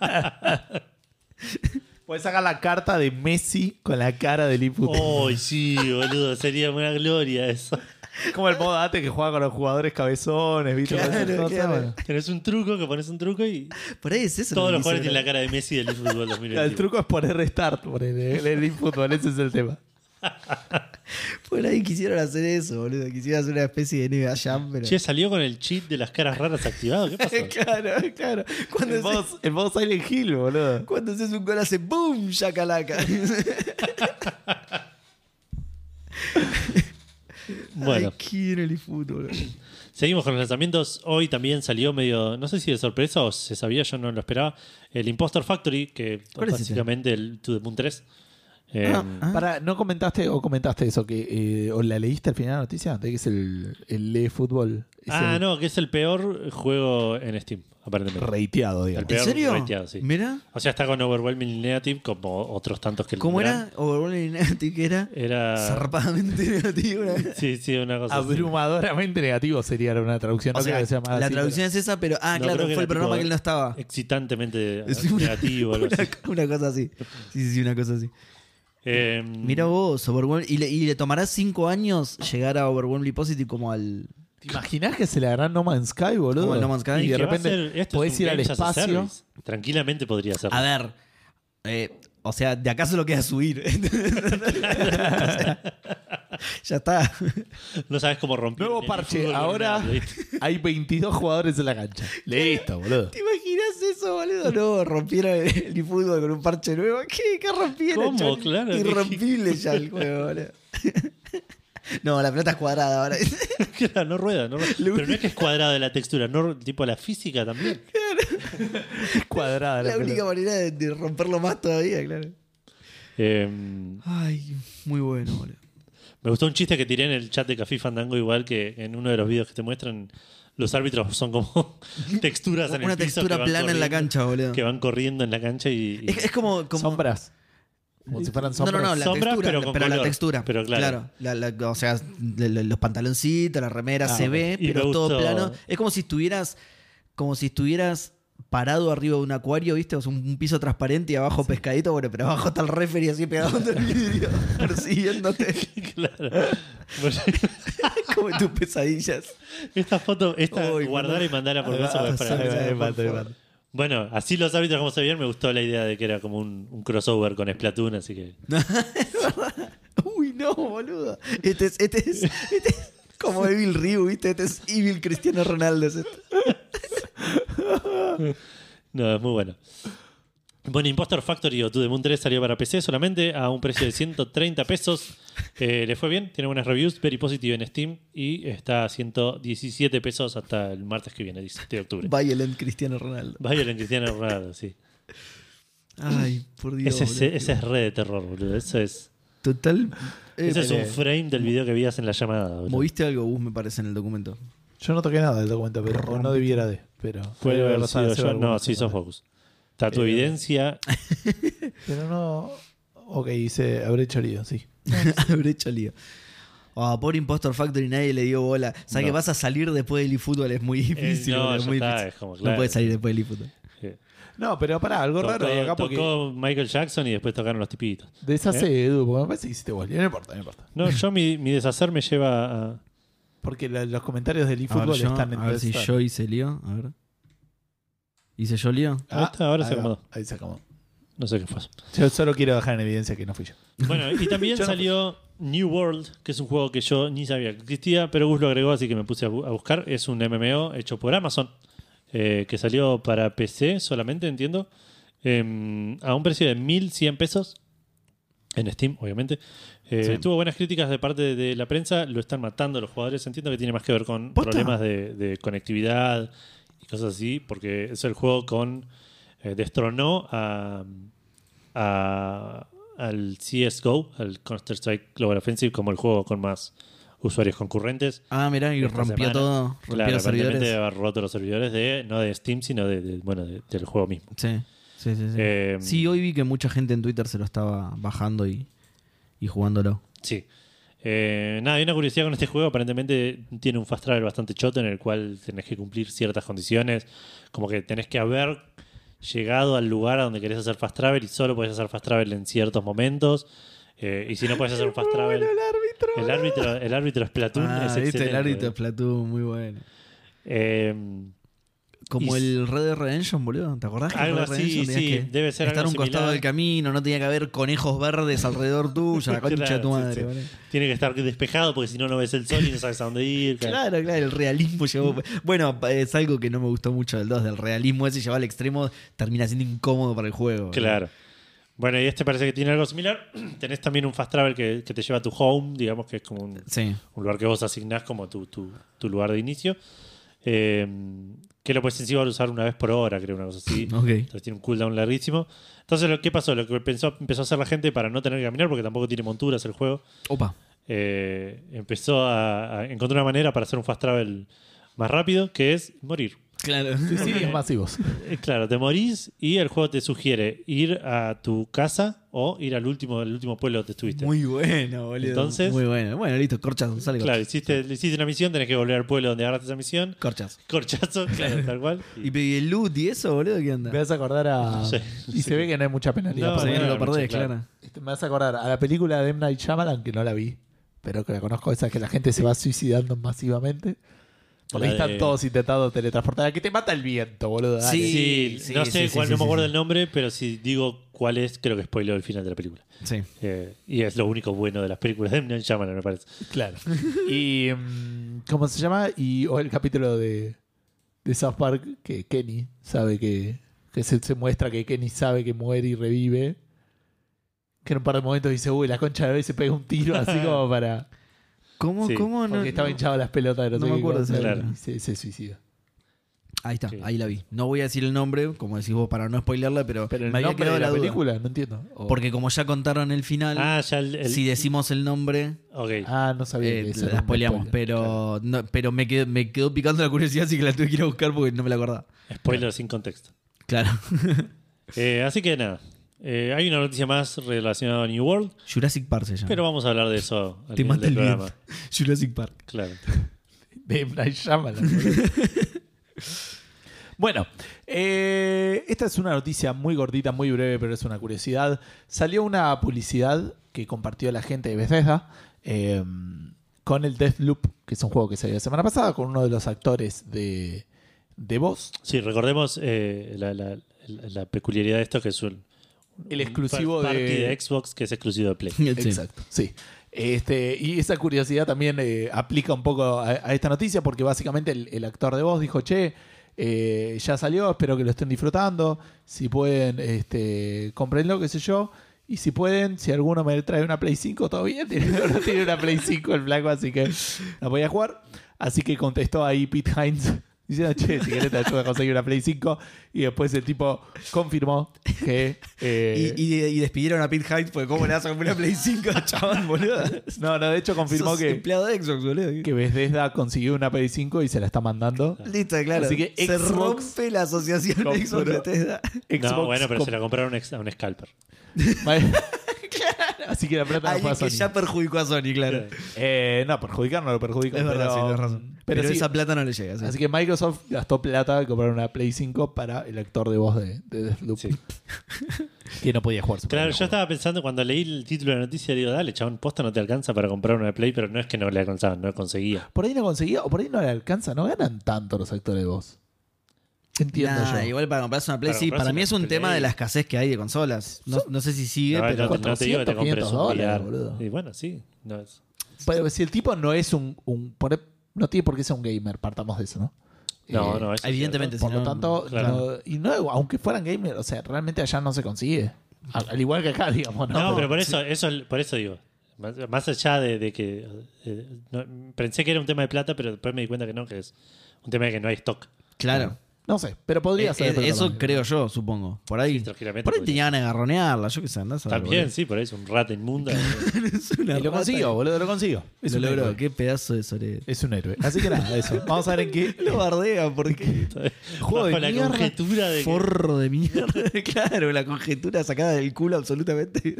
B: Puedes sacar la carta de Messi con la cara del input.
C: Ay, sí, boludo, sería una gloria eso.
B: Es [laughs] como el modo ATE que juega con los jugadores cabezones, ¿viste?
A: Claro,
B: Todas esas cosas,
A: claro.
B: bueno.
C: Tenés un truco, que pones un truco y
A: Por ahí es eso.
C: todos
A: lo
C: los
A: que
C: jugadores
A: dice,
C: tienen la cara de Messi del
A: [laughs]
C: fútbol 2021.
B: El truco es poner restart por el, el eFootball, ese es el tema.
A: Por ahí quisieron hacer eso, boludo. Quisieron hacer una especie de NBA Jam, pero... [laughs]
C: Che, salió con el cheat de las caras raras activado. ¿Qué pasó?
A: claro, claro. Cuando
B: El
A: haces
B: modo, el modo Silent Hill, boludo.
A: cuando haces un gol hace boom,
C: [laughs]
A: chacalaca.
C: Bueno,
A: Ay, quiero el eFootball. boludo.
C: seguimos con los lanzamientos. Hoy también salió medio, no sé si de sorpresa o se sabía, yo no lo esperaba. El Impostor Factory, que
A: ¿Cuál es ese?
C: básicamente el To the Moon 3. Em,
A: Ah.
B: Para, ¿no comentaste o comentaste eso? que eh, ¿O la leíste al final de la noticia? De que es el, el eFootball. Es
C: Ah,
B: el
C: no, que es el peor juego en Steam, aparentemente.
B: Reiteado,
C: El
B: digamos.
A: ¿En
C: peor
A: serio?
C: rateado, sí.
A: Mira,
C: O sea, está con Overwhelming Negative como otros tantos que
A: ¿cómo
C: tendrán.
A: era? Overwhelming Negative, que era?
C: Era.
A: Zarpadamente
C: [laughs]
A: negativo. una-
C: Sí, sí, una cosa. así.
B: Abrumadoramente negativo sería una traducción. No
A: O sea,
B: creo que sea más
A: la
B: así,
A: traducción es esa, pero. Ah,
C: No,
A: claro, fue
C: creo que
A: el
C: era
A: programa
C: tipo
A: que él no estaba.
C: Excitantemente
A: Es una-
C: negativo.
A: [laughs]
C: algo
A: Una,
C: así.
A: una cosa así. Sí, sí, sí, una cosa así.
C: Eh,
A: Mira vos, Overwhelming. Y le, y le tomará cinco años llegar a Overwhelming Positive como al.
B: pero- ¿Te imaginás que se la hará No Man's Sky, boludo?
A: Como el No Man's Sky.
C: y
B: Y de
C: que va a
B: repente
C: ser- esto es
B: podés
C: un
B: ir al
C: Games as a
B: espacio.
C: Service. Tranquilamente podría ser.
A: A ver. eh, o sea, de acá solo queda subir. [laughs] O sea, ya está.
C: No sabes cómo romper.
B: Nuevo
C: el
B: parche,
C: fútbol
B: ahora-
C: normal,
A: [laughs]
C: ¿viste? [laughs]
B: Hay 22 jugadores en la cancha. Listo, boludo.
A: ¿Te imaginas eso, boludo? No, rompieron el eFootball con un parche nuevo. ¿Qué? ¿Qué rompieron?
C: ¿Cómo?
A: chabón?
C: Claro.
A: Irrompible ya el juego, boludo. No, la pelota es cuadrada [laughs] ahora.
C: Claro, no rueda, no rueda. Pero no es que es cuadrada de la textura, no, tipo la
A: [laughs]
C: física también.
B: Cuadrada la
A: La única
B: pelota.
A: manera de, de romperlo más todavía, claro.
C: Em,
A: Ay, muy bueno, boludo.
C: Me gustó un chiste que tiré en el chat de Café Fandango, igual que en uno de los videos que te muestran, los árbitros son como [laughs] texturas en el
A: Una
C: piso que
A: textura
C: van
A: plana en la
C: corriendo-
A: cancha, boludo.
C: Que van corriendo en la cancha y. y-
A: Es, es como. como-
B: Sombras. Como si fueran
A: no, no,
B: sombras.
A: no, la
C: Sombras,
A: textura.
C: pero
A: Pero,
C: con
A: la
C: color.
A: textura.
C: Pero claro.
A: la- la- o sea, le- le- los pantaloncitos, la remera
B: Ah,
A: se
B: ok.
A: ve,
C: Y me
A: pero es todo
C: gustó.
A: plano. Es como si estuvieras. Como si estuvieras parado arriba de un acuario, ¿viste? O sea, un, un piso transparente y abajo pescadito, bueno, pero abajo está el referee así pegado en el
C: [laughs]
A: vidrio, persiguiéndote [laughs]
C: claro. Bueno,
A: como en tus pesadillas.
C: [laughs] esta foto, esta
A: Uy,
C: guardar y mandarla por
A: Ah,
C: WhatsApp. es
A: pasame
C: para-
A: la-
B: Ahí va, ahí va.
C: Bueno, así los árbitros como se vieron, me gustó la idea de que era como un, un crossover con Splatoon, así que.
A: Uy, no, boludo. Este es, este es, este es como Evil Ryu, ¿viste? Este es Evil Cristiano Ronaldo. es este. esto.
C: No, es muy bueno. Bueno, Impostor Factory o To The Moon 3 salió para PC solamente a un precio de 130 pesos. Eh, le fue bien, tiene buenas reviews, very positive en Steam y está a 117 pesos hasta el martes que viene, 17 de octubre.
A: Violent Cristiano Ronaldo.
C: Violent Cristiano Ronaldo, sí.
A: Ay, por Dios.
C: Ese, es-
A: boludo.
C: ese es red de terror, boludo. Eso es,
A: Total. eh,
C: ese es
A: eh,
C: un frame del video que veías en la llamada. boludo.
A: Moviste algo, Gus, me parece, en el documento.
B: Yo no toqué nada del documento, pero o no debiera de. Pero
C: Puede
B: debe
C: haber
B: haber
C: sido
B: sido
C: yo.
B: alguna
C: No, sí, sos
B: cosa.
C: Focus. Está tu
B: Eh,
C: evidencia.
B: Pero no. Ok, hice, habré hecho lío, sí.
A: [laughs] Habré hecho lío. Ah, por Impostor Factory nadie le dio bola. O sea
C: No. Eh,
A: que vas a salir después del eFootball es muy difícil.
C: no,
A: boludo, es
C: ya
A: muy
C: está,
A: difícil.
C: es como,
A: No
C: claro.
A: puedes salir después del eFootball.
C: eh,
B: No, pero pará, algo raro. de acá
C: Tocó,
B: porque
C: tocó ¿Eh? Michael Jackson y después tocaron los tipitos.
B: deshace Edu, porque me parece que hiciste vos. No importa, no importa.
C: No, yo mi, mi deshacer me lleva a.
B: Porque la- los comentarios del
A: A ver,
B: eFootball
A: yo-
B: están en
A: a ver si
B: Death
A: yo hice lío. A ver. ¿Hice yo lío?
B: Star.
C: Ahí está, ahora se
B: ahí va,
C: acomodó.
B: Ahí se acomodó.
C: No sé qué fue. eso.
B: Yo solo quiero dejar en evidencia que no fui yo.
C: Bueno, y también
B: Yo no-
C: salió New World, que es un juego que yo ni sabía que existía, pero Gus lo agregó, así que me puse a, bu- a buscar. Es un MMO hecho por Amazon, eh, que salió para PC solamente, entiendo, em, a un precio de 1.100 pesos, en Steam, obviamente. Eh,
B: Sí.
C: Tuvo buenas críticas de parte de, de la prensa, lo están matando los jugadores, entiendo que tiene más que ver con
A: ¿Posta?
C: problemas de, de conectividad y cosas así, porque es el juego con... eh, destronó a a- al CSGO, al Counter-Strike Global Offensive, como el juego con más usuarios concurrentes.
A: Ah, mirá, y
C: Esta
A: rompió
C: semana,
A: todo. Rompió
C: claro,
A: los
C: aparentemente
A: servidores.
C: debe haber roto los servidores de, no de Steam, sino de, de- bueno, de- del juego mismo.
A: Sí, sí, sí. Sí.
C: Eh,
A: Sí, hoy vi que mucha gente en Twitter se lo estaba bajando y, y jugándolo.
C: Sí. Eh, nada, hay una curiosidad con este juego. Aparentemente tiene un fast travel bastante choto en el cual tenés que cumplir ciertas condiciones. Como que tenés que haber llegado al lugar a donde querés hacer fast travel y solo podés hacer fast travel en ciertos momentos. Eh, y si
A: [laughs]
C: no podés hacer un fast travel. el árbitro. El árbitro, el árbitro es Platoon.
A: Ah,
C: es
A: viste, el
C: excelente.
A: árbitro de Splatoon, muy bueno.
C: Eh,
A: Como
C: Y-
A: el Red Dead Redemption, boludo. ¿Te acordás que en
C: Algo
A: Red Dead
C: así,
A: Redemption tenías
C: sí,
A: que
C: debe ser
A: estar a
C: algo
A: un costado
C: similar.
A: del camino, no tenía que haber conejos verdes alrededor tuyo, la concha de tu
C: Claro, sí,
A: madre,
C: sí.
A: boludo.
C: Tiene que estar despejado porque si no, no ves el sol y no sabes a dónde ir. claro. Mm.
A: Claro, claro, el realismo llevó. Bueno, es algo que no me gustó mucho del 2, del realismo ese llevado al extremo termina siendo incómodo para el juego.
C: Claro. Bueno, y este parece que tiene algo similar. [clears throat] Tenés también un fast travel que, que te lleva a tu home, digamos que es como un,
A: Sí.
C: un lugar que vos asignás como tu, tu- tu lugar de inicio. Eh, que lo puedes encima usar una vez por hora, creo, una cosa así.
A: [laughs] Ok.
C: Entonces tiene un cooldown larguísimo. Entonces, lo, ¿qué pasó? Lo que pensó, empezó a hacer la gente para no tener que caminar, porque tampoco tiene monturas el juego,
A: Opa.
C: eh, empezó a, a encontrar una manera para hacer un fast travel más rápido, que es
A: [laughs]
C: morir.
A: Claro.
B: Suicidios masivos.
C: Eh, Claro, te morís y el juego te sugiere ir a tu casa o ir al último, al último pueblo donde estuviste.
A: Muy bueno, boludo.
C: Entonces-
A: Muy bueno. Bueno, listo, corchas, sale
C: claro,
A: corchas.
C: hiciste, hiciste una misión, tenés que volver al pueblo donde agarraste esa misión.
A: Corchas.
C: Corchazo, [laughs] claro, tal cual. Y-
A: Y pedí el loot y eso, boludo, ¿qué onda?
B: [laughs] Me vas a acordar a.
C: Sí.
B: Y se ve que no hay mucha penalidad.
C: No,
B: por
A: Sí,
C: bueno,
A: no lo
C: mucho,
A: perdés,
C: claro.
A: claro.
B: Este, Me vas a acordar a la película de M. Night Shyamalan, que no la vi, pero que la conozco, esa que la gente se va suicidando masivamente. Porque
C: La
B: ahí están
C: de-
B: todos intentando teletransportar. Que te mata el viento, boludo. dale.
A: Sí,
C: Sí,
A: sí,
C: no
A: sí,
C: sé
A: sí,
C: cuál,
A: sí,
C: no
A: sí,
C: me acuerdo
A: sí.
C: el nombre, pero si digo cuál es, creo que spoileo el final de la película.
A: Sí.
C: Eh, y es lo único bueno de las películas de M. Night Shyamalan, me parece. [laughs]
B: Claro. y. mm, ¿Cómo se llama? Y o el capítulo de, de South Park que Kenny sabe que. que se, se muestra que Kenny sabe que muere y revive. Que en un par de momentos dice, uy, la concha de hoy se pega un tiro
C: [laughs]
B: así como para.
A: ¿Cómo,
C: Sí,
A: cómo no?
B: Porque estaba hinchado las pelotas de los
A: no me acuerdo de esa
C: película.
B: se, se suicida.
A: Ahí está,
C: Sí.
A: ahí la vi. No voy a decir el nombre, como decís vos, para no spoilerla, pero,
B: Pero el
A: me había
B: nombre
A: quedado
B: de la,
A: la, duda.
B: película, no entiendo. O-
A: Porque como ya contaron el final,
C: Ah, ya el. el-
A: si decimos el nombre,
C: Ok.
B: ah, no sabía
A: eh,
B: que eso era
A: la
B: un
A: spoileamos.
B: spoiler.
A: Pero, no, pero me, quedó, me quedó picando la curiosidad, así que la tuve que ir a buscar porque no me la acordaba. Ah.
C: Spoiler sin contexto.
A: Claro. [laughs]
C: Eh, así que nada. Eh, hay una noticia más relacionada a New World,
A: Jurassic Park se llama.
C: pero vamos a hablar de eso al
A: Ah. Te
C: final
A: mata
C: del
A: el
C: programa.
A: viento. [laughs] Jurassic Park.
C: Claro.
B: De M. Night Shyamalan, boludo. [laughs] bueno, eh, esta es una noticia muy gordita, muy breve, pero es una curiosidad. Salió una publicidad que compartió la gente de Bethesda eh, con el Deathloop, que es un juego que salió la semana pasada, con uno de los actores de, de voz.
C: Sí, recordemos eh, la, la- la peculiaridad de esto que es un,
B: El
C: un
B: exclusivo
C: first party
B: de-
C: Xbox que es exclusivo
A: [laughs]
C: de Play.
B: Exacto, sí. Este, y esa curiosidad también eh, aplica un poco a, a esta noticia, porque básicamente el, el actor de voz dijo, che, eh, ya salió, espero que lo estén disfrutando, si pueden, este, comprenlo, qué sé yo, y si pueden, si alguno me trae una Play 5, todo bien, [laughs] tiene, no tiene una Play 5 el flaco, así que no podía jugar. Así que contestó ahí Pete Hines. [laughs] Diciendo, che, si querés te ayudo a conseguir una Play 5. Y después el tipo confirmó
A: [laughs]
B: que... eh,
A: Y, y- y despidieron a Pete Hyde porque cómo le vas a comprar una Play 5, [laughs] chabón, boludo.
B: No, no, de hecho confirmó
A: Sos
B: que...
A: empleado de Xbox, boludo.
B: que Bethesda consiguió una Play 5 y se la está mandando.
A: Listo, claro.
B: Así que
A: se
B: Xbox
A: rompe la asociación
B: compró-
A: Xbox Bethesda.
C: no, bueno, pero
B: com-
C: se la compraron a un ex- a un scalper.
A: [laughs]
B: Así que la plata no fue
A: Alguien
B: a
A: que
B: Sony.
A: ya perjudicó a Sony, claro.
B: Eh, no, perjudicar no lo perjudican.
A: Es verdad,
B: pero, mm,
A: sí, tenés razón.
B: Pero,
A: Pero,
B: sí,
A: esa plata no le llega. sí.
B: Así que Microsoft gastó plata de comprar una Play 5 para el actor de voz de, de Deathloop.
C: Sí.
B: [laughs] Que no podía jugar. su
C: Claro,
B: propio
C: yo
B: juego.
C: estaba pensando cuando leí el título de la noticia, digo, dale, chabón, posta no te alcanza para comprar una de Play, pero no es que no le alcanzaba, no la conseguía.
B: Por ahí no conseguía, o por ahí no le alcanza, no ganan tanto los actores de voz. Entiendo
A: Nah,
B: yo.
A: Igual para comprarse una Play,
C: Para
A: sí,
C: comprarse
A: para mí
C: una
A: es un tema
C: Play.
A: de la escasez que hay de consolas. No, no sé si sigue,
C: No,
A: pero.
C: no, te- no te digo que
B: 400,
C: te compres
B: 500
C: un
B: dólares,
C: VR.
B: boludo.
C: Y bueno, sí. No es-
B: Pero si el tipo no es un. un- por- e- no tiene por qué ser un gamer, partamos de eso, ¿no?
C: No,
B: Eh,
C: no, eso es
A: Evidentemente,
B: Por
A: si
B: lo
A: no-
B: tanto,
C: claro.
B: no- y no, aunque fueran gamers, o sea, realmente allá no se consigue. Al, al igual que acá, [laughs] digamos, ¿no?
C: No, pero por eso, eso por eso digo. Más, más allá de, de que. eh, no- pensé que era un tema de plata, pero después me di cuenta que no, que es un tema de que no hay stock.
A: Claro.
B: No sé, pero podría
A: Eh,
B: ser.
A: eh,
B: pero
A: eso
B: también.
A: creo yo, supongo. Por ahí.
C: Sí, tranquilamente
A: por ahí
C: podría
A: tenían a garronearla, yo qué sé, andás a ver,
C: También, sí, por ahí es un rata [laughs] inmunda.
A: boludo. [laughs] Es una
B: Y
A: rata.
B: lo consigo, boludo, lo consigo. Es
A: Lo
B: un
A: logró,
B: héroe.
A: qué pedazo de
B: [laughs]
A: sobre.
B: Es un héroe. Así que nada, eso. Vamos a ver
A: [laughs]
B: en qué.
A: Lo bardea porque. [laughs] Juego de
C: Bajo la
A: mierda,
C: conjetura de que-
A: Forro de mierda. [laughs] claro, la conjetura sacada del culo absolutamente.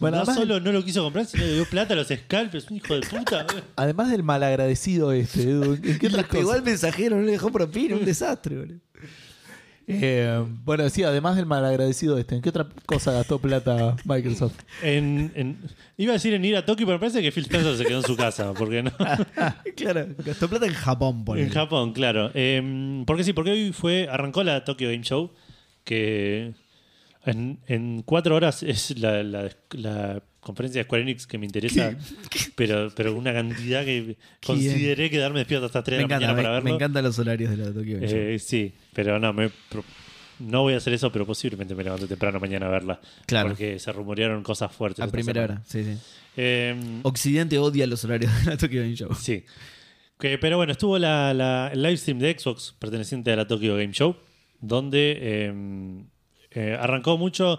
B: Bueno,
C: no
B: además,
C: solo no lo quiso comprar, sino que dio plata a los scalpers, un hijo de puta. boludo.
B: además del malagradecido este, Edu, ¿en qué
A: Y le
B: otras
A: pegó
B: cosas?
A: al mensajero, no le dejó propina, un desastre, boludo.
B: Eh, bueno, sí, además del malagradecido este, ¿en qué otra cosa gastó plata Microsoft?
C: En, en- iba a decir en ir a Tokio, pero me parece que Phil Spencer se quedó en su casa,
A: [laughs]
C: porque no.
A: Claro, gastó plata en Japón, por
C: En Japón, claro. Eh, porque sí, porque hoy fue. Arrancó la Tokyo Game Show, que en, en cuatro horas es la, la- la conferencia de Square Enix que me interesa, pero, pero una cantidad que consideré quedarme despierto hasta 3
A: Me
C: de la
A: encanta,
C: mañana para
A: me,
C: verlo.
A: me encantan los horarios de la Tokyo Game Show.
C: Eh, sí, pero no, me pro- no voy a hacer eso, pero posiblemente me levanto temprano mañana a verla.
A: Claro.
C: Porque se rumorearon cosas fuertes.
A: A
C: esta
A: primera
C: semana.
A: hora, sí, sí.
C: Eh,
A: Occidente odia los horarios de la Tokyo Game Show.
C: Sí. Que- pero bueno, estuvo la, la- el live stream de Xbox perteneciente a la Tokyo Game Show, donde eh, eh, arrancó mucho.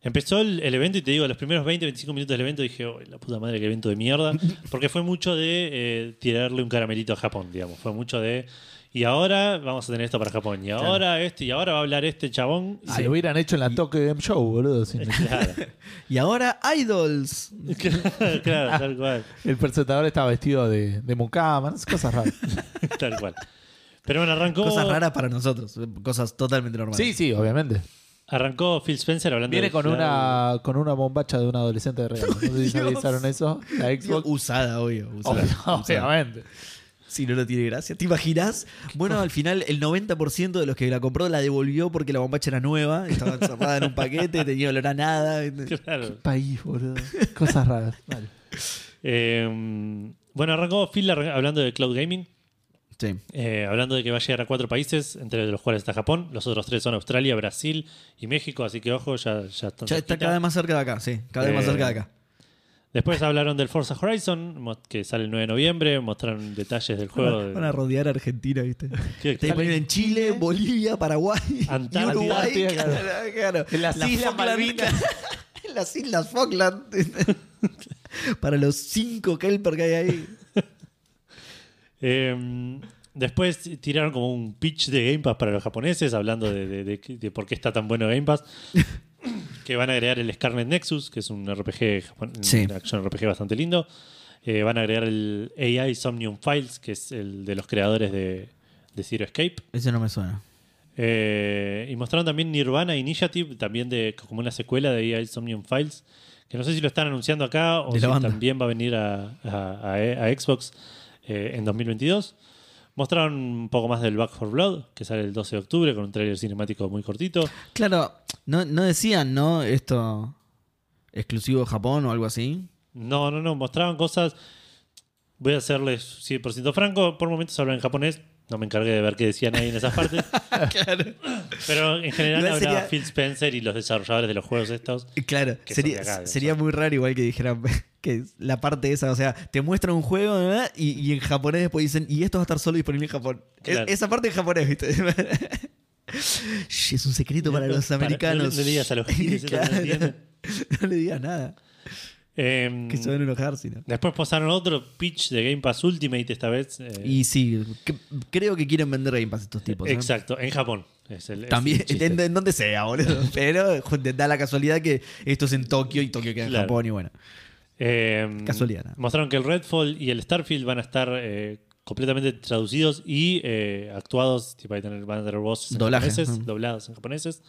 C: Empezó el, el evento y te digo, los primeros 20, 25 minutos del evento dije, "Uy, la puta madre, qué evento
A: [laughs]
C: de mierda. Porque fue mucho de eh, tirarle un caramelito a Japón, digamos. Fue mucho de. Y ahora vamos a tener esto para Japón. Y ahora esto. Y ahora va a hablar este chabón.
B: Si Ah, lo hubieran hecho en la Tokyo Game Show, boludo. sin-
C: [laughs]
A: [laughs]
C: Claro,
A: Y ahora, Idols.
C: claro,
A: Ah.
C: tal cual.
B: el presentador estaba vestido de, de mucama, no sé, cosas raras.
C: Tal cual. Pero bueno, arrancó.
A: Cosas raras para nosotros, cosas totalmente normales.
B: sí, sí, obviamente.
C: Arrancó Phil Spencer hablando
B: Viene
C: de
B: con
C: Flash.
B: una, con una bombacha de un adolescente de regalo. No sé si realizaron eso. La
A: Digo,
B: Xbox.
A: Usada, obvio. Usada,
B: [laughs] Obvio-
A: usada.
B: Obviamente.
A: Si no, no tiene gracia. ¿Te imaginas? Bueno, al final el 90% de los que la compró la devolvió porque la bombacha era nueva, estaba encerrada en un paquete, tenía olor a nada.
C: [laughs] Claro.
B: País, boludo. [laughs] Cosas raras. Vale.
C: Eh, bueno, arrancó Phil arran- hablando de cloud gaming,
A: Sí.
C: eh, hablando de que va a llegar a cuatro países, entre los cuales está Japón, los otros tres son Australia, Brasil y México, así que ojo, ya, ya están.
A: Ya está
C: cerquita.
A: cada vez más cerca de acá, sí. Cada vez más
C: Eh,
A: cerca de acá.
C: Después hablaron del Forza Horizon, mo- que sale el 9 de noviembre, mostraron detalles del juego.
A: Van a,
C: de-
A: van a rodear a Argentina, ¿viste?
C: Sí,
A: Te ponen en Chile, Bolivia, Paraguay, y
C: Antártida.
A: Uruguay.
B: Antártida, claro.
A: claro, claro.
B: En las Islas
A: Falkland,
B: Malvinas.
A: [laughs] en las Islas Falkland. [laughs] Para los cinco Kelper que hay ahí.
C: Eh, después tiraron como un pitch de Game Pass para los japoneses, hablando de, de- de- de por qué está tan bueno Game Pass. que van a agregar el Scarlet Nexus, que es un RPG, japon-
A: Sí.
C: un action RPG bastante lindo. Eh, van a agregar el AI Somnium Files, que es el de los creadores de, de Zero Escape.
A: Eso no me suena.
C: Eh, y mostraron también Nirvana Initiative, también de como una secuela de AI Somnium Files, que no sé si lo están anunciando acá o
A: De la
C: si
A: banda.
C: también va a venir a, a- a- a Xbox eh, en 2022. Mostraron un poco más del Back for Blood, que sale el 12 de octubre con un trailer cinemático muy cortito.
A: Claro, no, no decían, ¿no? Esto exclusivo de Japón o algo así.
C: No, no, no, mostraban cosas. Voy a serles 100% franco, por momentos hablan en japonés. No me encargué de ver qué decían ahí en esas partes. Pero en general
A: Igual
C: hablaba
A: sería-
C: Phil Spencer y los desarrolladores de los juegos estos.
A: Y Claro,
C: Que son
A: sería,
C: de acá, de
A: sería muy raro igual que dijeran [laughs] que la parte esa, o sea, te muestran un juego ¿verdad? Y, y en japonés después dicen, y esto va a estar solo disponible en Japón. Es-
C: Claro.
A: esa parte en japonés, ¿viste? [laughs] Shh, es un secreto para los
C: Para-
A: americanos.
C: no le digas a los
A: [laughs]
C: giles, eso no lo
A: Claro.
C: entienden.
A: No le digas nada,
C: Em,
A: que se van a enojar, si no.
C: Después pasaron otro pitch de Game Pass Ultimate esta vez. eh,
A: Y sí, que- creo que quieren vender Game Pass estos tipos. ¿eh?
C: exacto, en Japón. Es el- es
A: También,
C: el chiste.
A: en, en donde sea,
C: [laughs]
A: boludo. Pero joder, da la casualidad que esto es en Tokio y Tokio queda en
C: Claro.
A: Japón y bueno.
C: Em,
A: Casualidad, ¿no?
C: Mostraron que el Redfall y el Starfield van a estar eh, completamente traducidos y eh, actuados, tipo ahí tener van a tener voces en
A: Doblaje,
C: japoneses,
A: mm.
C: doblados en japoneses.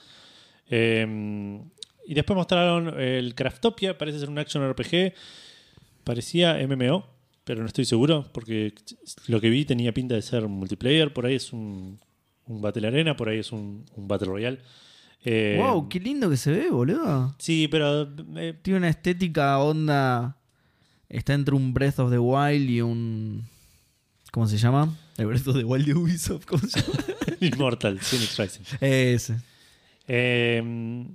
C: Em, y después mostraron el Craftopia, parece ser un action RPG, parecía MMO, pero no estoy seguro porque lo que vi tenía pinta de ser multiplayer, por ahí es un, un Battle Arena, por ahí es un, un Battle Royale. Eh,
A: wow, qué lindo que se ve, boludo.
C: Sí, pero eh, [laughs]
A: Tiene una estética onda. Está entre un Breath of the Wild y un. ¿Cómo se llama? El Breath of the Wild de Ubisoft. ¿Cómo se llama?
C: Immortal, Phoenix Rising.
A: [laughs] Ese.
C: Eh,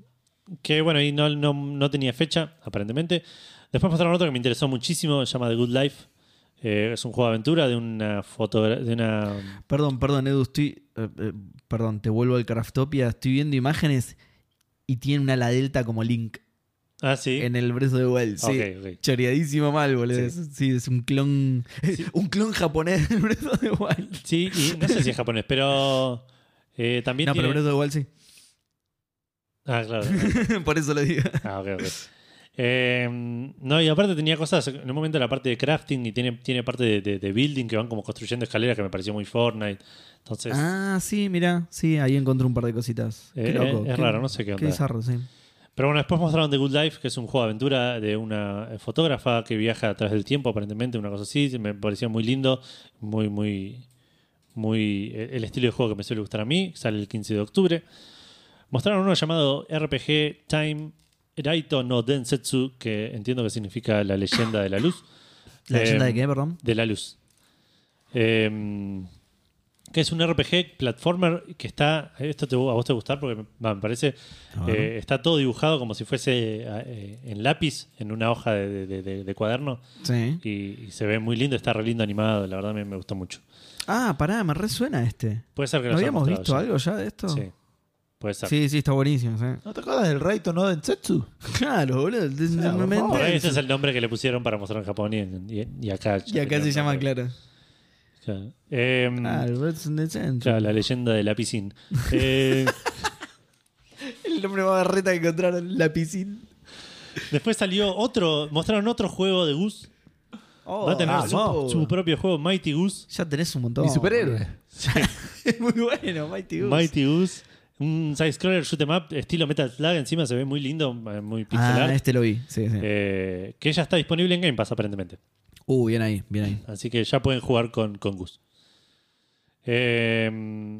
C: que bueno, y no, no- no tenía fecha, aparentemente. Después mostraron otro que me interesó muchísimo, se llama The Good Life. Eh, es un juego de aventura de una foto de una
A: Perdón, perdón, Edu, estoy. eh, eh, perdón, te vuelvo al Craftopia. Estoy viendo imágenes y tiene una la Delta como Link
C: Ah, sí.
A: en el Breath of the Wild. Sí.
C: Ah, ok, ok.
A: Choreadísimo mal, boludo.
C: Sí.
A: Es- ¿Eh? Sí, es un clon. [laughs] Un clon japonés del Breath of the Wild.
C: Sí, y no sé si es japonés, pero eh, también
A: No, pero
C: tiene-
A: Breath of the Wild sí.
C: Ah, claro.
A: [laughs] Por eso lo digo.
C: Ah, ok, ok. Eh, no, y aparte tenía cosas, en un momento la parte de crafting y tiene, tiene parte de, de- de building que van como construyendo escaleras que me pareció muy Fortnite. Entonces,
A: Ah, sí, mira. Sí, ahí encontré un par de cositas. Qué
C: eh,
A: loco.
C: eh, es
A: qué-
C: raro, no sé qué onda.
A: Qué bizarro, sí.
C: Pero bueno, después mostraron The Good Life, que es un juego de aventura de una eh, fotógrafa que viaja a través del tiempo, aparentemente, una cosa así. Me pareció muy lindo, muy, muy, muy. eh, El estilo de juego que me suele gustar a mí. Sale el 15 de octubre. Mostraron uno llamado RPG Time Raito no Densetsu, que entiendo que significa la leyenda de la luz.
A: ¿La
C: Eh,
A: leyenda de qué, perdón?
C: De la luz. Em, que es un RPG platformer que está. Esto te- a vos te va a gustar porque me, va, me parece.
A: A ver.
C: eh, está todo dibujado como si fuese eh, en lápiz, en una hoja de, de- de- de cuaderno.
A: Sí.
C: Y, y se ve muy lindo, está re lindo animado. La verdad me, me gustó mucho.
A: Ah, pará, me resuena este.
C: Puede ser que
A: ¿No
C: los haya
A: habíamos
C: mostrado
A: visto
C: ya.
A: algo ya de esto?
C: Sí. Puede ser.
A: sí, sí, está buenísimo.
C: [laughs]
A: sí.
B: ¿No te acuerdas del Raito no Densetsu?
A: Claro, boludo. de- de-
B: Claro,
A: me- me-
B: por
C: Por ahí
A: me-
C: ese es el nombre que le pusieron para mostrar en Japón y, en- y- y acá.
A: Y acá se llama, claro.
C: Claro. Em,
A: Ah, el Birds in the Central.
C: claro, la leyenda de la piscina.
A: [laughs]
C: Eh,
A: El nombre más reta que encontraron, Lapicín.
C: Después salió otro, mostraron otro juego de Goose.
A: Oh,
C: Va a tener
A: ah,
C: su,
A: vamos.
C: su propio juego, Mighty Goose.
A: Ya tenés un montón.
B: Mi superhéroe.
A: [laughs] Es muy bueno, Mighty Goose.
C: Mighty Goose. Un side-scroller shoot 'em up estilo Metal Slug. Encima se ve muy lindo, eh, muy pixel
A: Ah,
C: art.
A: este lo vi. Sí, sí.
C: Eh, que ya está disponible en Game Pass aparentemente.
A: Uh, bien ahí, bien ahí.
C: Así que ya pueden jugar con, con Goose. Eh,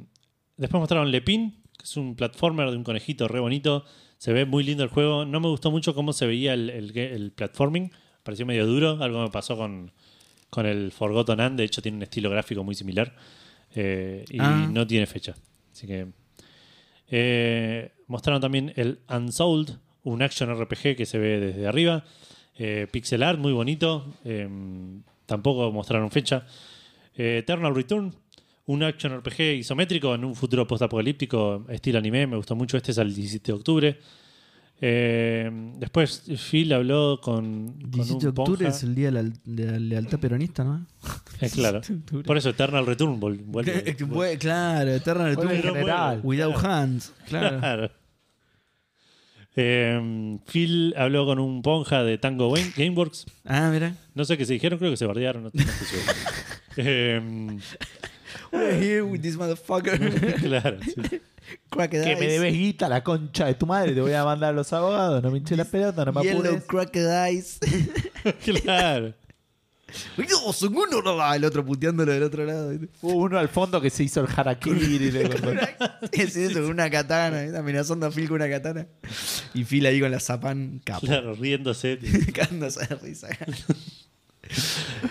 C: después mostraron Lepin, que es un platformer de un conejito re bonito. Se ve muy lindo el juego. No me gustó mucho cómo se veía el, el ge- el platforming. Pareció medio duro. Algo me pasó con, con el Forgotten Land. De hecho, tiene un estilo gráfico muy similar. Eh, y
A: Ah.
C: no tiene fecha. Así que. eh, mostraron también el Unsold, un action RPG que se ve desde arriba. Eh, pixel art, muy bonito. Eh, tampoco mostraron fecha. Eh, Eternal Return, un action RPG isométrico en un futuro postapocalíptico estilo anime. Me gustó mucho. Este es el 17 de octubre. Eh, después Phil habló con. con
A: 17 de
C: un
A: octubre
C: ponja.
A: es el día de la, de la lealtad peronista, [laughs] ¿no?
C: Eh, claro.
A: 17 de octubre.
C: Por eso Eternal Return vol-
A: [laughs]
C: vuelve.
A: Que- que- claro, Eternal
B: Vuelve
A: Return
C: Pero
B: general.
C: vuelve.
A: Without Hands. [laughs] Claro.
C: Claro. Eh, Phil habló con un ponja de Tango Game- Gameworks.
A: Ah, mira.
C: No sé qué se dijeron, creo que se bardearon. no- no estoy seguro.
A: [laughs]
C: Eh, [laughs]
A: We're here with this [laughs] motherfucker.
C: claro. sí. [laughs]
A: [laughs] Cracked
B: Que me
A: eyes.
B: debes guita, la concha de tu madre. Te voy a mandar a los abogados. No me hinché la pelota, no me
A: Yellow
B: apures.
A: Cracked Eyes. [laughs]
C: Claro.
A: No, son uno, no, va, el otro puteándolo del otro lado.
B: [laughs]
A: [laughs]
B: Hubo uno al fondo que se hizo el harakiri. [laughs] le-
A: Es eso, con una katana, ¿eh? amenazando a Phil con una katana. Y Phil ahí con la zapán capo. [laughs]
C: Claro, riéndose.
A: Cándose de risa.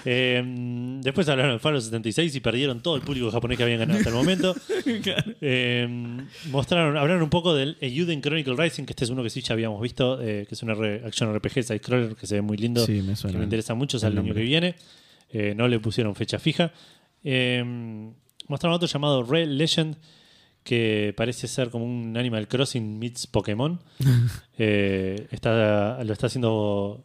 C: Eh, después hablaron del Fallout 76 y perdieron todo el público japonés que habían ganado hasta el momento. Eh, mostraron, hablaron un poco del Euden Chronicle Rising, que este es uno que sí ya habíamos visto, eh, que es una re- action RPG side-scroller que se ve muy lindo,
A: Sí, me suena
C: que me interesa mucho, es
A: el
C: el año
A: nombre.
C: que viene. Eh, no le pusieron fecha fija. Eh, mostraron otro llamado Red Legend, que parece ser como un Animal Crossing
A: [laughs]
C: meets Pokémon. Eh, está, lo está haciendo oh, 50-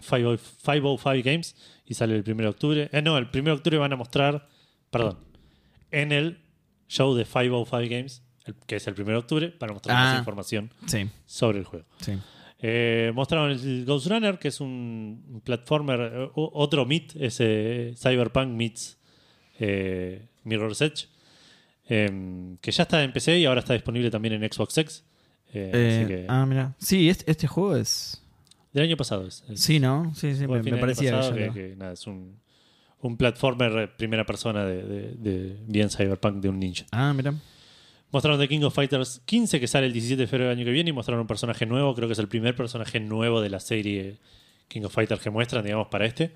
C: 505 Games y sale el 1 de octubre. Eh, no, el 1 de octubre van a mostrar, perdón, en el show de 505 Games, el- que es el 1 de octubre, van a mostrar
A: Ah.
C: más información
A: Sí,
C: sobre el juego.
A: sí.
C: Eh, mostraron el Ghost Runner, que es un platformer, eh, o- otro meet, ese Cyberpunk meets eh, Mirror's Edge, em, que ya está en PC y ahora está disponible también en Xbox X. eh, así que-
A: ah, mira. Sí, este, este juego es.
C: Del año pasado es. es-
A: Sí, ¿no? Sí, sí,
C: fue a
A: me, me
C: fin del año
A: parecía
C: pasado,
A: que ya
C: que,
A: lo-
C: que, nada, es un, un platformer eh, primera persona de, de- de bien Cyberpunk de un ninja.
A: Ah, mira.
C: Mostraron The King of Fighters 15, que sale el 17 de febrero del año que viene, y mostraron un personaje nuevo. Creo que es el primer personaje nuevo de la serie King of Fighters que muestran, digamos, para este.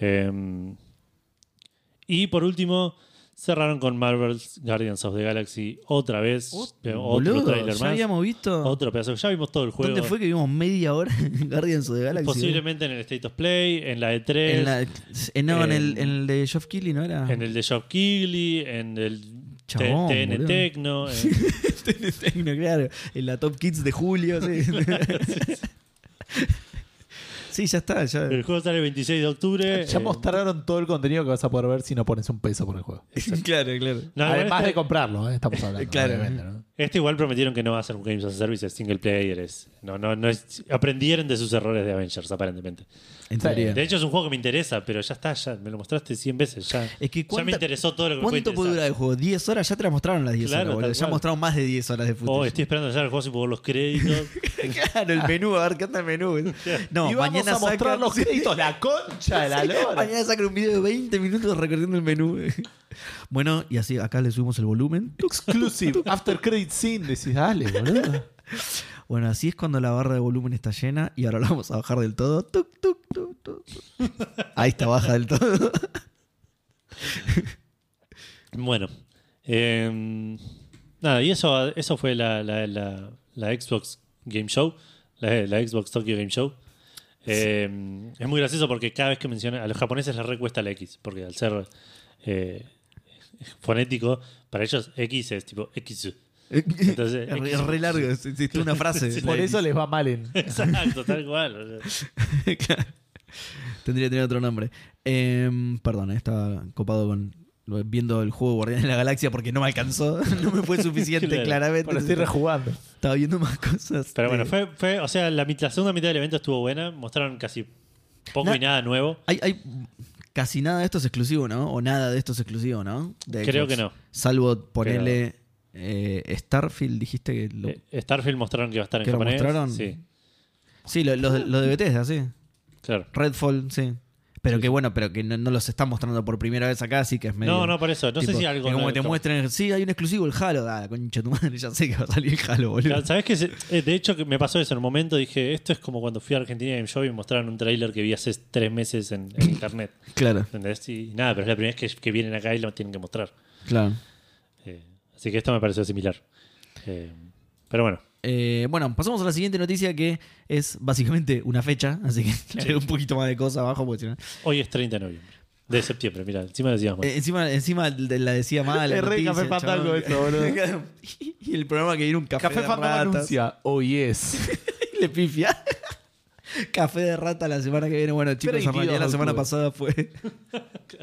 C: Eh, y por último, cerraron con Marvel's Guardians of the Galaxy otra vez. Eh, otro
A: Boludo,
C: trailer
A: ya
C: más.
A: habíamos visto.
C: Otro pedazo. Ya vimos todo el juego.
A: ¿Dónde fue que vimos media hora [laughs] en Guardians of the Galaxy? eh?
C: Posiblemente en el State of Play, en la E E3,
A: En
C: en,
A: la- eh, no, en, el,
C: en-
A: en el de Geoff Keighley, ¿no era? [laughs]
C: el de Job Keighley, en el
A: Chabón,
C: T- TN
A: boludo.
C: Tecno. en-
A: Tecno, claro. En la Top Kids de julio,
C: [laughs]
A: sí. sí, ya está. Ya. [laughs]
C: el juego sale el 26 de octubre.
B: Ya
C: eh,
B: mostraron todo el contenido que vas a poder ver si no pones un peso por el juego.
A: claro, claro.
C: no, igual
B: Además
C: este-
B: de comprarlo, ¿eh? estamos hablando.
A: Claro.
B: obviamente, ¿no?
C: Este igual prometieron que no va a ser un Games as a Service, es single player. es- no, no, no es- aprendieron de sus errores de Avengers, aparentemente.
A: En
B: Sí.
A: teoría.
C: De hecho, es un juego que me interesa, pero ya está, ya me lo mostraste 100 veces. Ya,
A: Es que
C: ya me
A: cuánta-
C: interesó todo lo que me puede
A: ¿Cuánto puede durar
C: interesar.
A: el juego? ¿10 horas? Ya te la mostraron las 10
C: Claro,
A: horas, boludo.
C: tal
A: Ya
C: cual.
A: mostraron más de 10 horas de fútbol.
C: Oh, estoy esperando ya el juego si puedo ver los créditos.
A: [laughs] claro, el menú, a ver qué anda el
C: [laughs]
A: menú. No,
B: y vamos
A: mañana
B: a mostrar
A: sacan-
B: [laughs] los créditos, la concha de la lora.
A: Mañana sacan un video de 20 minutos recorriendo el menú. [laughs] bueno, y así acá le subimos el volumen.
B: Exclusive, [laughs] after credit scene, decís, dale, [laughs] boludo.
A: Bueno, así es cuando la barra de volumen está llena y ahora la vamos a bajar del todo. Tuc, tuc, tuc, tuc, tuc. Ahí está baja del todo.
C: bueno, eh, nada, y eso, eso fue la, la- la- la Xbox Game Show, la, la Xbox Tokyo Game Show. Eh, Es muy gracioso porque cada vez que mencionan a los japoneses les recuesta la X, porque al ser eh, fonético, para ellos X es tipo X. [laughs] Entonces,
A: es, re- es re largo, es, es- es una frase.
C: Sí,
B: Por eso les va mal en.
C: Exacto, tal cual. o sea.
A: [laughs] Claro. Tendría que tener otro nombre. Em, perdón, eh, estaba copado con viendo el juego Guardianes de la Galaxia porque no me alcanzó. [laughs] No me fue suficiente,
C: Claro.
A: claramente.
B: Pero estoy rejugando.
A: estaba viendo más cosas.
C: Pero bueno,
A: Eh,
C: fue, fue o sea, la, mit- la segunda mitad del evento estuvo buena, mostraron casi poco
A: Na-
C: y nada nuevo.
A: Hay, hay- casi nada de esto es exclusivo, ¿no? O nada de esto es exclusivo, ¿no? De
C: Creo
A: Xbox.
C: que no.
A: Salvo ponerle eh, Starfield, dijiste que lo,
C: Eh, Starfield mostraron que iba a estar en
A: ¿Que lo
C: japonés.
A: mostraron?
C: Sí,
A: Sí, lo- los de- los de Bethesda, sí.
C: claro.
A: Redfall, sí. Pero
C: Sí,
A: que
C: sí.
A: bueno, pero que no, no los están mostrando por primera vez acá, así que es medio.
C: No, no, por eso. No sé
A: tipo,
C: si algo.
A: que como
C: no-
A: que te muestren, sí, hay un exclusivo, el Halo. Ah, concha tu madre, ya sé que va a salir el Halo, boludo.
C: Claro, ¿Sabes qué? Se- eh, De hecho, que me pasó eso en un momento. Dije, esto es como cuando fui a Argentina Game Show y me mostraron un tráiler que vi hace tres meses en,
A: [laughs]
C: en internet.
A: Claro,
C: ¿Entendés? Y nada, pero es la primera vez que, que vienen acá y lo tienen que mostrar.
A: claro.
C: Eh, así que esto me pareció similar. Eh, pero bueno.
A: Eh, bueno, pasamos a la siguiente noticia que es básicamente una fecha, así que le agrego [laughs] un poquito más de cosas abajo porque si no-
C: Hoy es 30 de noviembre. De septiembre, mira, encima decíamos.
A: Eh, encima, encima de- la decía mal. la
B: Es re
A: noticia,
B: Café Fandango
A: chabón.
B: eso, [laughs] boludo.
A: Claro. [laughs] y el programa que viene un café,
B: Café
A: de
B: Fandango
A: ratas.
B: anuncia, oh yes. [laughs]
A: Le pifia. [laughs] Café de rata la semana que viene. Bueno, chicos, en
B: 32
A: realidad la
B: de
A: semana
B: octubre.
A: pasada fue. [laughs]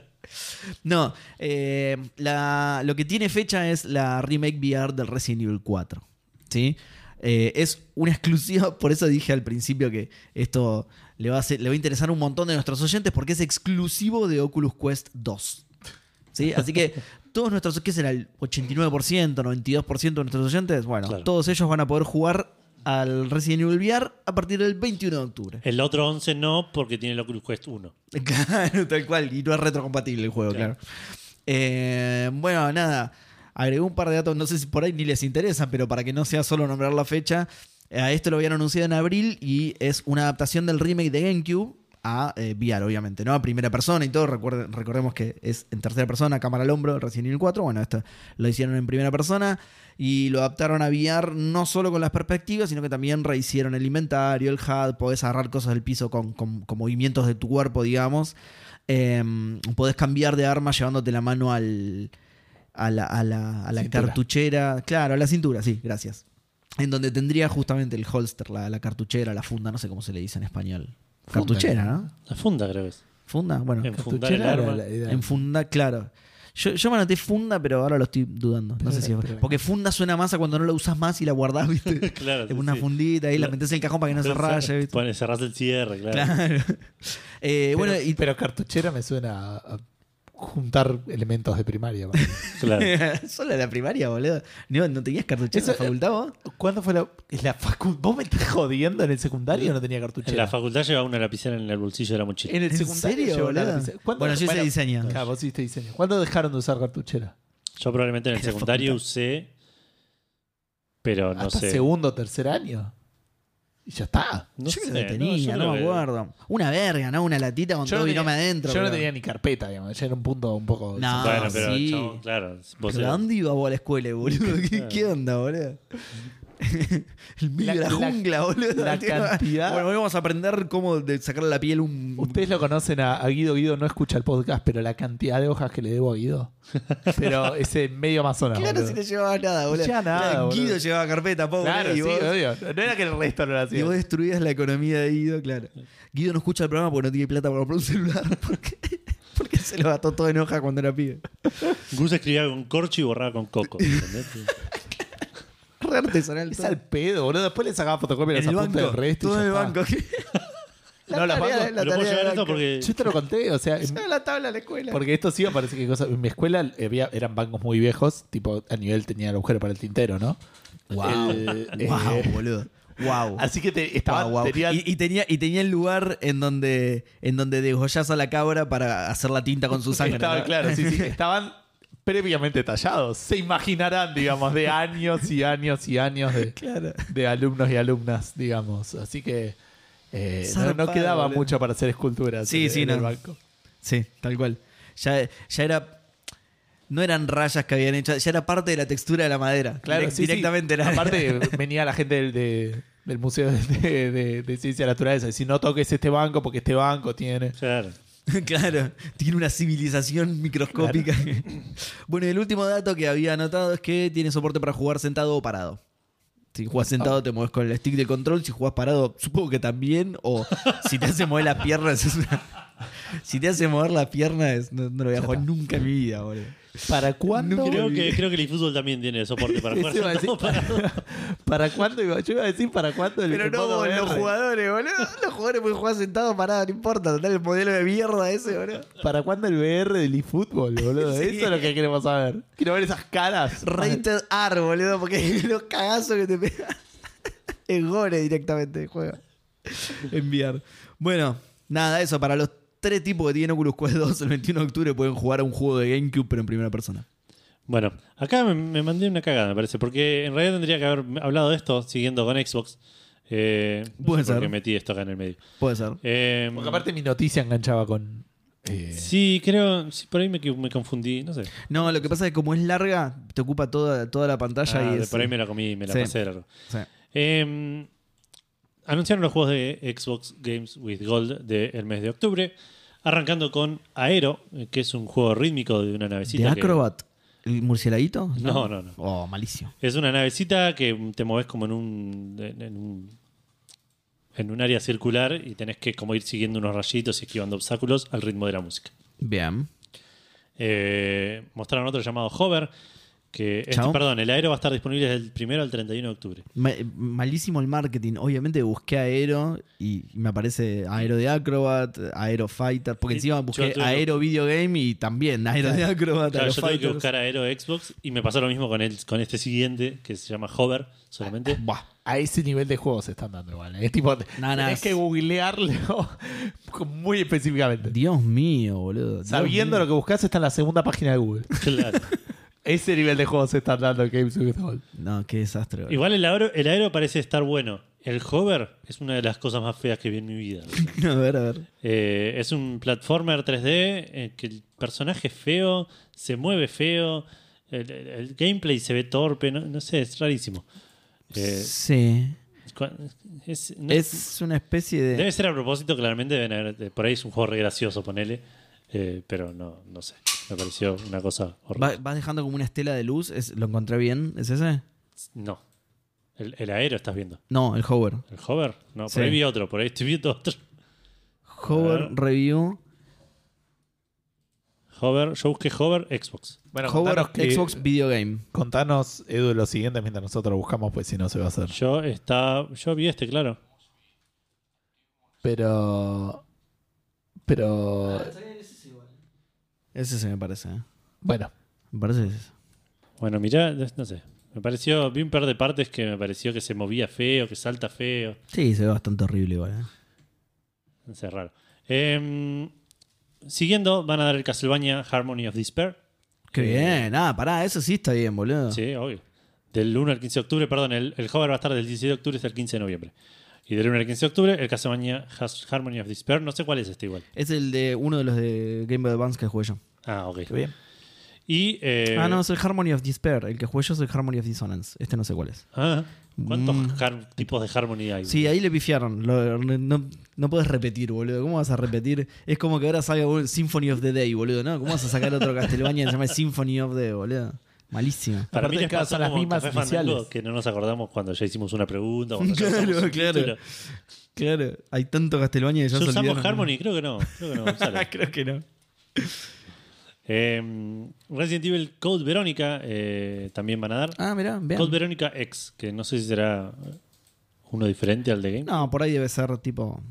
A: No, eh, la- lo que tiene fecha es la remake VR del Resident Evil 4. ¿sí? Eh, es una exclusiva, [laughs] por eso dije al principio que esto le va, a ser- le va a interesar a un montón de nuestros oyentes porque es exclusivo de Oculus Quest 2. ¿sí? Así [laughs] que todos nuestros, ¿qué será? El 89%, 92% de nuestros oyentes, bueno,
C: Claro.
A: todos ellos van a poder jugar al Resident Evil VR a partir del 21 de octubre.
C: El otro 11 no, porque tiene el Oculus Quest 1.
A: [laughs] Claro, tal cual. Y no es retrocompatible el juego,
C: Claro.
A: claro. Eh, bueno, nada. Agregó un par de datos, no sé si por ahí ni les interesan, pero para que no sea solo nombrar la fecha. eh, A esto lo habían anunciado en abril y es una adaptación del remake de GameCube a eh, VR, obviamente, ¿no? A primera persona y todo. Recuerden- recordemos que es en tercera persona, cámara al hombro, Resident Evil 4. Bueno, esto lo hicieron en primera persona y lo adaptaron a VR no solo con las perspectivas, sino que también rehicieron el inventario, el HUD, podés agarrar cosas del piso con, con- con movimientos de tu cuerpo, digamos. Eh, podés cambiar de arma llevándote la mano al, a la, a la- a la
B: Cintura.
A: cartuchera, claro, a la cintura, sí, gracias. En donde tendría justamente el holster, la, la cartuchera, la funda, no sé cómo se le dice en español.
B: Funda,
A: Cartuchera,
B: ¿no?
A: ¿no?
C: La funda, creo que es.
A: Funda, bueno.
C: Enfundar el arma.
A: En funda, claro. Yo, yo me anoté funda, pero ahora lo estoy dudando. No sé si es
B: Pero-
A: Porque funda suena más a cuando no la usas más y la guardás,
B: [laughs]
A: ¿viste?
C: Claro.
A: En una fundita ahí, la metés en el cajón para que no se raye, ¿viste?
C: Bueno, cerrás el cierre, claro.
B: [laughs]
A: Claro. Eh, bueno,
B: pero,
A: y-
B: pero cartuchera me suena a, a juntar elementos de primaria. para mí.
A: [laughs]
C: claro.
A: Solo en la primaria, boludo. No, ¿no tenías cartuchera en la
B: Eso- eh,
A: facultad vos?
B: [laughs] ¿Cuándo fue la, es la facu- ¿Vos me estás jodiendo en el secundario o no tenía
C: En la
B: cartuchera?
C: facultad llevaba una lapicera en el bolsillo de la mochila.
B: el
A: ¿En serio,
B: llevo la
A: boludo?
B: lapicera. ¿Cuándo-
A: Bueno, yo hice diseño.
B: Claro, vos hiciste diseño. ¿Cuándo dejaron de usar cartuchera?
C: Yo probablemente en el
A: En la
C: secundario usé Pero no
B: hasta
C: sé.
B: segundo o tercer año. Y ya está.
C: No
A: yo
C: sé,
A: creo que tenía,
C: yo
A: no,
C: creo
A: me
C: que-
A: acuerdo. Una verga, ¿no? Una latita con todo
B: tenía,
A: vinome adentro.
B: yo no
A: pero-
B: tenía ni carpeta, digamos. Ya era un punto un poco.
A: No.
C: Bueno,
A: Ah,
C: pero
A: sí.
C: chabón, claro. vos
A: Pero ¿a
C: eras-
A: dónde iba vos a la escuela, boludo? ¿Qué,
B: [laughs]
C: Claro.
A: qué onda, boludo? El medio de la,
B: La- la-
A: jungla, boludo. [laughs]
B: la
A: Tío,
B: cantidad-
A: Bueno, hoy vamos a aprender cómo de sacar la piel un.
B: Ustedes lo conocen a, a Guido. Guido no escucha el podcast, pero la cantidad de hojas que le debo
A: [laughs]
B: a Guido. Pero ese medio amazonas.
A: Claro,
B: boludo.
A: si no llevabas nada, boludo.
B: Ya nada,
A: Era Guido
B: boludo.
A: llevaba carpeta, pobre.
B: Claro,
A: y
B: sí,
A: vos-
B: obvio. No era que el resto no lo hacía.
A: Y vos destruías la economía de Guido, claro. Guido no escucha el programa porque no tiene plata para comprar un celular. [laughs] Porque, porque se lo gastó todo en hoja cuando era pibe. [laughs]
C: Gus escribía con corcho y borraba con coco. ¿entendés?
A: Re artesanal.
B: Es
A: todo.
B: al pedo, boludo. Después le sacaba fotocopia a
A: En
B: los
A: el
B: apuntes del
A: banco.
B: resto. y
A: Todo
B: ya
A: en el
B: está.
A: banco. [laughs]
B: No, las
A: tarea-
B: banco-
A: la
C: Lo puedo
A: tarea
C: llevar
A: de
C: esto
A: banco.
C: porque
B: Yo te lo conté, o sea, en-
A: Lleva la tabla a la escuela.
B: porque esto sí me parece que cosa- en mi escuela había, eran bancos muy viejos, tipo a nivel tenía el agujero para el tintero, ¿no?
A: Wow.
B: El-
A: wow,
B: eh,
A: boludo. Wow.
B: así que te, estaba
A: Guau, guau.
B: tenía-
A: Y, y tenía, y tenía el lugar en donde, en donde degollás a la cabra para hacer la tinta con su sangre.
B: Estaba,
A: ¿no?
B: claro,
A: [laughs]
B: sí, sí. Estaban previamente tallados. Se imaginarán, digamos, de años y años y años de,
A: Claro.
B: de alumnos y alumnas, digamos. Así que eh, no- no,
A: Zarpado,
B: quedaba
A: boludo.
B: mucho para hacer esculturas
A: Sí,
B: en,
A: sí,
B: en el
A: no.
B: banco.
A: Sí, tal cual. Ya, ya era. No eran rayas que habían hecho, ya era parte de la textura de la madera.
B: Claro,
A: Direc-
B: sí, sí.
A: directamente era. [laughs]
B: Aparte, venía la gente del, de- del Museo de, de, de Ciencias Naturales a decir, no toques este banco porque este banco tiene...
C: Claro.
A: [laughs] claro, tiene una civilización microscópica. [laughs] bueno, y el último dato que había anotado es que tiene soporte para jugar sentado o parado. Si jugás sentado, te mueves con el stick del control. Si jugás parado, supongo que también. O si te hace mover las piernas, es una- [laughs] Si te hace mover las piernas, es- no, no lo voy a jugar nunca en mi vida, boludo.
B: ¿Para cuándo?
C: Creo que, creo que el eFootball también tiene soporte
A: [laughs]
C: para jugar.
B: Eso [laughs] iba a decir,
C: sentado, para-
B: ¿Para cuándo? iba- Yo iba a decir para cuándo el
A: Pero
B: el
A: no
B: modo
A: vos, los
B: verde?
A: jugadores, boludo. Los jugadores pueden jugar sentado parado, no importa. Total, el modelo de mierda ese, boludo.
B: ¿Para cuándo el VR del eFootball, [laughs] boludo?
A: Sí.
B: Eso es lo que queremos saber. Quiero ver esas
A: [laughs]
B: caras.
A: Rated R, boludo, porque [laughs] los cagazos que te pegan. [laughs] Es gore directamente, juega. Enviar. Bueno, nada, eso. Para los tres tipos que tienen Oculus Quest 2, el 21 de octubre pueden jugar a un juego de GameCube, pero en primera persona.
C: Bueno, acá me, me mandé una cagada, me parece, porque en realidad tendría que haber hablado de esto siguiendo con Xbox. Eh, no sé
A: Puede
C: por
A: ser.
C: qué metí esto acá en el medio.
A: Puede ser.
C: Eh,
B: Porque aparte mi noticia enganchaba con... eh,
C: Sí, creo, sí, por ahí me, equi- me confundí, no sé.
A: No, lo que pasa es que como es larga, te ocupa toda, toda la pantalla
C: Ah,
A: y
C: de
A: es.
C: por ahí me la comí, me la
A: Sí.
C: pasé de largo.
A: sí.
C: Eh, anunciaron los juegos de Xbox Games with Gold del mes de octubre, arrancando con Aero, eh, que es un juego rítmico de una
A: ¿De
C: navecita. que-
A: Acrobat? ¿El murcielaguito?
C: No, no, no.
A: Oh, malísimo.
C: Es una navecita que te moves como en un, en, en un en un área circular y tenés que como ir siguiendo unos rayitos y esquivando obstáculos al ritmo de la música.
A: Bien.
C: Eh, mostraron otro llamado Hover, que este,
A: Chao.
C: perdón, el aero va a estar disponible desde el primero al 31 de octubre.
A: Ma- malísimo el marketing. Obviamente busqué Aero y me aparece Aero de Acrobat, Aero Fighter. Porque
C: Sí,
A: encima
C: yo
A: busqué
C: tuve-
A: Aero Video Game y también Aero de Acrobat.
C: Claro,
A: Aero
C: yo tuve que
A: Fighters.
C: buscar aero de Xbox y me pasó lo mismo con, el, con este siguiente que se llama Hover
A: [laughs]
C: solamente.
A: Buah.
B: A ese nivel de juego se están dando igual. eh. Es tipo, tenés
A: No, no, es-
B: que googlearlo [laughs] muy específicamente.
A: Dios mío, boludo. Dios
B: Sabiendo
A: mío.
B: lo que buscas está en la segunda página de Google.
C: Claro.
B: Ese nivel de juego se están dando en Games with Gold.
A: No, qué desastre. boludo.
C: Igual el aero, el aero parece estar bueno. El hover es una de las cosas más feas que vi en mi vida.
A: [laughs] a ver, a ver.
C: Eh, es un platformer 3D eh, que el personaje es feo, se mueve feo, el, el- el gameplay se ve torpe, no, no sé, es rarísimo. Eh,
A: sí.
C: cua- es- no-
A: es una especie de.
C: Debe ser a propósito, claramente. deben haber- eh, por ahí es un juego re gracioso, ponele. eh, pero no, no sé. Me pareció una cosa horrible.
A: Va- vas dejando como una estela de luz. Es- ¿Lo encontré bien? ¿Es ese?
C: No. El, el aero estás viendo.
A: No, el Hover.
C: ¿El hover? No, por
A: Sí.
C: ahí vi otro, por ahí estoy viendo otro. A
A: Hover
C: ver.
A: Review.
C: Hover, yo busqué hover Xbox.
B: Bueno,
A: Hover
B: contanos, que-
A: Xbox Video Game.
B: contanos, Edu, lo siguiente mientras nosotros lo buscamos, pues si no se va a hacer.
C: Yo está, yo vi este, claro.
B: Pero. Pero.
A: Ese se me parece. ¿eh?
B: Bueno.
A: Me parece que es ese.
C: Bueno, mirá, no sé. Me pareció, vi un par de partes que me pareció que se movía feo, que salta feo.
A: Sí, se ve bastante horrible igual. ¿eh?
C: No sé, raro. Em, siguiendo, van a dar el Castlevania Harmony of Despair.
A: Qué bien, ah, pará, eso sí está bien, boludo.
C: Sí, obvio. Del 1 al 15 de octubre, perdón, el, el hover va a estar del 17 de octubre hasta el 15 de noviembre. Y del 1 al 15 de octubre, el Castlevania Has- Harmony of Despair. No sé cuál es este igual.
A: Es el de uno de los de Game Boy Advance que jugué yo.
C: Ah, ok.
B: Qué bien.
C: Y. eh,
A: Ah, no, es el Harmony of Despair. El que jugué yo es el Harmony of Dissonance. Este no sé cuál es.
C: ah, ¿Cuántos
A: Mm.
C: har- tipos de Harmony hay?
A: Sí, ahí le pifiaron. Lo- no, no puedes repetir, boludo. ¿Cómo vas a repetir? Es como que ahora salga un Symphony of the Day, boludo, ¿no? ¿Cómo vas a sacar otro Castlevania que se llama Symphony of the Day, boludo? Malísimo.
C: Para
B: Aparte
C: mí les
B: cada-
C: pasó
B: son las
C: como
B: mismas
C: Café Fandango,
B: iniciales.
C: que no nos acordamos cuando ya hicimos una
A: [laughs]
C: pregunta. cuando ya
A: Claro,
C: usamos un
A: claro.
C: título.
A: Claro, hay tanto Castlevania que ya
C: ¿Ya
A: se
C: usamos
A: olvidaron. [laughs]
C: Harmony? Creo que no. Creo que no, Gonzalo.
A: Creo que no.
C: Eh, Resident Evil Code Verónica eh, también van a dar.
A: Ah, mirá,
C: Code
A: vean.
C: Verónica X, que no sé si será uno diferente al de Game.
A: No, por ahí debe ser tipo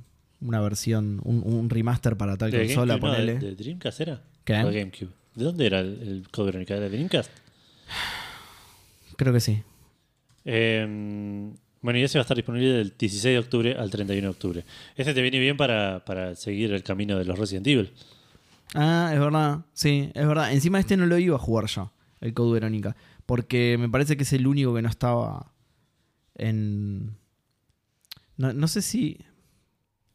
A: una versión, un, un remaster para tal
C: de
A: consola,
C: GameCube, no,
A: ponele.
C: de, de Dreamcast era?
A: ¿Qué?
C: ¿O de GameCube? ¿De dónde era el, el Code Verónica? ¿Era de Dreamcast?
A: Creo que sí.
C: Eh, bueno, y ese va a estar disponible del 16 de octubre al 31 de octubre. Este te viene bien para, para seguir el camino de los Resident Evil.
A: Ah, es verdad. Sí, es verdad. Encima este no lo iba a jugar yo, el Code Verónica. Porque me parece que es el único que no estaba en... No, no sé si...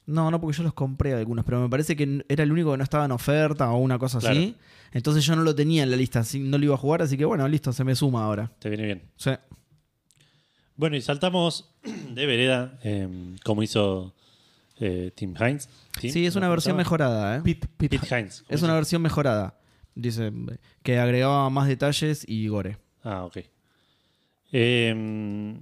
A: No, no, porque yo los compré algunos, pero me parece que n- era el único que no estaba en oferta o una cosa así. Entonces yo no lo tenía en la lista, así, no lo iba a jugar, así que bueno, listo, se me suma ahora.
C: Te viene bien.
A: Sí.
C: Bueno, y saltamos [clears throat] de vereda, eh, como hizo eh, Tim Hines.
A: Sí, es una versión mejorada, ¿eh?
B: Pit, pit.
C: Pete Hines.
A: Es una versión mejorada. Dice que agregaba más detalles y gore.
C: Ah, ok. Eh,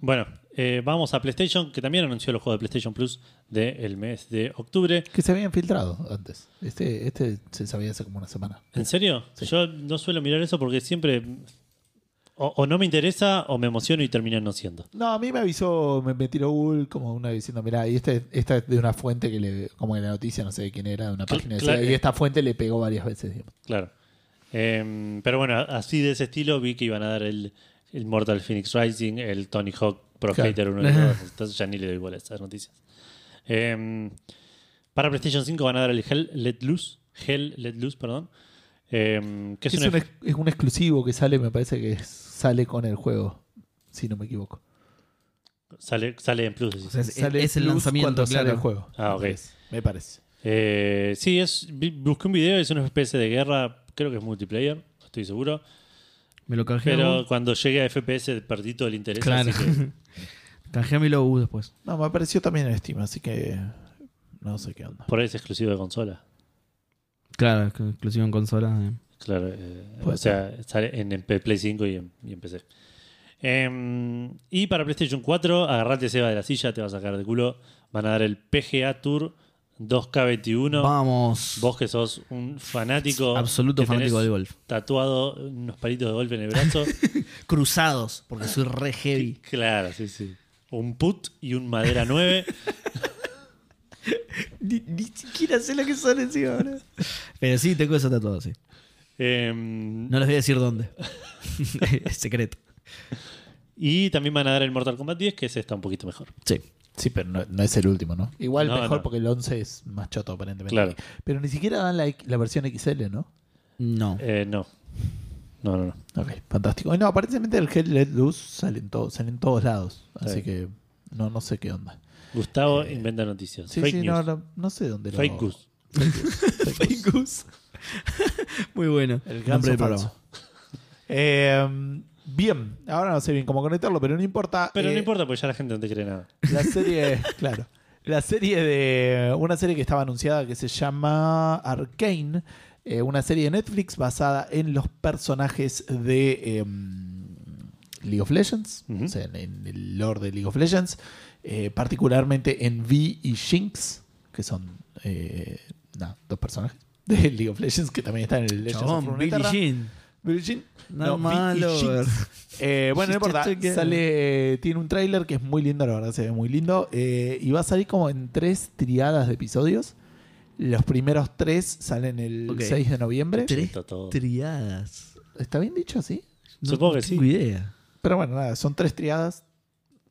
C: bueno, eh, vamos a PlayStation, que también anunció los juegos de PlayStation Plus del mes de octubre.
B: Que se habían filtrado antes. Este, este se sabía hace como una semana.
C: ¿En serio?
B: Sí.
C: Yo no suelo mirar eso porque siempre o, o no me interesa o me emociono y termina no siendo.
B: No, a mí me avisó, me, me tiró Google como una diciendo, mirá, y este, esta es de una fuente que le, como en la noticia, no sé de quién era, de una
C: Cl-
B: página de
C: claro.
B: CIA, y esta fuente le pegó varias veces. digamos.
C: Claro. Eh, pero bueno, así de ese estilo vi que iban a dar el, el Mortal Phoenix Rising, el Tony Hawk Pro
B: Claro.
C: Skater 1 y 2. Entonces ya ni le doy bola a esas noticias. Eh, para PlayStation 5 van a dar el Hell Let Loose. Hell Let Loose, perdón. Eh, que es,
B: Es,
C: una-
B: un, ex- es un exclusivo que sale, me parece que es- sale con el juego, si no me equivoco.
C: sale, sale en plus. decís.
A: O sea, es,
B: Sale
A: es el
B: Plus
A: lanzamiento,
B: cuando sale el
A: claro.
B: juego.
C: Ah, ok.
B: Me parece, Me parece.
C: Eh, sí, es, vi- busqué un video, es una especie de guerra, creo que es multiplayer, no estoy seguro.
A: Me lo canjeé.
C: Pero cuando llegue a FPS perdí todo el interés.
A: Claro.
C: así
A: [laughs]
C: que-
A: Canjeamelo U después.
B: No, me apareció también en Steam, así que no sé qué onda.
C: por ahí es exclusivo de consola.
A: Claro, exc- exclusivo en consola. eh.
C: Claro, eh,
B: Puede
C: o sea, sale en, en Play 5 y en, y en PC. Em, y para PlayStation 4, agarrate Seba de la silla, te va a sacar de culo. Van a dar el PGA Tour 2K21.
A: Vamos.
C: Vos que sos un fanático.
A: Absoluto
C: que tenés
A: fanático del golf.
C: Tatuado unos palitos de golf en el
A: [laughs]
C: brazo.
A: Cruzados, porque soy re heavy.
C: claro, sí, sí. Un put y un
A: [laughs]
C: madera 9.
A: [laughs] Ni, siquiera sé lo que son encima, boludo. [laughs] Pero sí, tengo eso tatuado, sí.
C: Em,
A: No les voy a decir dónde. [laughs] es secreto.
C: Y también van a dar el Mortal Kombat 10, que ese está un poquito mejor.
A: Sí.
B: Sí, pero no, no es el último, ¿no? Igual
C: No,
B: mejor
C: no.
B: porque el 11 es más choto aparentemente.
C: Claro.
B: Pero ni siquiera dan la, la versión XL, ¿no?
A: [laughs] No.
C: Eh, no. No, no, no.
B: Ok, fantástico. No, aparentemente el Hell Let Loose sale en, todo- sale en todos lados. Así
C: Sí.
B: que no, no sé qué onda.
C: Gustavo inventa noticias.
B: Eh, Sí,
C: Fake
B: sí, no,
C: news.
B: no, no sé dónde lo...
C: Fake news.
A: Fake news. [laughs] Muy bueno.
B: El ganso falso. [laughs] Eh, bien, ahora no sé bien cómo conectarlo, pero no importa.
C: Pero no
B: Eh,
C: importa, porque ya la gente no te cree nada.
B: La serie, claro. La serie de. Una serie que estaba anunciada que se llama Arcane. eh, una serie de Netflix basada en los personajes de eh, League of Legends.
C: Ujú.
B: O sea, en, en el lore de League of Legends. eh, particularmente en Vi y Jinx, que son eh, nada, dos personajes de [laughs] League of Legends que también están en el Legends of
A: Chabón, Billie
B: Runeterra.
A: Jean.
B: Billie Jean.
A: No,
B: No, Vi y
A: malo.
B: Jinx. Eh, bueno, no
A: Just
B: importa.
A: together.
B: Sale, eh, tiene un tráiler que es muy lindo, la verdad, se ve muy lindo. Eh, y va a salir como en tres triadas de episodios. Los primeros tres salen el
A: Ok.
B: 6 de noviembre.
A: Tres
C: Está todo.
A: triadas.
B: ¿Está bien dicho así?
A: No
C: Supongo que
A: tengo
C: sí.
A: idea.
B: Pero bueno, nada, son tres triadas.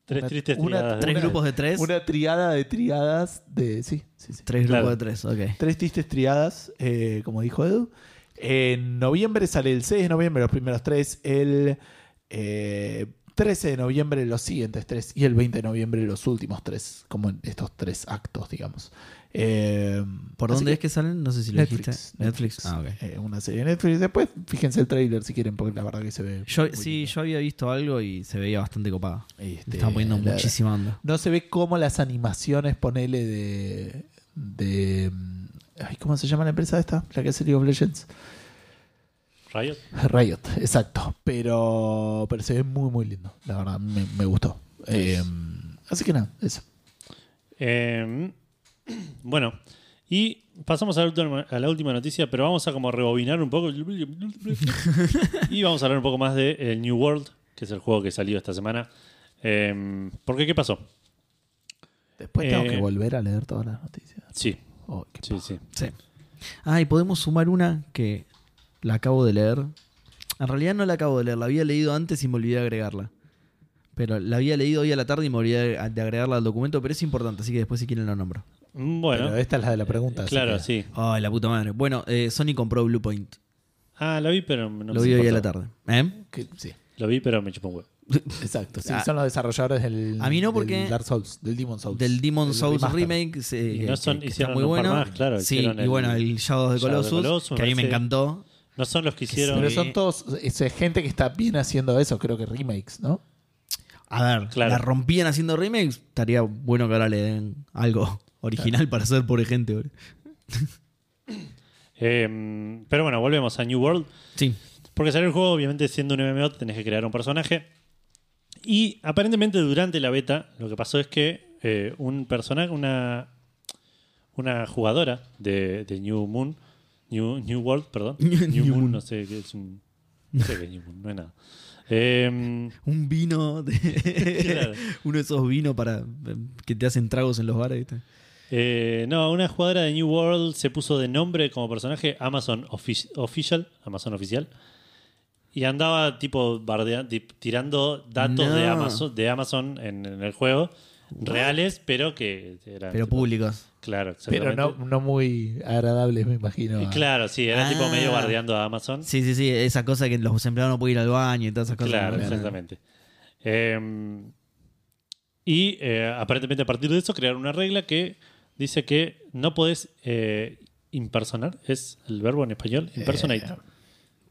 C: Tres
B: una-
C: tristes
B: una-
C: triadas.
A: Tres
B: Una-
A: grupos de tres.
B: Una triada de triadas de... Sí, sí, sí.
A: Tres grupos de
C: Claro.
A: tres, ok.
B: Tres tristes triadas, eh, como dijo Edu. En noviembre sale el 6 de noviembre los primeros tres. El eh, 13 de noviembre los siguientes tres y el 20 de noviembre los últimos tres, como en estos tres actos, digamos. Eh,
A: ¿Por
B: así
A: dónde
B: que
A: es que salen? No sé si lo
B: Netflix,
A: dijiste.
B: Netflix.
A: Netflix. Ah, ok.
B: eh, una serie de Netflix. Después fíjense el trailer si quieren, porque la verdad que se ve.
A: Yo,
B: muy
A: sí,
B: lindo.
A: yo había visto algo y se veía bastante copada.
B: Este,
A: Le estaban poniendo
B: la-
A: muchísima onda.
B: No se ve cómo las animaciones, ponele de. de mm, ay, ¿Cómo se llama la empresa esta? La que hace League of Legends.
C: Riot.
B: Riot, exacto. Pero, pero se ve muy, muy lindo. La verdad, me, me gustó. Eh, así que nada, eso.
C: Eh, [clears throat] bueno, y pasamos a la, última, a la última noticia, pero vamos a como rebobinar un
B: [laughs]
C: poco. y vamos a hablar un poco más de eh, New World, que es el juego que salió esta semana. Eh, porque, ¿qué pasó?
B: Después tengo
C: Eh,
B: que volver a leer todas las noticias.
C: Sí,
B: Oh, qué
C: sí,
B: paja.
C: sí.
A: Sí. Ah, y podemos sumar una que la acabo de leer. En realidad no la acabo de leer, la había leído antes y me olvidé de agregarla. Pero la había leído hoy a la tarde y me olvidé de agregarla al documento, pero es importante, así que después si quieren lo nombro.
C: Bueno,
B: Pero esta es la
A: Eh,
B: de la pregunta. así
C: claro,
B: que-
C: sí.
A: Ay, la puta madre. Bueno, eh, Sony compró Bluepoint.
C: Ah, lo vi, pero no
A: lo
C: me
A: vi hoy a
C: importó.
A: la tarde. ¿Eh?
B: que- sí,
C: Lo vi, pero me chupó un huevo.
B: exacto. Sí,
A: Ah.
B: son los desarrolladores del,
A: A mí no, porque-
B: del Dark Souls, del Demon Souls.
A: Del Demon
B: Del
A: Souls
B: remaster.
A: Remake. se-
C: Y
A: que-
C: no son-
A: que- que está
C: hicieron un par más, claro,
A: Sí,
C: hicieron
A: y
C: el-
A: bueno, el Shadow of the
C: Shadow of the
A: Colossus,
C: Colossus, me
A: que a mí me
C: parece-
A: encantó.
C: No son los que hicieron.
B: Pero
A: Sí.
B: son todos es, es gente que está bien haciendo eso, creo que remakes, ¿no?
A: A ver,
C: Claro.
A: la rompían haciendo remakes. Estaría bueno que ahora le den algo [laughs] original para hacer pobre gente. boludo.
C: Eh, pero bueno, volvemos a New World.
A: Sí.
C: Porque salió el juego, obviamente siendo un MMO tenés que crear un personaje. Y aparentemente durante la beta lo que pasó es que eh, un personaje, una, una jugadora de, de New Moon, New, New World,
A: [laughs]
C: perdón, New, Moon, no sé qué es un... No sé qué es New Moon, no es nada. Eh,
A: Un vino, de-
C: [laughs] Claro.
A: [laughs] uno de esos vinos para eh, que te hacen tragos en los bares. ¿viste?
C: eh, no, una jugadora de New World se puso de nombre como personaje Amazon Offic- Official, Amazon Oficial. Y andaba tipo bardea- ti- tirando datos
A: No.
C: de Amazon, de Amazon en, en el juego, reales, pero que eran.
A: Pero
C: tipo-
A: públicos.
C: Claro,
B: Pero
C: exactamente.
B: no, no muy agradables, me imagino.
C: Eh,
B: a-
C: Claro, sí, era
A: Ah.
C: tipo medio bardeando a Amazon.
A: Sí, sí, sí. Esa cosa que los empleados no pueden ir al baño y todas esas cosas.
C: Claro,
A: Bueno,
C: exactamente. Eh, y eh, aparentemente a partir de eso crearon una regla que dice que no podés eh, impersonar, es el verbo en español, impersonate.
B: Eh,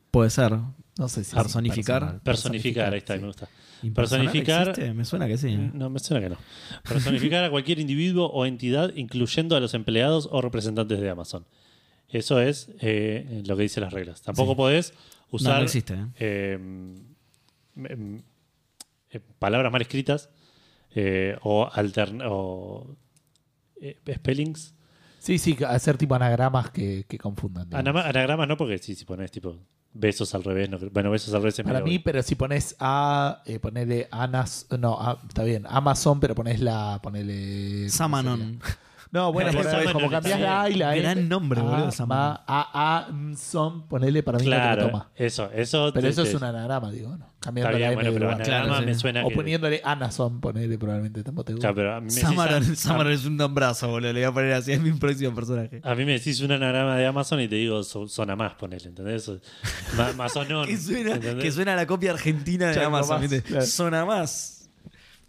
A: Puede ser.
B: no sé si.
A: Personificar.
B: personal.
C: personificar, ahí está, me gusta.
A: ¿Impersonar
C: Personificar-
A: existe? Me suena que sí. ¿eh?
C: Mm, No, me suena que no. Personificar a cualquier individuo o entidad, incluyendo a los empleados o representantes de Amazon. Eso es eh, lo que dicen las reglas. Tampoco podés usar
A: no, no existe. ¿eh?
C: eh, mm, mm, eh, palabras mal escritas eh, o, altern- o eh, spellings.
B: Sí, sí, hacer tipo anagramas que, que confundan. digamos.
C: Anama- anagramas no, porque si, si pones tipo besos al revés, no creo- bueno, besos al revés es
B: Para
C: medio
B: mí,
C: obvio.
B: pero si pones a. Eh, ponele Anas. No, a- está bien. Amazon, pero pones la. Ponele. ¿cómo sería?
A: Samanon.
B: No, bueno,
C: Claro,
B: pero
C: Samanon
B: como
C: está
B: cambias la A y la E.
A: Gran nombre, boludo, Samanon.
B: A, A, Son, ponele para mí no te lo
C: Claro,
B: toma.
C: eso, eso.
B: Pero
C: te-
B: eso es
C: te-
B: un anagrama, digo, ¿no?
C: Está
B: Cambiando la
C: bien,
B: M
C: bueno,
B: de
C: pero
B: lugar.
C: anagrama
A: Claro,
C: me
A: sí.
C: suena
B: O
C: que-
B: poniéndole Amazon, ponele probablemente tampoco te gusta.
C: Claro, pero a mí me decís- ah,
A: Samaron, [laughs]
C: a-
A: Samaron es un nombrazo, boludo. Le voy a poner así. Es mi próximo personaje.
C: A mí me decís un anagrama de Amazon y te digo so- zona más, ponele, ¿entendés? [laughs] Ma- Mazonón.
A: [laughs] que, suena,
C: ¿entendés?
A: que suena a la copia argentina de
B: Chaco
A: Amazon.
B: más,
A: ¿viste?
B: claro.
A: Zona más.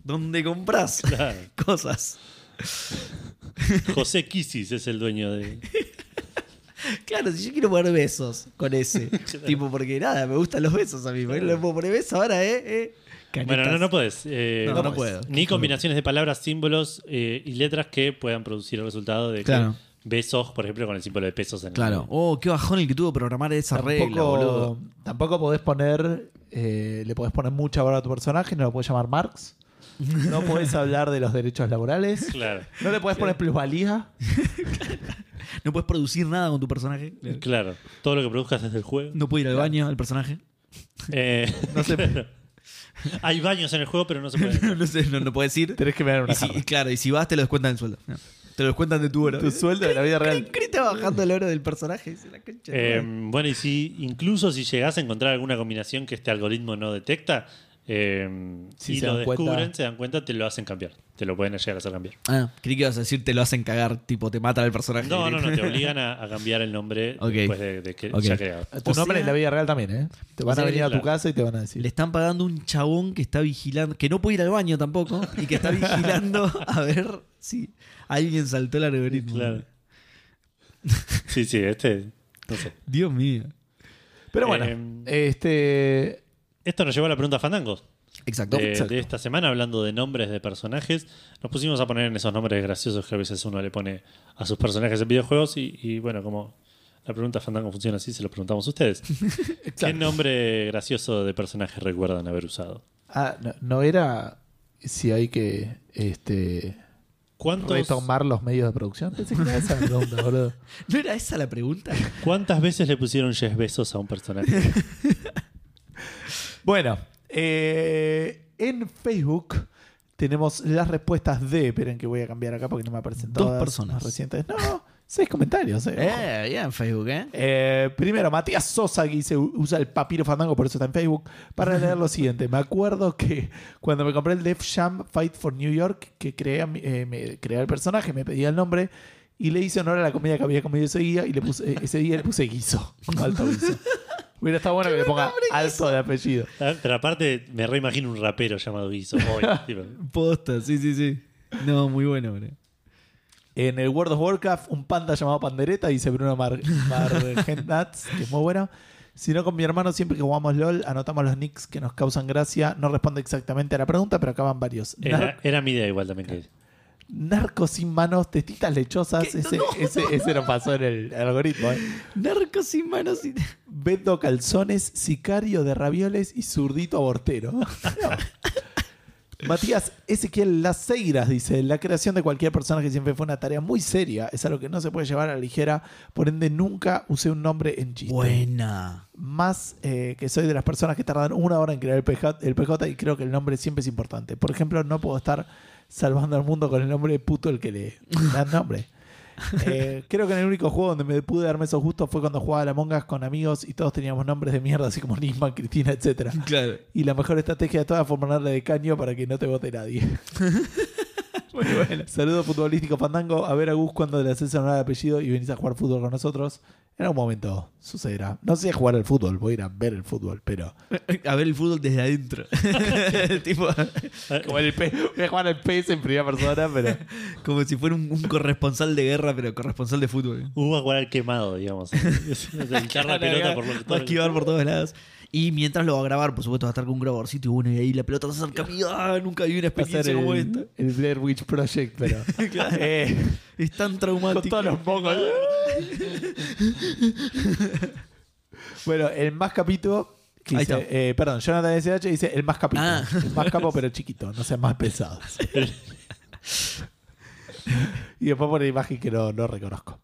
A: Donde compras
C: [laughs] Claro.
A: cosas.
C: José Kisis es el dueño de.
A: Claro, si yo quiero poner besos con
C: [laughs]
A: ese. tipo, porque nada, me gustan los besos a mí. ¿por qué no le puedo poner besos ahora, ¿eh? ¿Eh?
C: Bueno,
A: Canetas.
C: no, no podés. eh,
A: No, no puedo.
C: Ni combinaciones de palabras, símbolos eh, y letras que puedan producir el resultado de que
A: Claro.
C: besos, por ejemplo, con el símbolo de pesos en el-
A: Claro. Oh, qué bajón el que tuvo que programar esa regla, boludo.
B: tampoco podés poner. eh, le podés poner mucha hora a tu personaje, no lo podés llamar Marx. No podés hablar de los derechos laborales.
C: Claro,
B: No le podés poner plusvalía.
A: No puedes producir nada con tu personaje.
C: claro. Todo lo que produzcas desde el juego.
A: No puede ir al baño el personaje.
C: Eh, [laughs] claro. Hay baños en el juego, pero no se
A: [laughs]
C: pueden.
A: no sé, no, no puedes ir.
B: Tenés que mirar una
A: Y si-
B: jarra.
A: y claro, y si vas, te lo descuentan el sueldo. Te lo descuentan de tu oro.
B: Tu sueldo de la vida real.
A: ¿Qué está bajando el oro del personaje? Dice la concha de tu
C: Eh,
A: madre.
C: bueno, y si incluso si llegás a encontrar alguna combinación que este algoritmo no detecta, Eh,
B: Si
C: y
B: se
C: lo
B: dan cuenta-
C: descubren, se dan cuenta, te lo hacen cambiar. Te lo pueden llegar a hacer cambiar.
A: Ah, creí que ibas a decir te lo hacen cagar, tipo te matan al personaje.
C: No, no,
A: [laughs]
C: no, te obligan a, a cambiar el
B: [laughs]
C: nombre
A: Ok.
C: después de, de que
A: Ok.
C: ya creado.
B: Tu
A: O
B: nombre
A: sea-
B: en la vida real también, ¿eh? Te van
C: sea
B: a
C: que
B: venir a tu
C: claro.
B: casa y te van a
A: Le
B: decir.
A: están pagando un chabón que está vigilando, que no puede ir al baño tampoco, y que está
C: [laughs]
A: vigilando a ver si alguien saltó el algoritmo.
C: Claro. Sí, sí, este. No sé.
A: Dios mío.
B: Pero bueno,
C: Eh,
B: este.
C: Esto nos llevó a la pregunta Fandango
A: Exacto.
C: de,
B: exacto.
C: de esta semana, hablando de nombres de personajes. Nos pusimos a poner en esos nombres graciosos que a veces uno le pone a sus personajes en videojuegos. Y, y bueno, como la pregunta Fandango funciona así, se lo preguntamos a ustedes. ¿Qué nombre gracioso de personaje recuerdan haber usado?
B: Ah, no, no era si hay que este
C: ¿Cuántos,
B: retomar los medios de producción. Pensé que era esa la pregunta, boludo.
A: ¿No era esa la
C: [laughs]
A: pregunta?
C: ¿Cuántas veces le pusieron Jess Besos a un personaje?
B: Bueno, eh, en Facebook tenemos las respuestas de. Esperen que voy a cambiar acá porque no me aparecen
A: Dos
B: todas.
A: personas.
B: más recientes. No, seis comentarios. eh, ojo.
A: Eh, bien, Facebook, ¿eh?
B: Eh, primero, Matías Sosa, que dice, usa el papiro fandango, por eso está en Facebook, para leer lo siguiente. Me acuerdo que cuando me compré el Def Jam Fight for New York, que creé, a mi- eh, me, creé el personaje, me pedía el nombre y le hice honor a la comida que había comido ese día y le puse, eh, ese día le puse guiso, [laughs] como alto guiso. Hubiera estado bueno que le ponga alto de apellido.
C: Ah, Pero aparte, me reimagino un rapero llamado Guiso. hoy, tipo.
A: Posta, sí, sí, sí. No, muy bueno, bro.
B: En el World of Warcraft, un panda llamado Pandereta, dice Bruno Mar Margentats, que es muy bueno. Si no, con mi hermano, siempre que jugamos LOL, anotamos los nicks que nos causan gracia. No responde exactamente a la pregunta, pero acaban varios.
A: Eh.
C: Era,
B: Nar-
C: era mi idea igual también que
B: narcos sin manos, testitas lechosas.
A: ¿Qué?
B: Ese,
A: No,
B: ese, ese nos pasó en el algoritmo. ¿eh?
A: Narcos sin manos y...
B: Beto Calzones, Sicario de Ravioles y Zurdito Abortero. No. Matías Ezequiel Laceiras dice: La creación de cualquier personaje siempre fue una tarea muy seria. Es algo que no se puede llevar a la ligera. Por ende, nunca usé un nombre en chiste.
A: Buena.
B: Más eh, que soy de las personas que tardan una hora en crear el PJ, el PJ y creo que el nombre siempre es importante. Por ejemplo, no puedo estar salvando al mundo con el nombre de puto el que le dan nombre. Eh, creo que en el único juego donde me pude darme esos gustos fue cuando jugaba a la Mongas con amigos y todos teníamos nombres de mierda, así como Nisman, Cristina, etcétera.
A: Claro.
B: Y la mejor estrategia de todas fue ponerle de caño para que no te vote nadie. [laughs] Muy bueno. Saludo futbolístico Fandango. A ver, Agus, cuando le haces honor al apellido y venís a jugar fútbol con nosotros. En algún momento sucederá. No sé jugar al fútbol, voy a ir a ver el fútbol, pero.
A: A ver el fútbol desde
B: [laughs]
A: adentro. tipo,
B: Como el P- voy a jugar al PS en primera persona, pero.
A: como si fuera un, un corresponsal de guerra, pero corresponsal de fútbol.
C: Hubo a jugar al quemado, digamos. [laughs] Es- es Hinchar la pelota por lo
A: Va a esquivar por todos lados. Y mientras lo va a grabar, por supuesto, va a estar con un grabadorcito y bueno, y ahí la pelota va a acerca a mí. ¡Ah! Nunca vi una
B: Va a ser
A: experiencia
B: el,
A: como esta.
B: el Blair Witch Project, pero. Eh,
A: Es tan
B: con
A: traumático.
B: todos los mongos. [laughs] bueno, el más capito. que
A: Ahí
B: dice,
A: está.
B: eh, perdón, Jonathan SH dice el más capito.
A: Ah.
B: El más capo, pero chiquito, no sean más pesados. y después por la imagen que no, no reconozco.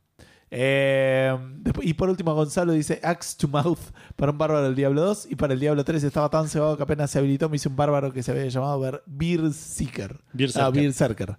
B: Eh, después- y por último, Gonzalo dice Axe to Mouth para un bárbaro del Diablo 2 y para el Diablo 3 estaba tan cebado que apenas se habilitó. Me hice un bárbaro que se había llamado Ber- Berserker.
C: Berserker.
B: Ah, Berserker.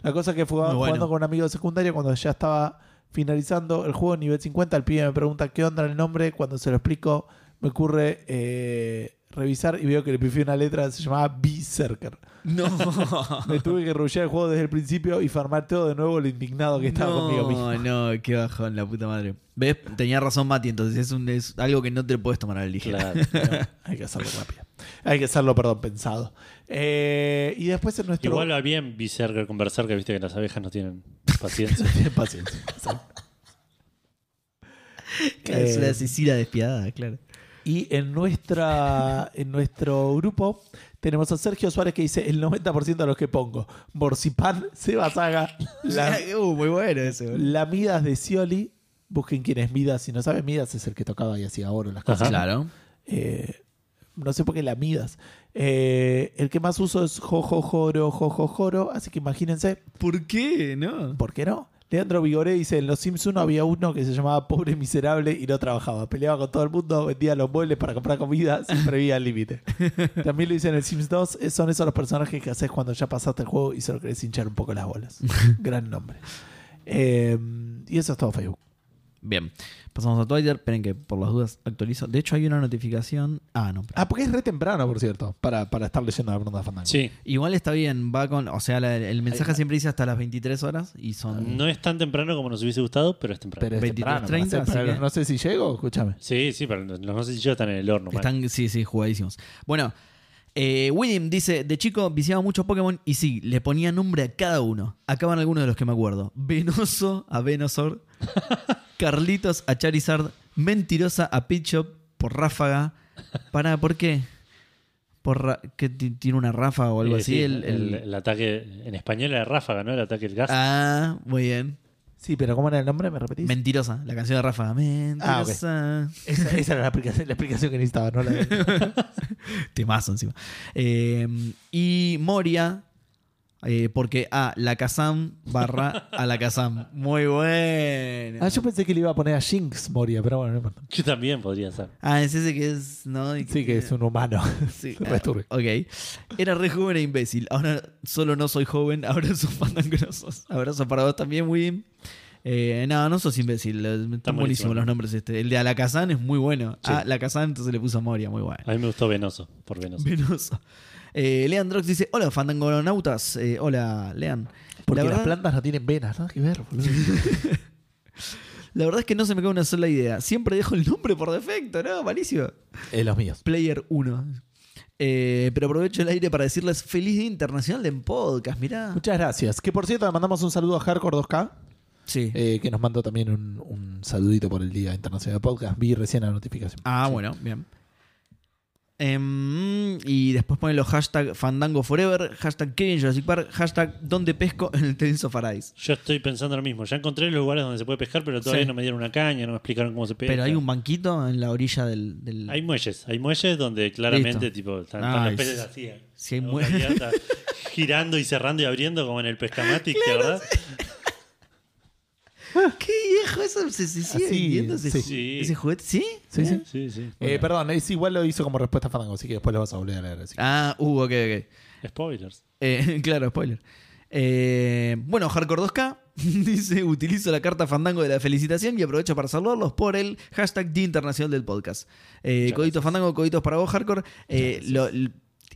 B: La cosa que fue
A: Muy bueno.
B: jugando con un amigo de secundaria cuando ya estaba finalizando el juego nivel 50. El pibe me pregunta qué onda el nombre. Cuando se lo explico, me ocurre eh, revisar y veo que le pifié una letra, se llamaba Berserker.
A: No. [laughs]
B: Me tuve que rullar el juego desde el principio y farmar todo de nuevo lo indignado [laughs] que estaba conmigo mismo.
A: No, no, qué bajón, la puta madre. ¿Ves? Tenía razón Mati, entonces es, un, es algo que no te puedes tomar a la ligera.
C: Claro.
B: Pero hay que hacerlo rápido. Hay que hacerlo, perdón, pensado. Eh, y después en nuestro.
C: Igual va bien Berserker con Berserker, viste que las abejas no tienen [laughs] paciencia.
B: Ten [laughs] paciencia. Exacto.
A: Claro, Es
B: Eh,
A: la Cecilia despiadada, claro.
B: Y en, nuestra, en nuestro grupo tenemos a Sergio Suárez que dice el 90% de los que pongo. Borcipan, Seba Saga, la-
A: [laughs] Uh, muy bueno ese, boludo.
B: la Midas de Scioli. Busquen quién es Midas. Si no saben, Midas es el que tocaba y hacía oro en las cosas.
C: Ajá.
A: Claro.
B: Eh, no sé por qué la midas. Eh, el que más uso es jojojoro, jojojoro. Así que imagínense,
A: ¿Por qué? No.
B: ¿por qué no? Leandro Vigoré dice: En los Simpsons había uno que se llamaba Pobre Miserable y no trabajaba. Peleaba con todo el mundo, vendía los muebles para comprar comida, [laughs] siempre vivía al límite. También lo dice en el Sims 2: eh, Son esos los personajes que haces cuando ya pasaste el juego y solo Em, querés hinchar un poco las bolas. Gran nombre. Eh, y eso es todo, Facebook.
A: Bien, pasamos a Twitter. Esperen que por las dudas actualizo. De hecho, hay una notificación. Ah, no.
B: Ah, porque es re temprano, por cierto, para, para estar leyendo la pregunta de Fandango.
C: Sí.
A: Igual está bien, va con. O sea, la- el mensaje siempre dice hasta las 23 horas y son.
C: No es tan temprano como nos hubiese gustado, pero es temprano.
B: Pero es
A: 23,
B: temprano, para
A: 30,
B: hacer- para
A: así
B: los
A: que-
B: no sé si llego, escúchame.
C: Sí, sí, pero los no sé si yo están en el horno. man.
A: Están, sí, sí, jugadísimos. Bueno, eh, Winim dice: De chico viciaba mucho Pokémon y sí, le ponía nombre a cada uno. Acaban algunos de los que me acuerdo: [laughs] Venoso a Venosor, Carlitos a Charizard, Mentirosa a Pidgeot por Ráfaga. Pará, ¿por qué? Por ra- que ti- tiene una ráfaga o algo
C: Eh,
A: así.
C: sí,
A: el- el-
C: el ataque. En español era ráfaga, ¿no? El ataque del gas.
A: Ah, muy bien.
B: Sí, pero ¿cómo era el nombre? ¿Me repetís?
A: Mentirosa, la canción de Ráfaga.
B: Ah, ok.
A: Mentirosa.
B: esa, esa era la explicación, la explicación que necesitaba, ¿no? La-
A: Temazo encima. Eh, y Moria, eh, porque a la Kazam barra a la Kazam. Muy bueno.
B: Ah, yo pensé que le iba a poner a Jinx Moria, pero bueno, no importa.
C: Yo también podría ser.
A: Ah, es ese que es. ¿no? Y
B: Sí, que es
A: [laughs]
B: un humano.
A: Sí. ah,
B: Re turbio.
A: ok. Era re joven e imbécil. Ahora solo no soy joven. [laughs] Abrazos pandangrosos. Abrazos para vos también, Wim. Eh, no, no sos imbécil. Están buenísimos
C: buenísimo.
A: los nombres. Este. El de Alakazam es muy bueno.
C: Sí.
A: Ah, Alakazam, entonces le puso Moria. Muy bueno.
C: A mí me gustó Venoso, por Venoso.
A: Venoso. Eh, Leandrox dice: Hola, fandangonautas. Eh, hola, Lean.
B: Porque
A: La verdad,
B: las plantas no tienen venas, nada que ver, boludo.
A: la verdad es que no se me cae una sola idea. Siempre dejo el nombre por defecto, ¿no? Malísimo.
B: [laughs] Eh, los míos.
A: Player 1. Eh, pero aprovecho el aire para decirles: Feliz Día Internacional del Podcast. Mirá.
B: Muchas gracias. Que por cierto, le mandamos un saludo a Hardcore 2K,
A: Sí.
B: eh, que nos mandó también un, un saludito por el Día Internacional del Podcast. Vi recién la notificación.
A: ah, bueno, bien. Em, y después ponen los hashtag Fandango Forever, hashtag Kevin Jurassic Park, hashtag Donde Pesco en el Tenso Paradise.
C: Yo estoy pensando lo mismo. Ya encontré los lugares donde se puede pescar, pero todavía
A: Sí.
C: no me dieron una caña, no me explicaron cómo se pesca.
A: Pero hay un banquito en la orilla del. del-
C: Hay muelles, hay muelles donde claramente
A: Listo.
C: tipo están,
A: Ah,
C: están
A: y
C: los peces
A: si-
C: así.
A: si hay
C: la boca
A: muelles. [laughs]
C: abierta, girando y cerrando y abriendo como en el Pescamatic, ¿te acordás?
A: ¡Qué viejo! Eso se, se sigue
B: Así,
A: vendiendo ese,
B: sí.
A: ju- ese juguete. ¿Sí?
B: Sí, sí.
C: Sí, sí.
B: Eh, perdón, es igual lo hizo como respuesta a Fandango, así que después lo vas a volver a leer. así que-
A: Ah, uh, ok, ok.
C: Spoilers.
A: Eh, [laughs] claro, spoiler. Eh, bueno, Hardcore 2K [laughs] dice: Utilizo la carta fandango de la felicitación y aprovecho para saludarlos por el hashtag Día Internacional del Podcast. Eh,
C: Muchas
A: coditos fandango, coditos para vos, Hardcore. Eh,
C: Muchas gracias.
A: lo- l-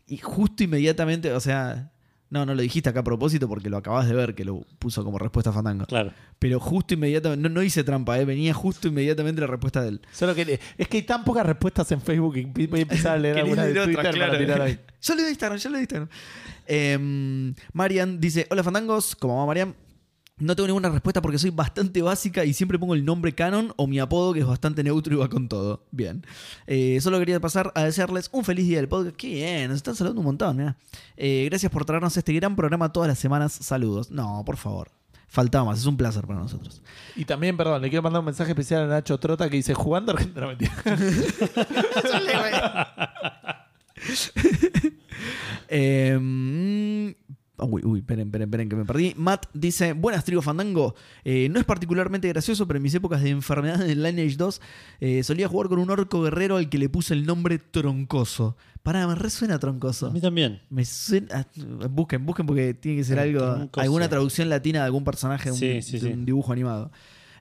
A: y justo inmediatamente, o sea, no, no lo dijiste acá a propósito porque lo acabas de ver que lo puso como respuesta fandango.
C: Claro.
A: Pero justo inmediatamente, no, no hice trampa, eh, venía justo inmediatamente la respuesta de él.
B: Solo que le- es que hay tan pocas respuestas en Facebook que empe- voy a
A: [laughs]
B: empezar a leer
A: Querés
B: alguna de
A: leer
B: Twitter
A: otra,
B: para
A: claro.
B: tirar ahí.
A: [laughs] Yo le doy Instagram, yo le doy Instagram. Em, Marian dice: Hola fandangos, como va Marian. No tengo ninguna respuesta porque soy bastante básica y siempre pongo el nombre canon o mi apodo que es bastante neutro y va con todo. Bien. Eh, solo quería pasar a desearles un feliz día del podcast. Qué bien, nos están saludando un montón. mirá. Eh, gracias por traernos este gran programa todas las semanas. Saludos. No, por favor. Faltaba más, es un placer para nosotros.
B: Y también, perdón, le quiero mandar un mensaje especial a Nacho Trota que dice: Jugando Argentina. No, mentira.
A: Eh, ah, uy, uy, esperen, esperen, esperen, que me perdí. Matt dice: Buenas, trigo fandango. Eh, no es particularmente gracioso, pero en mis épocas de enfermedad en Lineage 2 eh, solía jugar con un orco guerrero al que le puse el nombre Troncoso. Pará, me resuena
C: A
A: Troncoso.
C: mí también.
A: Me suena. ah, Busquen, busquen porque tiene que ser algo.
C: Troncoso.
A: Alguna traducción latina de algún personaje de un,
C: Sí,
A: de
C: sí, sí.
A: un dibujo animado.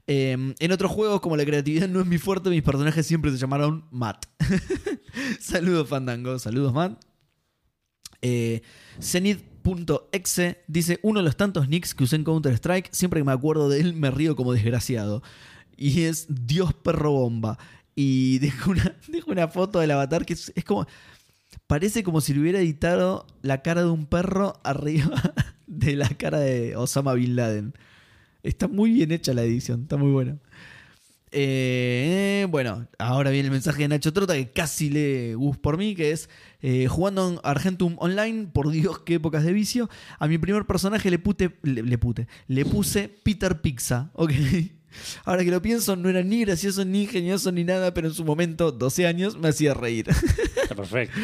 A: Eh, en otros juegos, como la creatividad no es mi fuerte, mis personajes siempre se llamaron Matt. [laughs] Saludos, Fandango. Saludos, Matt. Eh, Zenith.exe dice: Uno de los tantos nicks que usé en Counter-Strike, siempre que me acuerdo de él me río como desgraciado. Y es Dios perro bomba. Y [laughs] dejo una, dejo una foto del avatar que es, es como. Parece como si le hubiera editado la cara de un perro arriba de la cara de Osama Bin Laden. Está muy bien hecha la edición, está muy buena. Eh, bueno, ahora viene el mensaje de Nacho Trota que casi lee Gus por mí, que es eh, jugando en Argentum Online, por Dios, qué épocas de vicio. A mi primer personaje le pute, le, le pute, le puse Peter Pizza, ok. Ahora que lo pienso, no era ni gracioso, ni ingenioso, ni nada, pero en su momento, 12 años, me hacía reír.
C: Está perfecto.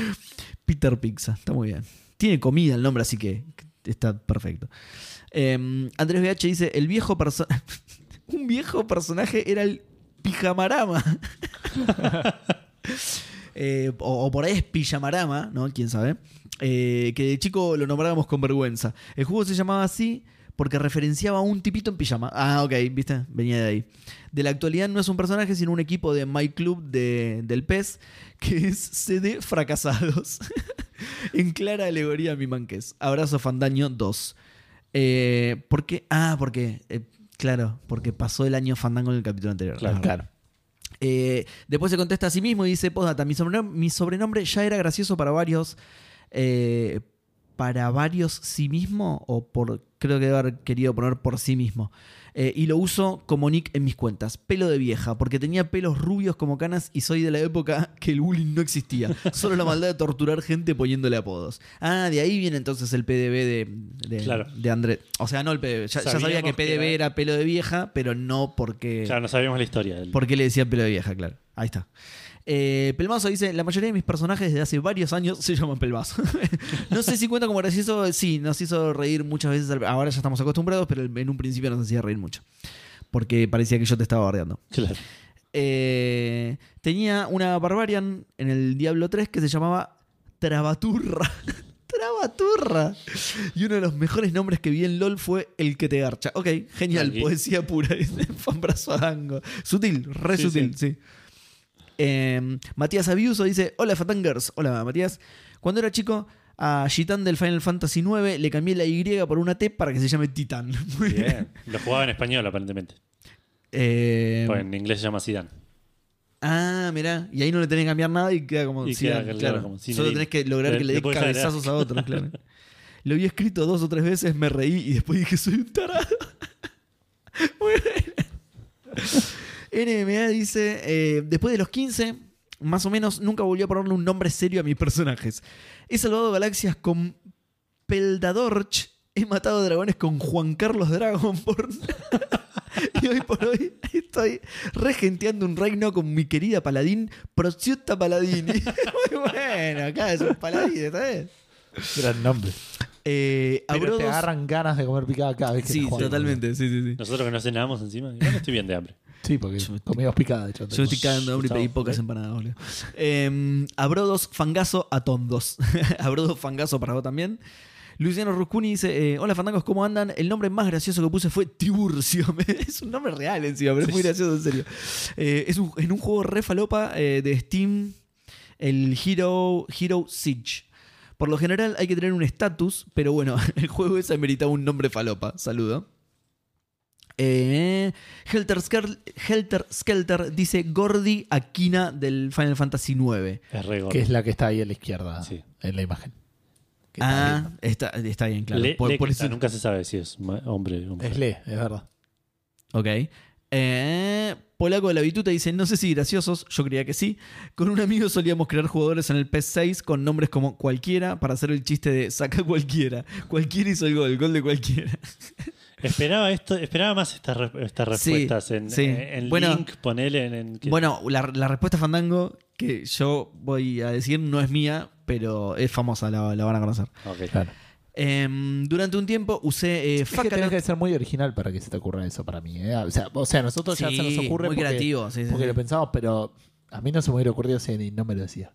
A: Peter Pizza, está muy bien. Tiene comida el nombre, así que está perfecto. Eh, Andrés BH dice: el viejo perso- [laughs] Un viejo personaje era el pijamarama. [laughs] Eh, o, o por ahí es pijamarama, ¿no? Quién sabe. Eh, que de chico lo nombrábamos con vergüenza. El juego se llamaba así porque referenciaba a un tipito en pijama. Ah, ok, viste, venía de ahí. De la actualidad no es un personaje, sino un equipo de My Club de- del PES, que es CD Fracasados. en clara alegoría a mi manqués. Abrazo Fandaño 2. Eh, ¿Por qué? Ah, porque, eh, claro, porque pasó el año Fandango en el capítulo anterior.
C: Claro.
A: Es verdad. Eh, después se contesta a sí mismo y dice, postdata, mi sobrenom- mi sobrenombre, ya era gracioso para varios, eh, para varios sí mismo, o por, creo que debe haber querido poner por sí mismo. Eh, y lo uso como nick en mis cuentas, pelo de vieja, porque tenía pelos rubios como canas y soy de la época que el bullying no existía, solo la maldad de torturar gente poniéndole apodos. Ah, de ahí viene entonces el PDB de, de,
C: Claro.
A: de André. O sea, no el PDB, ya, ya sabía
C: Sabíamos
A: que
C: que
A: PDB era...
C: era-
A: pelo de vieja, pero no porque...
C: Claro, no sabíamos la historia. del-
A: ¿Por qué le decían pelo de vieja? Claro. Ahí está. Eh, Pelmazo dice: La mayoría de mis personajes desde hace varios años se llaman Pelmazo. [laughs] no sé si cuenta como gracioso. Sí, nos hizo reír muchas veces. al- Ahora ya estamos acostumbrados, pero en un principio nos hacía reír mucho. Porque parecía que yo te estaba bardeando.
C: Claro.
A: Eh, tenía una Barbarian en el Diablo 3 que se llamaba Trabaturra. [laughs] Trabaturra. Y uno de los mejores nombres que vi en LOL fue El que te garcha. Ok, genial,
C: Tranqui.
A: poesía pura. [laughs] dice Fanbrazo Adango. Sutil, re
C: Sí,
A: sutil, sí. Eh, Matías Abiuso dice: Hola, Fatangers. Hola, Matías. Cuando era chico. A Gitán del Final Fantasy IX le cambié la Y por una T para que se llame Titán. [laughs] Muy bien.
C: Bien. Lo jugaba en español, aparentemente.
A: Eh,
C: Pues en inglés se llama Zidane.
A: Ah, mirá, y ahí no le tenés que cambiar nada y queda como.
C: Y
A: sí,
C: queda,
A: claro,
C: claro, como sin
A: Solo
C: herir.
A: tenés que lograr
C: Le-
A: que le
C: le
A: des
C: podés agregar.
A: cabezazos a otros,
C: [laughs]
A: claro. Lo vi escrito dos o tres veces, me reí y después dije, soy un tarado. [laughs] Muy bien. NMA dice: eh, Después de los 15, más o menos, nunca volví a ponerle un nombre serio a mis personajes. He salvado galaxias con Peldadorch. He matado dragones con Juan Carlos Dragonborn. [laughs] y hoy por hoy estoy regenteando un reino con mi querida paladín, Prociota
B: [laughs]
A: Paladini. Muy bueno, acá es un paladín, ¿sabes?
B: [laughs] Gran nombre.
A: Eh,
B: Pero
A: Abrodos-
B: te agarran ganas de comer picada cada vez que
A: Sí,
B: te juegan.
A: totalmente, sí, sí, sí.
C: Nosotros que no cenábamos encima. Yo no estoy bien de hambre.
B: Sí, porque
A: Yo-
B: comíamos picada, de hecho.
A: Yo me estoy cagando de hambre y pedí
C: Gustavo,
A: pocas
C: ¿eh?
A: empanadas, boludo. Eh, Abrodos, fangazo a tondos. [laughs] Abrodos, fangazo para vos también. Luciano Ruscuni dice: eh, Hola fandangos, ¿cómo andan? El nombre más gracioso que puse fue Tiburcio. [laughs] es un nombre real encima, pero es muy gracioso, en serio. Eh, es un- en un juego re falopa eh, de Steam, el Hero, Hero Siege. Por lo general hay que tener un estatus, pero bueno, [laughs] el juego ese meritaba un nombre falopa. Saludo. Eh, Helter, Skel- Helter Skelter dice Gordy Aquina del Final Fantasy IX.
C: Es re gordo.
B: Que es la que está ahí a la izquierda
C: Sí.
B: en la imagen. Que está
A: Ah, está, está bien, claro.
C: Le-
A: por,
C: le
A: por
C: que
A: eso-
C: está, nunca se sabe si es ma- hombre o
B: bien.
C: mujer.
B: Es Le, es verdad.
A: Ok. Eh, Polaco de la Bituta dice, no sé si graciosos, yo creía que sí. Con un amigo solíamos crear jugadores en el PS6 con nombres como cualquiera para hacer el chiste de saca cualquiera. Cualquiera hizo el gol, gol de cualquiera.
C: Esperaba esto, esperaba más estas re- estas
A: Sí,
C: respuestas en, eh,
A: sí.
C: en
A: Bueno.
C: Link, ponele en, en- que-
A: Bueno, la, la respuesta Fandango que yo voy a decir no es mía, pero es famosa, la, la van a conocer.
C: Ok.
B: Claro.
A: Em, durante un tiempo usé eh,
B: Es que Eh, tenés
A: Fakalot.
B: que ser muy original para que se te ocurra eso para mí. ¿eh? O, sea, o sea, a nosotros ya
A: Sí,
B: se nos ocurre
A: muy
B: porque,
A: creativo, sí, sí,
B: porque
A: sí.
B: lo pensamos, pero a mí no se me hubiera ocurrido si ni no me lo decía.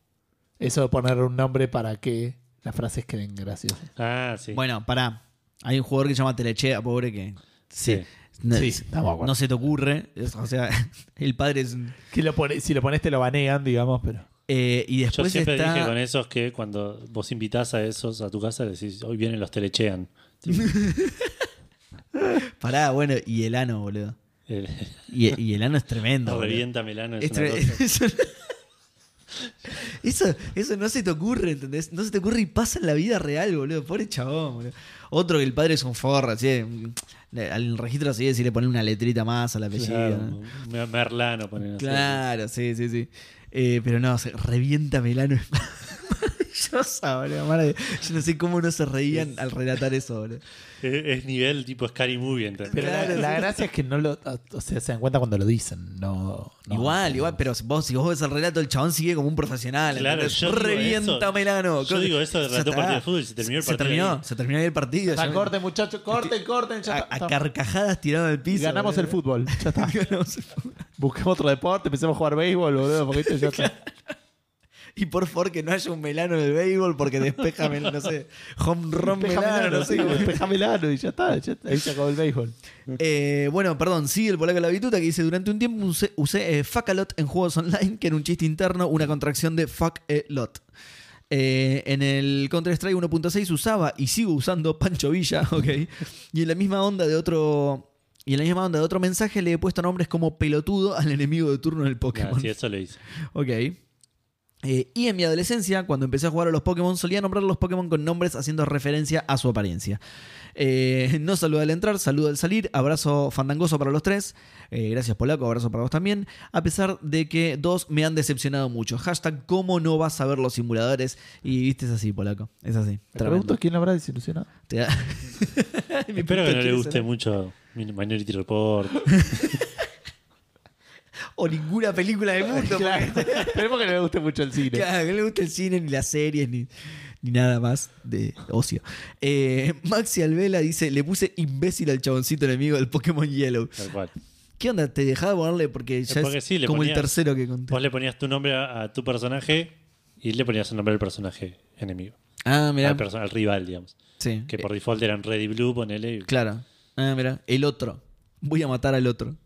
B: Eso de poner un nombre para que las frases queden graciosas.
C: Ah, sí.
A: Bueno, pará. Hay un jugador que se llama Telechea, pobre que. Sí.
C: Sí.
A: No,
B: Sí, estamos de acuerdo.
A: no se te ocurre. Es- O sea, [laughs] el padre es. un-
B: Que lo pone- si lo pones te lo banean, digamos, pero...
A: Eh, y
C: Yo
A: después
C: siempre
A: está.
C: dije con esos que cuando vos invitás a esos a tu casa decís, hoy vienen los telechean.
A: Pará, bueno, y el ano, boludo.
C: El-
A: Y, y el ano es tremendo. boludo.
C: Revienta Melano es
A: Es
C: una
A: tre- [laughs]
C: cosa.
A: eso, eso, eso no se te ocurre, ¿entendés? No se te ocurre y pasa en la vida real, boludo. Pobre chabón, boludo. Otro que el padre es un forra, así. le- Al registro así, si le ponen una letrita más al apellido. ¿no?
C: Claro, me- Merlano ponen así.
A: Claro, sí, sí, sí. Eh, pero no, se revienta Melano. [laughs] es maravillosa, boludo. mara- Yo no sé cómo no se reían al relatar eso, boludo.
C: Es, es nivel tipo Scary Movie, ¿entendés?
B: Pero la-
A: Claro.
B: la, gracia es que no lo... O sea, se dan cuenta cuando lo dicen. No, no-
A: igual, igual, pero si vos, si vos ves el relato, el chabón sigue como un profesional.
C: Claro,
A: ¿entendés?
C: yo digo
A: revienta
C: eso.
A: Melano.
C: Yo digo eso de
A: Ya
C: ratón
A: está.
C: partido de fútbol, se terminó el
A: Se
C: partido
A: terminó,
C: ahí.
A: se terminó ahí el partido.
B: Ya,
A: ya-
B: corten, muchachos, corten, corten. Ya
A: a,
B: está,
A: a
B: está.
A: carcajadas tirado al piso.
B: Ganamos el
A: boludo.
B: fútbol. Ya está.
A: [laughs] Ganamos el fútbol. [laughs]
B: Busquemos otro deporte, empecemos a jugar béisbol, boludo, porque esto ya está.
A: Y por favor que no haya un melano del béisbol porque despejame, no sé, home run melano, no sé.
B: Pejamelano y ya está, ya está, ahí se acabó el béisbol.
A: Eh, bueno, perdón, sí, el polaco de la bituta que dice: Durante un tiempo usé, usé, eh, fuck a lot en juegos online, que era un chiste interno, una contracción de fuck a lot. Eh, en el Counter-Strike 1.6 usaba y sigo usando Pancho Villa, [laughs] ok. Y en la misma onda de otro. Y en la misma onda de otro mensaje le he puesto nombres como pelotudo al enemigo de turno del Pokémon.
C: Nah, sí, eso lo hice.
A: Ok. Eh, y en mi adolescencia, cuando empecé a jugar a los Pokémon, solía nombrar a los Pokémon con nombres haciendo referencia a su apariencia. Eh, [laughs] no saluda al entrar, saluda al salir, abrazo fandangoso para los tres. Eh, gracias Polaco, abrazo para vos también. A pesar de que dos me han decepcionado mucho. Hashtag, ¿cómo no vas a ver los simuladores? Y viste, es así, Polaco. Es así.
B: Me
A: Tremendo.
B: pregunto quién habrá desilusionado.
A: Te da- [laughs] Mi
C: Espero
A: punto
C: que no le
A: quiere
C: guste
A: ser-
C: mucho Minority Report.
A: O ninguna película del mundo.
B: [laughs] Claro.
A: porque-
B: Esperemos que no le guste mucho el cine.
A: Claro, que no le gusta el cine, ni las series, ni, ni nada más de ocio. Eh, [laughs] Maxi Alvela dice: Le puse imbécil al chaboncito enemigo del Pokémon Yellow.
C: Tal cual.
A: ¿Qué onda? ¿Te dejaba ponerle? Porque ya
C: porque
A: es
C: sí, le
A: como el
C: ponía-
A: tercero que conté.
C: Vos le ponías tu nombre a, a tu personaje y le ponías el nombre al personaje enemigo.
A: Ah, mirá.
C: Al, perso- al rival, digamos.
A: Sí.
C: Que por default eran Red y Blue, ponele. y-
A: Eh, claro. Ah, mirá. El otro. Voy a matar al otro.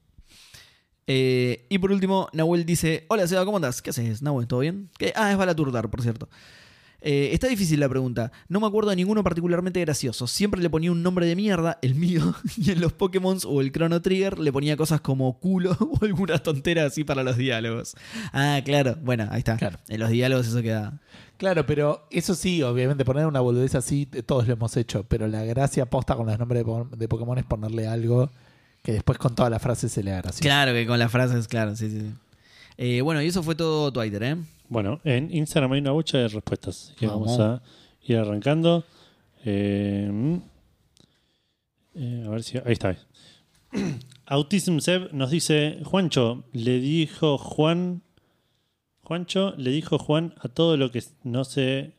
A: Eh, y por último, Nahuel dice: Hola, Seba, ¿cómo andás? ¿Qué haces, Nahuel? ¿Todo bien? ¿Qué- Ah, es Balaturdar, por cierto. Eh, está difícil la pregunta. No me acuerdo de ninguno particularmente gracioso. Siempre le ponía un nombre de mierda, el mío, [laughs] y en los Pokémon o el Chrono Trigger le ponía cosas como culo [laughs] o alguna tontera así para los diálogos. Ah, claro. Bueno, ahí está.
B: Claro.
A: En los diálogos eso queda.
B: Claro, pero eso sí, obviamente, poner una boludez así, eh, todos lo hemos hecho. Pero la gracia posta con los nombres de, po- de Pokémon es ponerle algo que después con toda la frase se le haga gracioso.
A: Claro que con las frases, claro, sí, sí. sí. Eh, bueno, y eso fue todo Twitter, ¿eh?
C: Bueno, en Instagram hay una bocha de respuestas. Y vamos a ir arrancando. Eh, eh, a ver si. Ahí está. [clears throat] Autism Seb nos dice: Juancho, le dijo Juan. Juancho le dijo Juan a todo lo que no sé.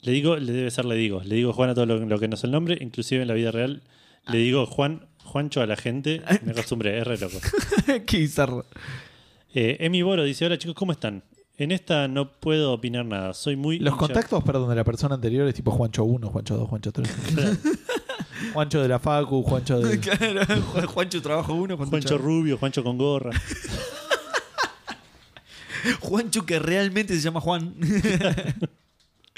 C: Le digo, le debe ser le digo. Le digo Juan a todo lo, lo que no sé el nombre, inclusive en la vida real. Le digo Juan, Juancho a la gente. Me acostumbré, es re loco.
A: [laughs] Qué bizarro.
C: Eh, Emi Boro dice: Hola chicos, ¿cómo están? En esta no puedo opinar nada. Soy muy.
B: Los
C: hincha-
B: contactos, perdón, de la persona anterior es tipo Juancho 1, Juancho 2, Juancho
C: [laughs]
B: 3. Juancho de la Facu, Juancho de.
A: Claro, Juan- Juancho trabajo uno, Juancho,
C: Juancho Rubio, Juancho con gorra.
A: Juancho que realmente se llama Juan. [laughs]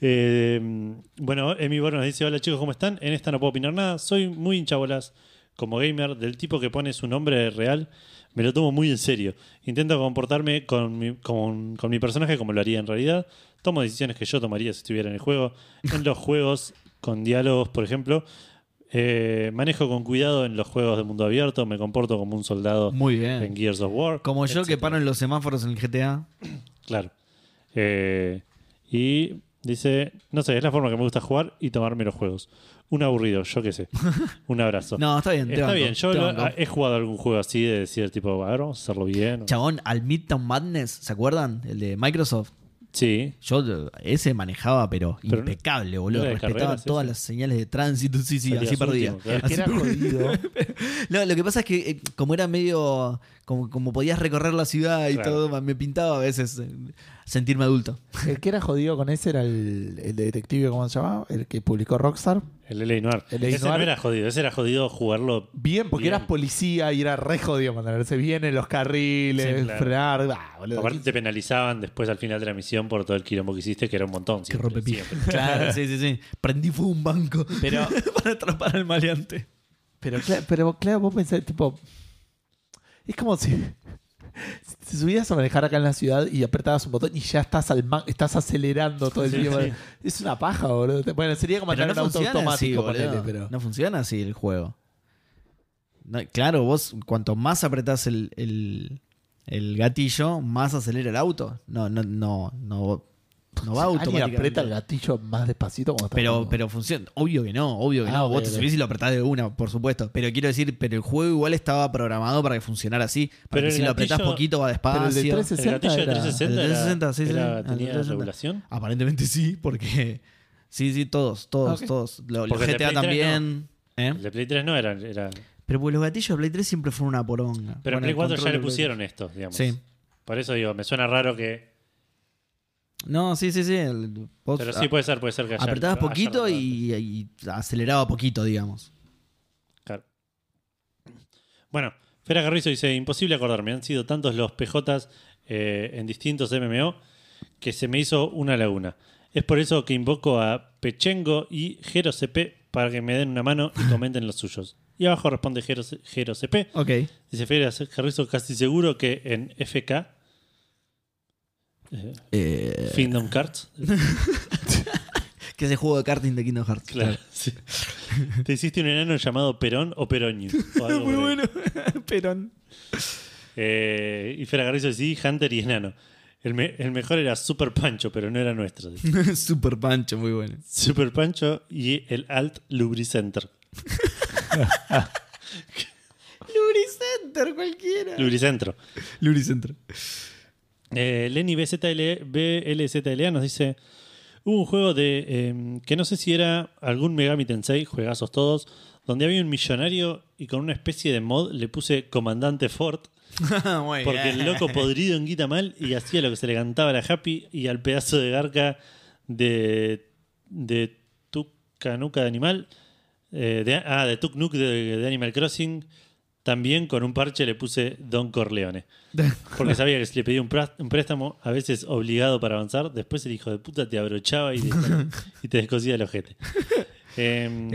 C: Eh, bueno, Emi Boro nos dice: Hola chicos, ¿cómo están? En esta no puedo opinar nada. Soy muy hinchabolas como gamer, del tipo que pone su nombre real. Me lo tomo muy en serio. Intento comportarme con mi, con, con mi personaje como lo haría en realidad. Tomo decisiones que yo tomaría si estuviera en el juego. En los juegos con diálogos, por ejemplo. eh, manejo con cuidado en los juegos de mundo abierto. Me comporto como un soldado
A: Muy
C: en Gears of War.
A: Como yo que
C: etcétera.
A: paro en los semáforos en el GTA.
C: Claro. Eh, y dice, no sé, es la forma que me gusta jugar y tomarme los juegos. Un aburrido, yo
A: [laughs]
C: qué sé. Un abrazo.
A: No, está bien, te
C: Está
A: banco,
C: bien, yo
A: te
C: lo- ah, eh,
A: banco.
C: he jugado algún juego así de decir, tipo, a ver, vamos a hacerlo bien.
A: Chabón, al Midtown Madness, ¿se acuerdan? El de Microsoft.
C: Sí,
A: Yo eh, ese manejaba, pero,
C: Pero no-
A: impecable, boludo.
C: era de
A: Respetaba
C: carreras,
A: todas
C: ese.
A: las señales de tránsito. Sí, sí,
C: Salías
A: así perdía.
C: último, claro.
A: Así
B: Era
A: perdía.
B: jodido.
A: No, lo que pasa es que eh, como era medio, como, como podías recorrer la ciudad y
C: Claro.
A: todo, me pintaba a veces eh, sentirme adulto.
B: [laughs] El que era jodido con ese era el, el de detective, ¿cómo se llamaba? El que publicó Rockstar.
C: el L.A. Noir.
B: El LA
C: ese
B: Noir.
C: no era jodido, ese era jodido jugarlo.
B: Bien, porque
C: Bien.
B: eras policía y era re jodido mantenerse bien en los carriles,
C: Sí, claro.
B: frenar. bah, boludo.
C: Aparte te penalizaban después al final de la misión por todo el quilombo que hiciste, que era un montón.
A: Que
C: siempre,
A: rompe pija.
C: siempre.
A: Claro, sí, sí,
C: [laughs]
A: sí. Prendí fue un banco [laughs]
B: Pero,
A: para atrapar al maleante.
B: pero, cla- pero claro, vos pensás, tipo. Es como si. si te subías a manejar acá en la ciudad y apretabas un botón y ya estás al ma- estás acelerando todo el
C: Sí,
B: tiempo.
C: sí.
B: Es una paja, boludo. Bueno, sería como
A: Pero
B: tener
A: no
B: un auto
A: funciona así,
B: automático,
A: boludo.
B: ponele, pero.
A: No funciona así el juego. No, claro, vos cuanto más apretás el, el- el gatillo, más acelera el auto. No, no, no, no, no va
B: Alguien
A: automáticamente.
B: aprieta el gatillo más despacito cuando estás
A: Pero,
B: andando.
A: pero funciona. Obvio que no, obvio que
B: Ah,
A: no.
B: ok,
A: Vos te
B: ok.
A: subís y lo apretás de una, por supuesto. Pero quiero decir, pero el juego igual estaba programado para que funcionara así. Para
C: Pero
A: que
C: el
A: si lo apretás
C: gatillo-
A: poquito va despacio.
B: Pero el de 360
C: El gatillo de
B: era-
C: 360,
A: El de 360,
C: era-
A: sí, sí,
C: era-
A: el de
C: tenía
A: 360.
C: regulación.
A: Aparentemente sí, porque. Sí, sí, todos, todos,
B: Ah, ok.
A: todos. Lo- Los
C: Porque el de
A: GTA
C: Play tres
A: también. ¿eh?
C: El de Play 3 no era. era-
A: pues, Pero porque los gatillos de Play 3 siempre fueron una poronga.
C: pero
A: Bueno,
C: en Play
A: el
C: 4 ya
A: control de
C: le
A: Play
C: pusieron esto, digamos.
A: Sí.
C: Por eso digo, me suena raro que.
A: No, sí, sí, sí. el- vos
C: Pero
A: a-
C: sí puede ser, puede ser que ayer-
A: apretabas
C: ayer
A: ah, poquito
C: no-
A: y, y aceleraba poquito, digamos.
C: Claro. Bueno, Fera Carrizo dice: Imposible acordarme, han sido tantos los PJs eh, en distintos MMO que se me hizo una laguna. Es por eso que invoco a Pechengo y Jero CP para que me den una mano y comenten los suyos. Y abajo responde Jero, Jero CP.
A: Ok.
C: Dice Fera Carrizo: Casi seguro que en FK. eh,
A: Eh,
C: Kingdom Cards.
A: que ese juego de karting de Kingdom Hearts.
C: Claro, sí. Te hiciste un enano llamado Perón
A: [laughs]
C: o Peroño. o algo
A: Muy
C: por ahí.
A: bueno. [laughs] Perón.
C: Eh, y Fera Carrizo sí, Hunter y Enano. El, me- el mejor era Super Pancho, pero no
A: [laughs]
C: era nuestro. dice.
A: Super Pancho, muy bueno.
C: Super Pancho y el Alt Lubricenter.
A: Lubricenter, cualquiera.
C: Lubricentro.
A: Lubricenter.
C: Eh, Lenny BZL BLZLA nos dice: Hubo un juego de. eh, que no sé si era algún Megami Tensei, juegazos todos, donde había un millonario y con una especie de mod le puse Comandante Ford.
A: [laughs] Muy
C: Porque el loco podrido en guita mal y hacía lo que se le cantaba a la Happy y al pedazo de garca de. de Tucanuca de animal. eh, de, ah, de Tuk Nuk de, de Animal Crossing. También con un parche le puse Don Corleone. Porque sabía que si le pedía un, prá- un préstamo, a veces obligado para avanzar, después el hijo de puta te abrochaba y, te- y te descosía el ojete. Em,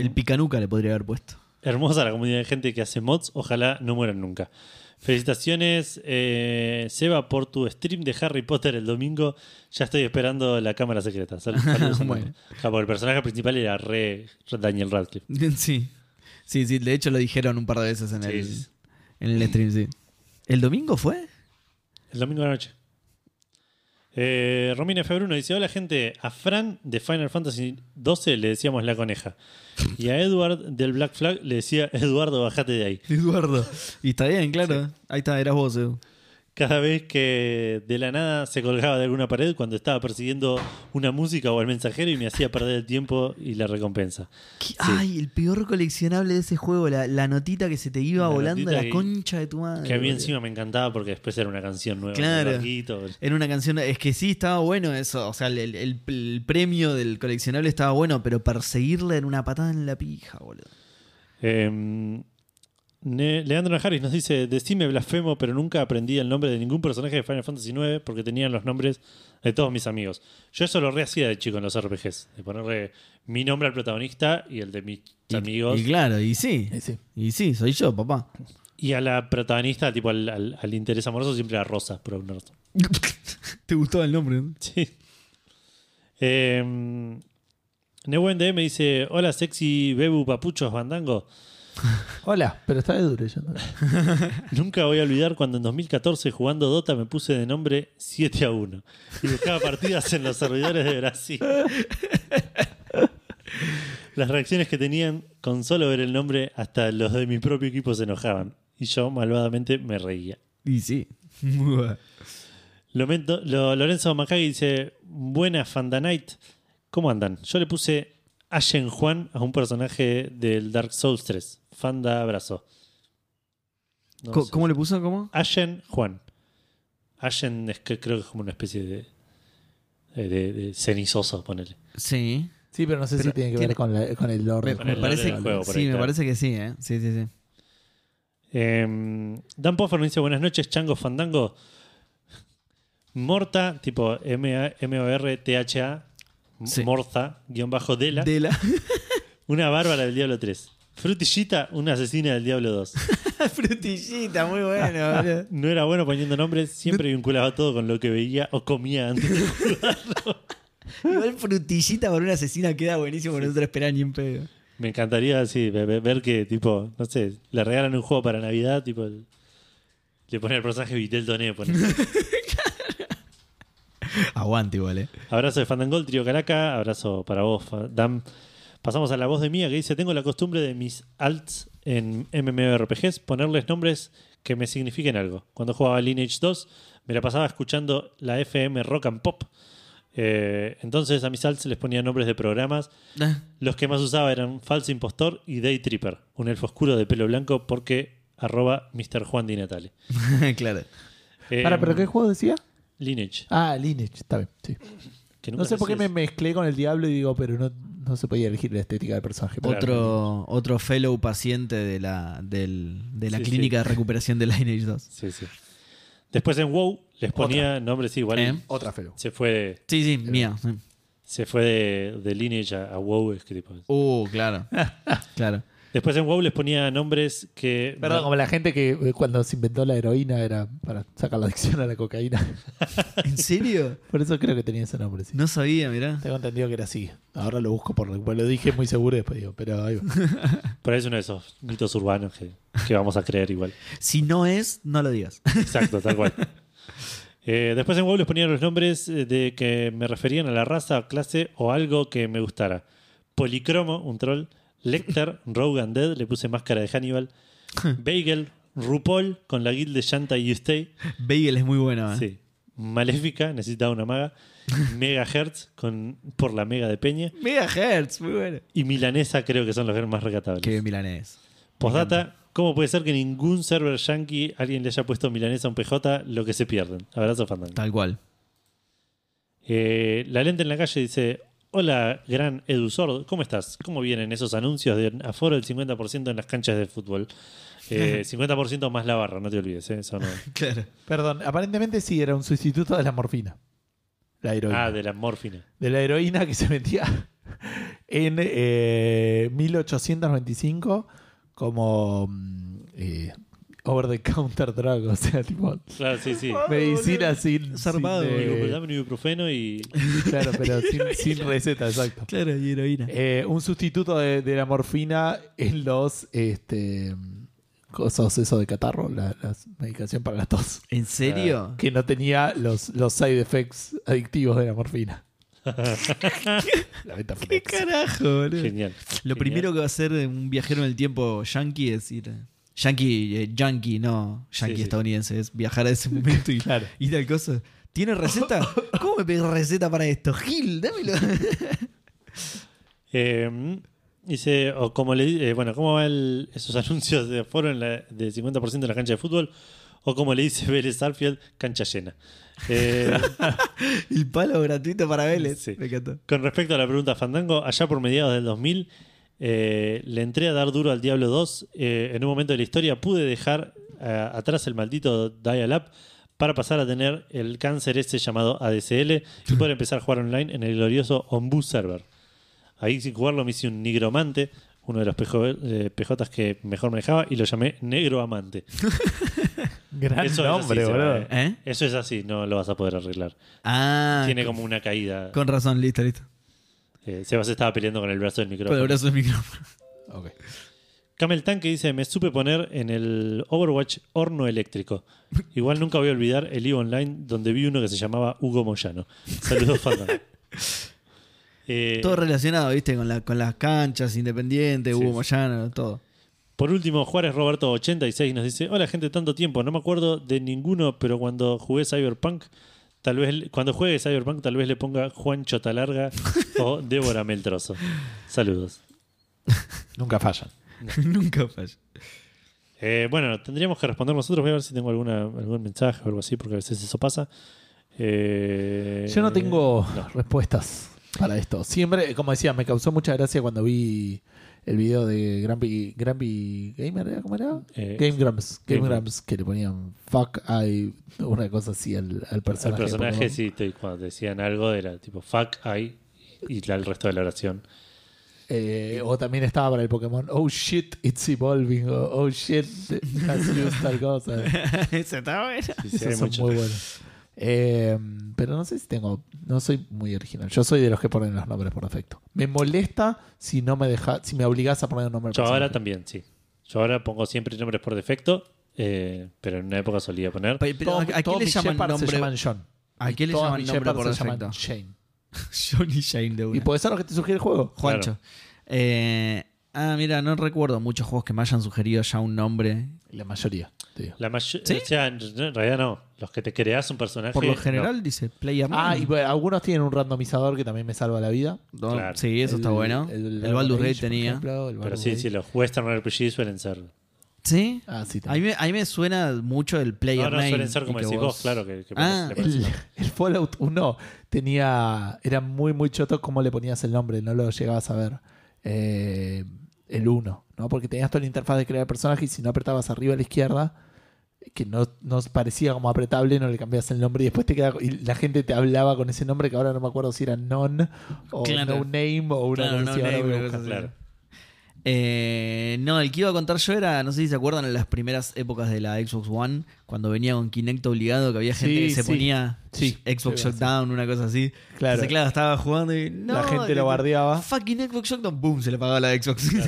A: [laughs] El picanuca le podría haber puesto. [laughs]
C: Hermosa la comunidad de gente que hace mods. Ojalá no mueran nunca. Felicitaciones, eh, Seba, por tu stream de Harry Potter el domingo. Ya estoy esperando la cámara secreta. Sal- saludos, Antonio.
A: Bueno.
C: Ah, porque el personaje principal era re, re Daniel Radcliffe.
A: Sí. Sí, sí, de hecho lo dijeron un par de veces en,
C: Sí,
A: el,
C: sí, sí.
A: en el stream, sí. ¿El domingo fue?
C: El domingo de la noche. Eh, Romina Februno dice: Hola, gente. A Fran de Final Fantasy XII le decíamos la coneja. Y a Edward del Black Flag le decía: [laughs] Eduardo, bajate de ahí.
A: Eduardo. Y está bien, claro. Ahí está, eras vos, Edu.
C: Cada vez que de la nada se colgaba de alguna pared cuando estaba persiguiendo una música o al mensajero y me hacía perder el tiempo y la recompensa.
A: ¿Qué? Ay, el peor coleccionable de ese juego, la, la notita que se te iba
C: La
A: volando
C: notita
A: la
C: que-
A: concha de tu madre.
C: que a mí
A: boludo.
C: encima me encantaba porque después era una canción nueva.
A: Claro.
C: un barquito.
A: Era una canción, es que sí, estaba bueno eso, o sea, el, el- el- el premio del coleccionable estaba bueno, pero perseguirla era una patada en la pija, boludo.
C: Em, Ne- Leandro Harris nos dice, decime blasfemo, pero nunca aprendí el nombre de ningún personaje de Final Fantasy IX porque tenían los nombres de todos mis amigos. Yo eso lo rehacía de chico en los RPGs, de ponerle mi nombre al protagonista y el de mis
A: Y-
C: amigos.
A: Y claro, y sí,
B: Y sí.
A: y sí, soy yo, papá. [laughs]
C: Y a la protagonista, tipo al, al- al interés amoroso, siempre era Rosa, por alguna razón.
A: Te gustaba el nombre, ¿no?
C: [laughs] Sí. Eh, DM dice: Hola, sexy Bebu Papuchos Bandango.
B: Hola, pero está de duro. Yo no-
C: Nunca voy a olvidar cuando en 2014 jugando Dota me puse de nombre 7 a 1 y buscaba partidas en los servidores de Brasil. Las reacciones que tenían con solo ver el nombre, hasta los de mi propio equipo se enojaban. Y yo malvadamente me reía.
A: Y sí. Muy bueno.
C: Lomento- lo- Lorenzo Macagui dice: Buena Fandanite. ¿Cómo andan? Yo le puse Ashen Juan a un personaje del Dark Souls 3. Fanda abrazo. No
A: Co-
C: sé.
A: ¿Cómo le puso? ¿Cómo?
C: Ashen Juan. Ashen es que creo que es como una especie de. eh, de, de cenizoso, ponele.
A: Sí.
B: Sí, pero no sé
A: Pero
B: si tiene que
A: tiene-
B: ver con, la- con el lore.
A: Me,
C: Con
A: me
C: el
A: parece,
C: del juego, por
A: sí,
C: ahí,
A: me
C: claro.
A: parece que sí, ¿eh? Sí, sí, sí.
C: Em, Dan Poffer nos dice: Buenas noches, Chango Fandango. Morta, tipo M-O-R-T-H-A.
A: Sí.
C: Morta, guión bajo Dela.
A: De la
C: Una bárbara del Diablo 3. Frutillita, una asesina del Diablo 2.
A: [laughs] frutillita, muy bueno, boludo.
C: No era bueno poniendo nombres, siempre vinculaba todo con lo que veía o comía antes.
A: Igual frutillita por una asesina queda buenísimo, no te lo esperás ni en pedo.
C: Me encantaría así ve- ve- ver que, tipo, no sé, le regalan un juego para Navidad, tipo, le ponen el personaje Vitel Toné. ponen.
A: Aguante igual, eh.
C: Abrazo de Fandangol, Trio Caraca, abrazo para vos, Fa- Dan. Pasamos a la voz de Mía que dice: Tengo la costumbre de mis alts en MMORPGs ponerles nombres que me signifiquen algo. Cuando jugaba Lineage 2, me la pasaba escuchando la FM Rock and Pop. Eh, entonces a mis alts les ponía nombres de programas.
A: Ah.
C: Los que más usaba eran Falso Impostor y Day Tripper, un elfo oscuro de pelo blanco porque arroba Mr. Juan Di Natale.
A: [laughs] claro.
C: Eh,
B: Para,
A: em,
B: ¿pero qué juego decía?
C: Lineage.
B: Ah, Lineage, está bien, sí.
C: que
B: No
C: nunca
B: sé por qué
C: si
B: me
C: es-
B: mezclé con el diablo y digo, pero no, no se podía elegir la estética del personaje.
C: Claro.
A: Otro, otro fellow paciente de la, del- de la
C: Sí,
A: clínica de recuperación de Lineage 2.
C: Sí, sí. Después en WoW les ponía nombres igual. y
A: Eh.
B: Otra feo.
C: Se fue,
A: Sí, sí, mía. sí.
C: se fue de, de Lineage a, a WoW. es que tipo-
A: Uh, claro. [laughs] claro.
C: Después en WoW les ponía nombres que.
B: Perdón, como la gente que eh, cuando se inventó la heroína era para sacar la adicción a la cocaína. [laughs]
A: ¿En serio?
B: Por eso creo que tenía ese nombre, sí.
A: No sabía, mirá.
B: Tengo entendido que era así. Ahora lo busco por bueno, lo dije muy seguro y después digo, pero ahí va. [laughs]
C: Pero es uno de esos mitos urbanos que, que vamos a creer igual.
A: Si no es, no lo [laughs] digas.
C: Exacto, tal cual. Eh, después en WoW les ponían los nombres eh, de que me referían a la raza, clase o algo que me gustara. Policromo, un troll. Lecter, Rogue and Dead, le puse máscara de Hannibal. Bagel, RuPaul, con la guild de Shanta y Stay.
A: Bagel es muy bueno, ¿eh?
C: Sí. Maléfica, necesitaba una
A: [laughs]
C: maga. Megahertz, con, por la mega de Peña.
A: Megahertz, muy bueno.
C: Y Milanesa, creo que son los más recatables.
A: Qué milanés.
C: Postdata, ¿cómo puede ser que ningún server yankee alguien le haya puesto milanesa a un PJ? Lo que se pierden. Abrazo, Fandango.
A: Tal cual.
C: Eh, la lente en la calle dice: Hola, gran Edusord, ¿cómo estás? ¿Cómo vienen esos anuncios de aforo del 50% en las canchas
A: [laughs]
C: de fútbol? Eh, 50% más la barra, no te olvides, ¿eh? Eso no-
A: Claro.
B: Perdón, aparentemente sí era un sustituto de la morfina. La heroína.
C: Ah,
B: de...
C: de la morfina.
B: la heroína que se metía [laughs] en eh, 1895 como mm, eh, over the counter drug, o sea, tipo
C: Claro, sí, sí.
B: medicina
A: [laughs]
B: sin,
A: Zarpado.
B: sin, eh,
C: Digo, pues, dame un ibuprofeno y.
B: claro, pero sin, sin receta, exacto.
A: Claro, y heroína.
B: Eh, un sustituto de, de la morfina en los este cosas eso de catarro, la, las medicación para la tos.
A: ¿En serio?
B: que no tenía los, los side effects adictivos de la morfina. la venta
A: ¿Qué carajo, boludo?
C: Genial.
A: Lo
C: Genial.
A: primero que va a hacer un viajero en el tiempo yankee es ir. Yankee, eh, yankee, no. Yankee
C: Sí, sí.
A: estadounidense. Es viajar a
C: [laughs]
A: ese momento y
B: Claro.
A: y tal cosa. ¿Tiene receta? ¿Cómo me pedís receta para esto? Gil,
C: [laughs]
A: dámelo.
C: Eh, dice, o como le di- eh, bueno, ¿cómo van esos [laughs] anuncios de aforo en la, de 50% en la cancha de fútbol? O como le dice Vélez Arfield, cancha llena.
A: [laughs]
C: Eh,
A: El palo gratuito para Vélez.
C: Sí.
A: Me encantó.
C: Con respecto a la pregunta Fandango, allá por mediados del 2000 eh, le entré a dar duro al Diablo 2. en un momento de la historia pude dejar eh, atrás el maldito dial-up para pasar a tener el cáncer ese llamado ADSL y poder empezar a jugar online en el glorioso Ombu Server. Ahí sin jugarlo me hice un nigromante, uno de los PJ, eh, PJs que mejor manejaba, y lo llamé Negro Amante.
B: Gran
C: Eso es
B: nombre,
C: así, se
B: boludo.
C: va, eh.
A: ¿Eh?
C: Eso es así, no lo vas a poder arreglar.
A: Ah.
C: Tiene como una caída.
A: Con razón, listo, listo.
C: Eh, Sebas estaba peleando con el brazo del
A: Con
C: micrófono.
A: el brazo del micrófono.
B: Ok.
C: Camel Tank que dice, me supe poner en el Overwatch horno eléctrico. Igual nunca voy a olvidar el Evo Online donde vi uno que se llamaba Hugo Moyano. Saludos, Fandango. Eh,
A: Todo relacionado, viste, con, la, con las canchas, Independiente,
C: Sí,
A: Hugo
C: sí.
A: Moyano, todo.
C: por último, Juárez Roberto 86 nos dice, hola gente, tanto tiempo, no me acuerdo de ninguno, pero cuando jugué Cyberpunk, tal vez, cuando juegue Cyberpunk tal vez le ponga Juan Chotalarga o Débora Meltroso. Saludos.
B: Nunca fallan.
A: [laughs] Nunca
C: [laughs]
A: falla.
C: Eh, bueno, tendríamos que responder nosotros. Voy a ver si tengo alguna, algún mensaje o algo así, porque a veces eso pasa. Eh,
B: Yo no tengo
C: no.
B: respuestas para esto. Siempre, como decía, me causó mucha gracia cuando vi el video de Grumpy, Grumpy Gamer, ¿era? ¿cómo era?
C: Eh,
B: Game Grumps. Game,
C: Game
B: Grumps, que le ponían fuck I, una cosa así al, al
C: El
B: personaje. de
C: personaje,
B: Pokémon.
C: sí, te- cuando decían algo, era tipo fuck I y la- el resto de la oración.
B: Eh, o también estaba para el Pokémon, oh shit, it's evolving, o, oh shit, has used tal cosa.
A: Ese está bueno.
C: Sí, sí, hay
B: Esos son
C: mucho.
B: muy buenos. Eh, pero no sé si tengo. No soy muy original. Yo soy de los que ponen los nombres por defecto. Me molesta si no me deja, si me obligás a poner un nombre. al
C: Yo ahora
B: personaje.
C: también, sí. Yo ahora pongo siempre nombres por defecto, eh, pero en una época solía poner.
A: Pero, pero,
B: Todos-
A: ¿a- ¿A
B: todos
A: qué le
B: mis
A: llaman
B: Shepards se
A: nombre?
B: llaman John.
A: ¿A qué le
B: Todos
A: llaman
B: mis
A: nombre por
B: Shepards se
A: defecto?
B: llaman Shane.
A: [laughs] Johnny Shane de
B: Y
A: una.
B: puede ser lo que te sugiere el juego.
A: Juancho. Eh, ah, mira, no recuerdo muchos juegos que me hayan sugerido ya un nombre.
B: La mayoría. te digo.
C: La mayo-
A: ¿Sí?
C: O sea, en en realidad no. Los que te creas un personaje.
A: Por lo
C: Ah, no.
A: general dice Player
B: Ah, y
A: Unknown.
B: bueno, algunos tienen un randomizador que también me salva la vida.
A: No,
C: claro.
A: Sí, eso está
B: El-
A: bueno. El, Baldur's Gate
B: Age, por
A: tenía.
B: ejemplo, el
C: pero
B: Baldur's
C: sí,
B: Gate.
C: sí, los Western RPG suelen ser
A: ¿Sí?
B: Ah, sí,
A: A mí,
B: también.
A: me- a mí me suena mucho el player
C: Ahora
A: name
C: suelen ser como
A: y que
C: decís
A: vos-
C: vos, claro, que, que
A: Ah,
C: le pones
B: El,
C: la-
B: el Fallout 1 tenía. Era muy, muy choto cómo le ponías el nombre, no lo llegabas a ver. Eh, el 1, ¿no? Porque tenías toda la interfaz de crear personaje y si no apretabas arriba a la izquierda, que no, no parecía como apretable, no le cambiabas el nombre y después te quedaba. Y la gente te hablaba con ese nombre que ahora no me acuerdo si era Non o
A: Claro.
B: No Name o una
A: Claro,
B: cosa
A: no
B: así, ahora
A: name,
B: voy a
A: una
B: buscar.
A: cosa así.
C: Claro.
A: Eh, no, el que iba a contar yo era, no sé si se acuerdan, en las primeras épocas de la Xbox One, cuando venía con Kinect obligado, que había gente
B: Sí,
A: que se
B: sí.
A: ponía
B: Sí,
A: Xbox
B: sí,
A: Shutdown, una cosa así.
B: Claro.
A: Entonces, claro, estaba jugando y no,
B: La gente lo
A: que-
B: bardeaba.
A: Fucking Xbox Shutdown, boom, se le apagaba la Xbox.
B: No,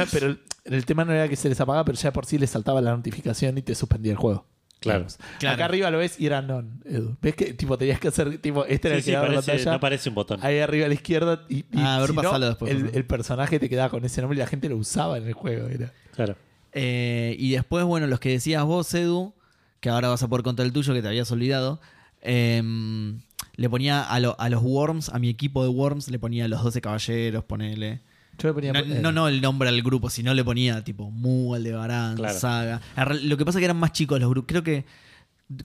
B: no, pero el, el tema no era que se les apagaba, pero ya por sí les saltaba la notificación y te suspendía el juego.
C: Claro.
A: Claro.
B: Acá arriba lo ves y era non, Edu. ¿Ves que tipo tenías que hacer, tipo, este era el
C: Sí,
B: que
C: sí,
B: daba la
C: parece-
B: batalla?
C: no parece un botón.
B: Ahí arriba a la izquierda y, y
A: Ah, a ver,
B: si no,
A: pasalo después,
B: el,
A: pasalo.
B: el personaje te quedaba con ese nombre y la gente lo usaba en el juego. Era.
C: Claro.
A: [laughs] Eh, y después, bueno, los que decías vos, Edu, que ahora vas a poder contar el tuyo, que te habías olvidado. em, le ponía a, lo- a los Worms, a mi equipo de Worms, le ponía los 12 caballeros, ponele.
B: Yo le ponía
A: No,
B: eh,
A: no, no el nombre al grupo, sino le ponía tipo Mu, Aldebarán,
C: Claro.
A: Saga. En real- Lo que pasa es que eran más chicos los grupos. Creo que.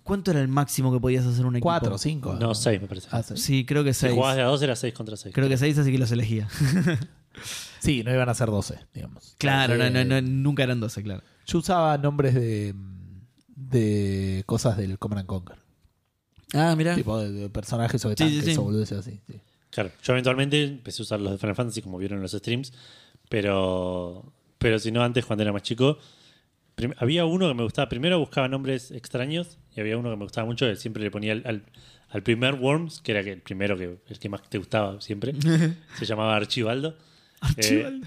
A: ¿Cuánto era el máximo que podías hacer un equipo?
B: cuatro, cinco.
C: No, seis me parece.
B: Ah, seis. sí.
A: Sí, creo que
C: si
A: seis.
C: jugabas de a dos era seis contra seis.
A: Creo que seis, así que los elegía. [laughs]
B: no iban a ser doce, digamos.
A: claro, no,
B: Eh,
A: no, no, nunca eran 12, claro.
B: Yo usaba nombres de, de cosas del Command and Conquer.
A: Ah, mira.
B: Tipo de, de personajes o de
A: Sí, sí,
B: tanques
A: sí.
B: o boludeces así. sí.
C: Claro, yo eventualmente empecé a usar los de Final Fantasy, como vieron en los streams, pero, pero si no, antes cuando era más chico, prim- había uno que me gustaba, primero buscaba nombres extraños y había uno que me gustaba mucho, que siempre le ponía al, al- al primer Worms, que era que- el primero, que el que más te
A: [laughs]
C: gustaba siempre, se llamaba Archibaldo.
A: Archibaldo.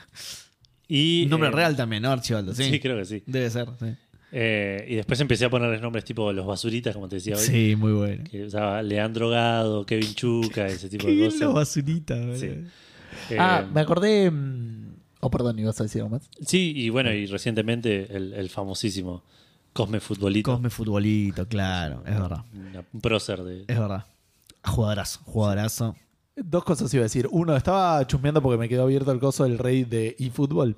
C: Eh, y,
A: nombre
C: eh,
A: real también, ¿no? Archibaldo, sí.
C: Sí. creo que sí.
A: Debe ser, sí.
C: Eh, y después empecé a ponerles nombres tipo los basuritas, como te decía hoy.
A: Sí, muy bueno.
C: Que usaba Leandro Gado, Kevin Chuca, ese tipo de
A: Qué
C: cosas.
A: [laughs] los basuritas,
C: Sí.
A: boludo.
C: Eh,
B: ah, me acordé. mm, oh, perdón, ibas a decir algo más.
C: Sí, y bueno, y recientemente el, el famosísimo Cosme Futbolito.
A: Cosme Futbolito, claro, es verdad.
C: una- un prócer de.
A: Es verdad. Jugadorazo, jugadorazo.
B: Dos cosas iba a decir. Uno, estaba chusmeando porque me quedó abierto el coso del rey de eFootball.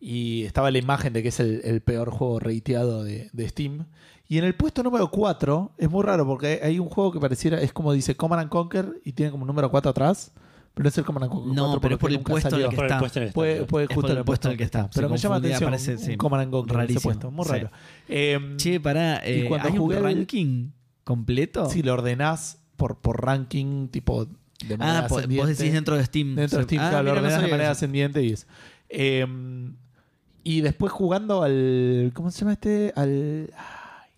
B: Y estaba la imagen de que es el, el peor juego reiteado de, de Steam. Y en el puesto número 4, es muy raro porque hay, hay un juego que pareciera, es como dice Command and Conquer y tiene como número 4 atrás. Pero no es el Command and Conquer.
A: No,
B: 4
A: pero es por el
B: nunca
A: puesto en el
B: salió.
A: que
C: Por el
A: está.
C: puesto en el
B: Puede,
C: estadio.
B: puede
A: Es
B: justo
A: por el puesto en el que está. Se
B: Pero me llama la
A: confundía,
B: atención
A: parece,
B: un
A: sí.
B: Command and Conquer en ese
A: Rarísimo,
B: puesto. Muy
A: sí.
B: raro. Eh,
A: Che, pará, eh,
B: Y cuando
A: ¿hay un
B: jugué al-
A: ranking completo?
B: si lo ordenás por, por ranking tipo de manera
A: ah, po- vos
B: ascendiente.
A: decís dentro de Steam.
B: dentro de Steam,
A: Ah,
B: claro, lo
A: mira, no
B: ordenás de
A: sabía
B: manera
A: eso.
B: ascendiente y es. Eh, y después jugando al. ¿Cómo se llama este? Al. ay,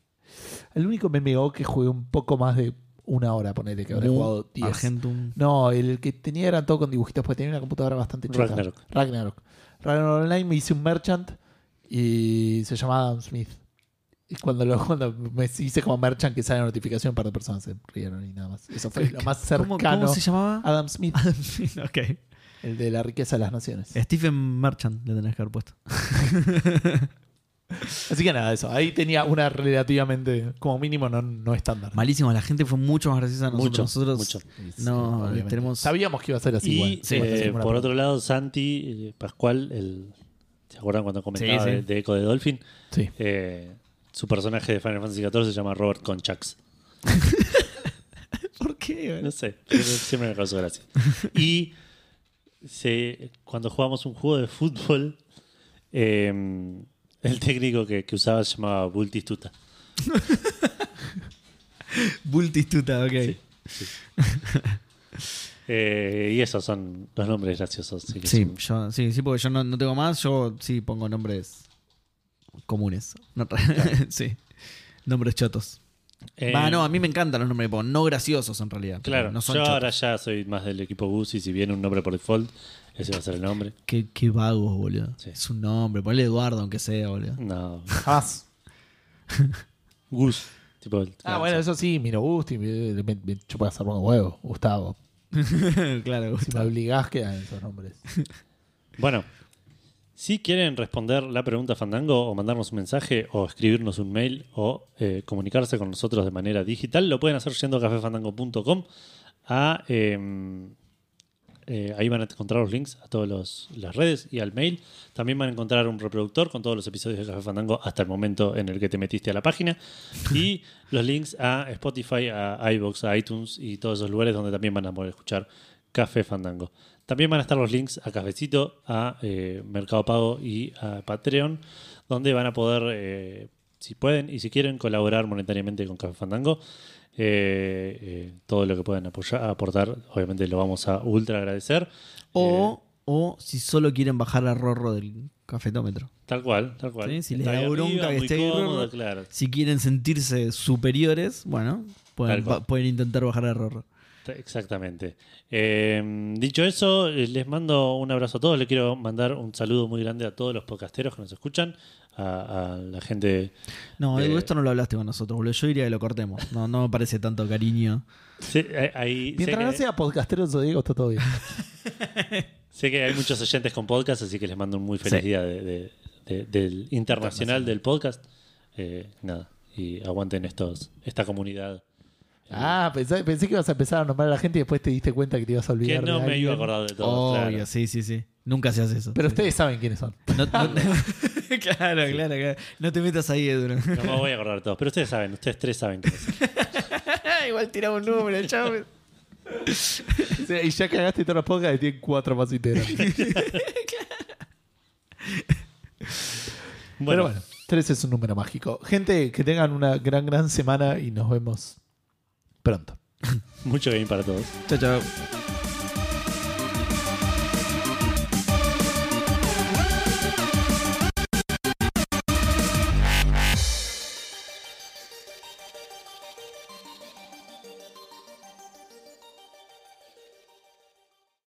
B: al único MMO que jugué un poco más de una hora, ponele, que habré
A: Mu,
B: jugado 10. [laughs]
A: Argentum.
B: No, el que tenía era todo con dibujitos, porque tenía una computadora bastante chula.
C: Ragnarok.
B: Ragnarok. Ragnarok Online me hice un merchant y se llamaba Adam Smith. Y cuando, lo, cuando me hice como merchant que sale la notificación, un par de personas se rieron y nada más. Eso fue lo más cercano.
A: ¿Cómo, cómo se llamaba?
B: Adam Smith,
A: [laughs] ok.
B: el de la riqueza de las naciones.
A: Stephen Merchant le tenés que haber puesto.
B: Así que nada, eso. Ahí tenía una relativamente, como mínimo, no, no estándar.
A: Malísimo, la gente fue mucho más graciosa a nosotros.
C: Mucho,
A: nosotros
C: mucho.
A: No,
B: Obviamente.
A: tenemos-
B: Sabíamos que iba a ser así.
C: Y
B: igual. Sí,
C: eh,
B: iba a ser una
C: por otro lado, Santi, eh, Pascual, el, ¿se acuerdan cuando comentaba
A: Sí, sí.
C: De, de Eco de Dolphin?
B: Sí.
C: Eh, su personaje de Final Fantasy XIV se llama Robert Conchax.
A: [laughs] ¿Por qué?
C: No sé, siempre- siempre me causó
A: [laughs]
C: gracia. Y se, cuando jugamos un juego de fútbol, eh, el técnico que, que usaba se llamaba Bultistuta.
A: Bultistuta, ok.
C: Sí.
A: [laughs]
C: Eh, y esos son los nombres graciosos. sí que
A: Sí,
C: son-
A: yo, sí, sí, porque yo no, no tengo más. Yo sí pongo nombres comunes. No- [laughs] sí. Nombres chotos.
C: Eh,
A: Va, no, a mí me encantan los nombres que pongo. No graciosos en realidad. pero
C: Claro,
A: no son
C: yo
A: chotos.
C: ahora ya soy más del equipo Gus y si viene un nombre por default, ese va a ser el nombre.
A: Qué, qué vagos, boludo.
C: Sí.
A: Es un nombre. Ponle Eduardo, aunque sea,
C: [laughs]
A: boludo. [laughs]
C: No,
B: Jamás.
C: Gus. Tipo,
B: Ah, bueno, eso sí, miro Gusti, me, me, me chupa hacer un huevo, Gustavo.
A: claro,
B: Si me obligás, quedan esos
C: [laughs]
B: nombres.
C: Bueno, si quieren responder la pregunta Fandango o mandarnos un mensaje o escribirnos un mail o eh, comunicarse con nosotros de manera digital, lo pueden hacer yendo a cafefandango.com a eh, eh, ahí van a encontrar los links a todas las redes y al mail. También van a encontrar un reproductor con todos los episodios de Café Fandango hasta el momento en el que te metiste a la página. Y los links a Spotify, a iBox, a iTunes y todos esos lugares donde también van a poder escuchar Café Fandango. También van a estar los links a Cafecito, a eh, Mercado Pago y a Patreon, donde van a poder, eh, si pueden y si quieren, colaborar monetariamente con Café Fandango. Eh, eh, todo lo que puedan apoyar, aportar, obviamente lo vamos a ultra agradecer.
A: O, o si solo quieren bajar a Rorro del cafetómetro.
C: Tal cual, tal cual.
A: Sí, si les
C: Está
A: da
C: ahí
A: bronca que
C: muy
A: esté ahí
C: cómodo,
A: Rorro.
C: claro.
A: Si quieren sentirse superiores, bueno,
C: Tal
A: pueden,
C: cual.
A: pa- pueden intentar bajar a Rorro.
C: Ta- Exactamente. Eh, dicho eso, eh, les mando un abrazo a todos. Le quiero mandar un saludo muy grande a todos los podcasteros que nos escuchan, a, a la gente.
A: No, Edu,
C: Eh.
A: esto no lo hablaste con nosotros, boludo. Yo diría que lo cortemos. No, no me parece tanto
C: [laughs]
A: cariño.
C: Sí, eh, ahí- sé
B: Mientras no
C: que-
B: sea podcastero, yo digo, está todo
C: [laughs]
B: bien.
C: Sé que hay muchos oyentes con podcast, así que les mando un muy feliz
A: Sí.
C: día de- de- de- del internacional del podcast. Eh, nada, y aguanten estos, esta comunidad.
B: Ah, pensé, pensé que ibas a empezar a nombrar a la gente y después te diste cuenta que te ibas a
C: Que
B: olvidar.
C: no
B: de
C: me
B: alguien.
C: iba a acordar de todo.
B: Oh,
A: Obvio,
C: claro.
A: sí, sí, sí. Nunca se hace eso.
B: Pero
A: Sí.
B: ustedes saben quiénes
C: [laughs]
B: son.
A: No- no- [laughs] claro, claro, claro. No te metas ahí, Edu.
C: No me voy a acordar de todos. Pero ustedes saben, ustedes tres saben. quiénes son.
A: [laughs] Igual tiramos un número, chavo.
B: O sea, y ya cagaste todos los podcasts y tienen cuatro más integrantes.
C: Bueno,
B: Pero bueno, tres es un número mágico. Gente, que tengan una gran, gran semana y nos vemos pronto.
C: mucho bien para todos.
A: Chao, chao.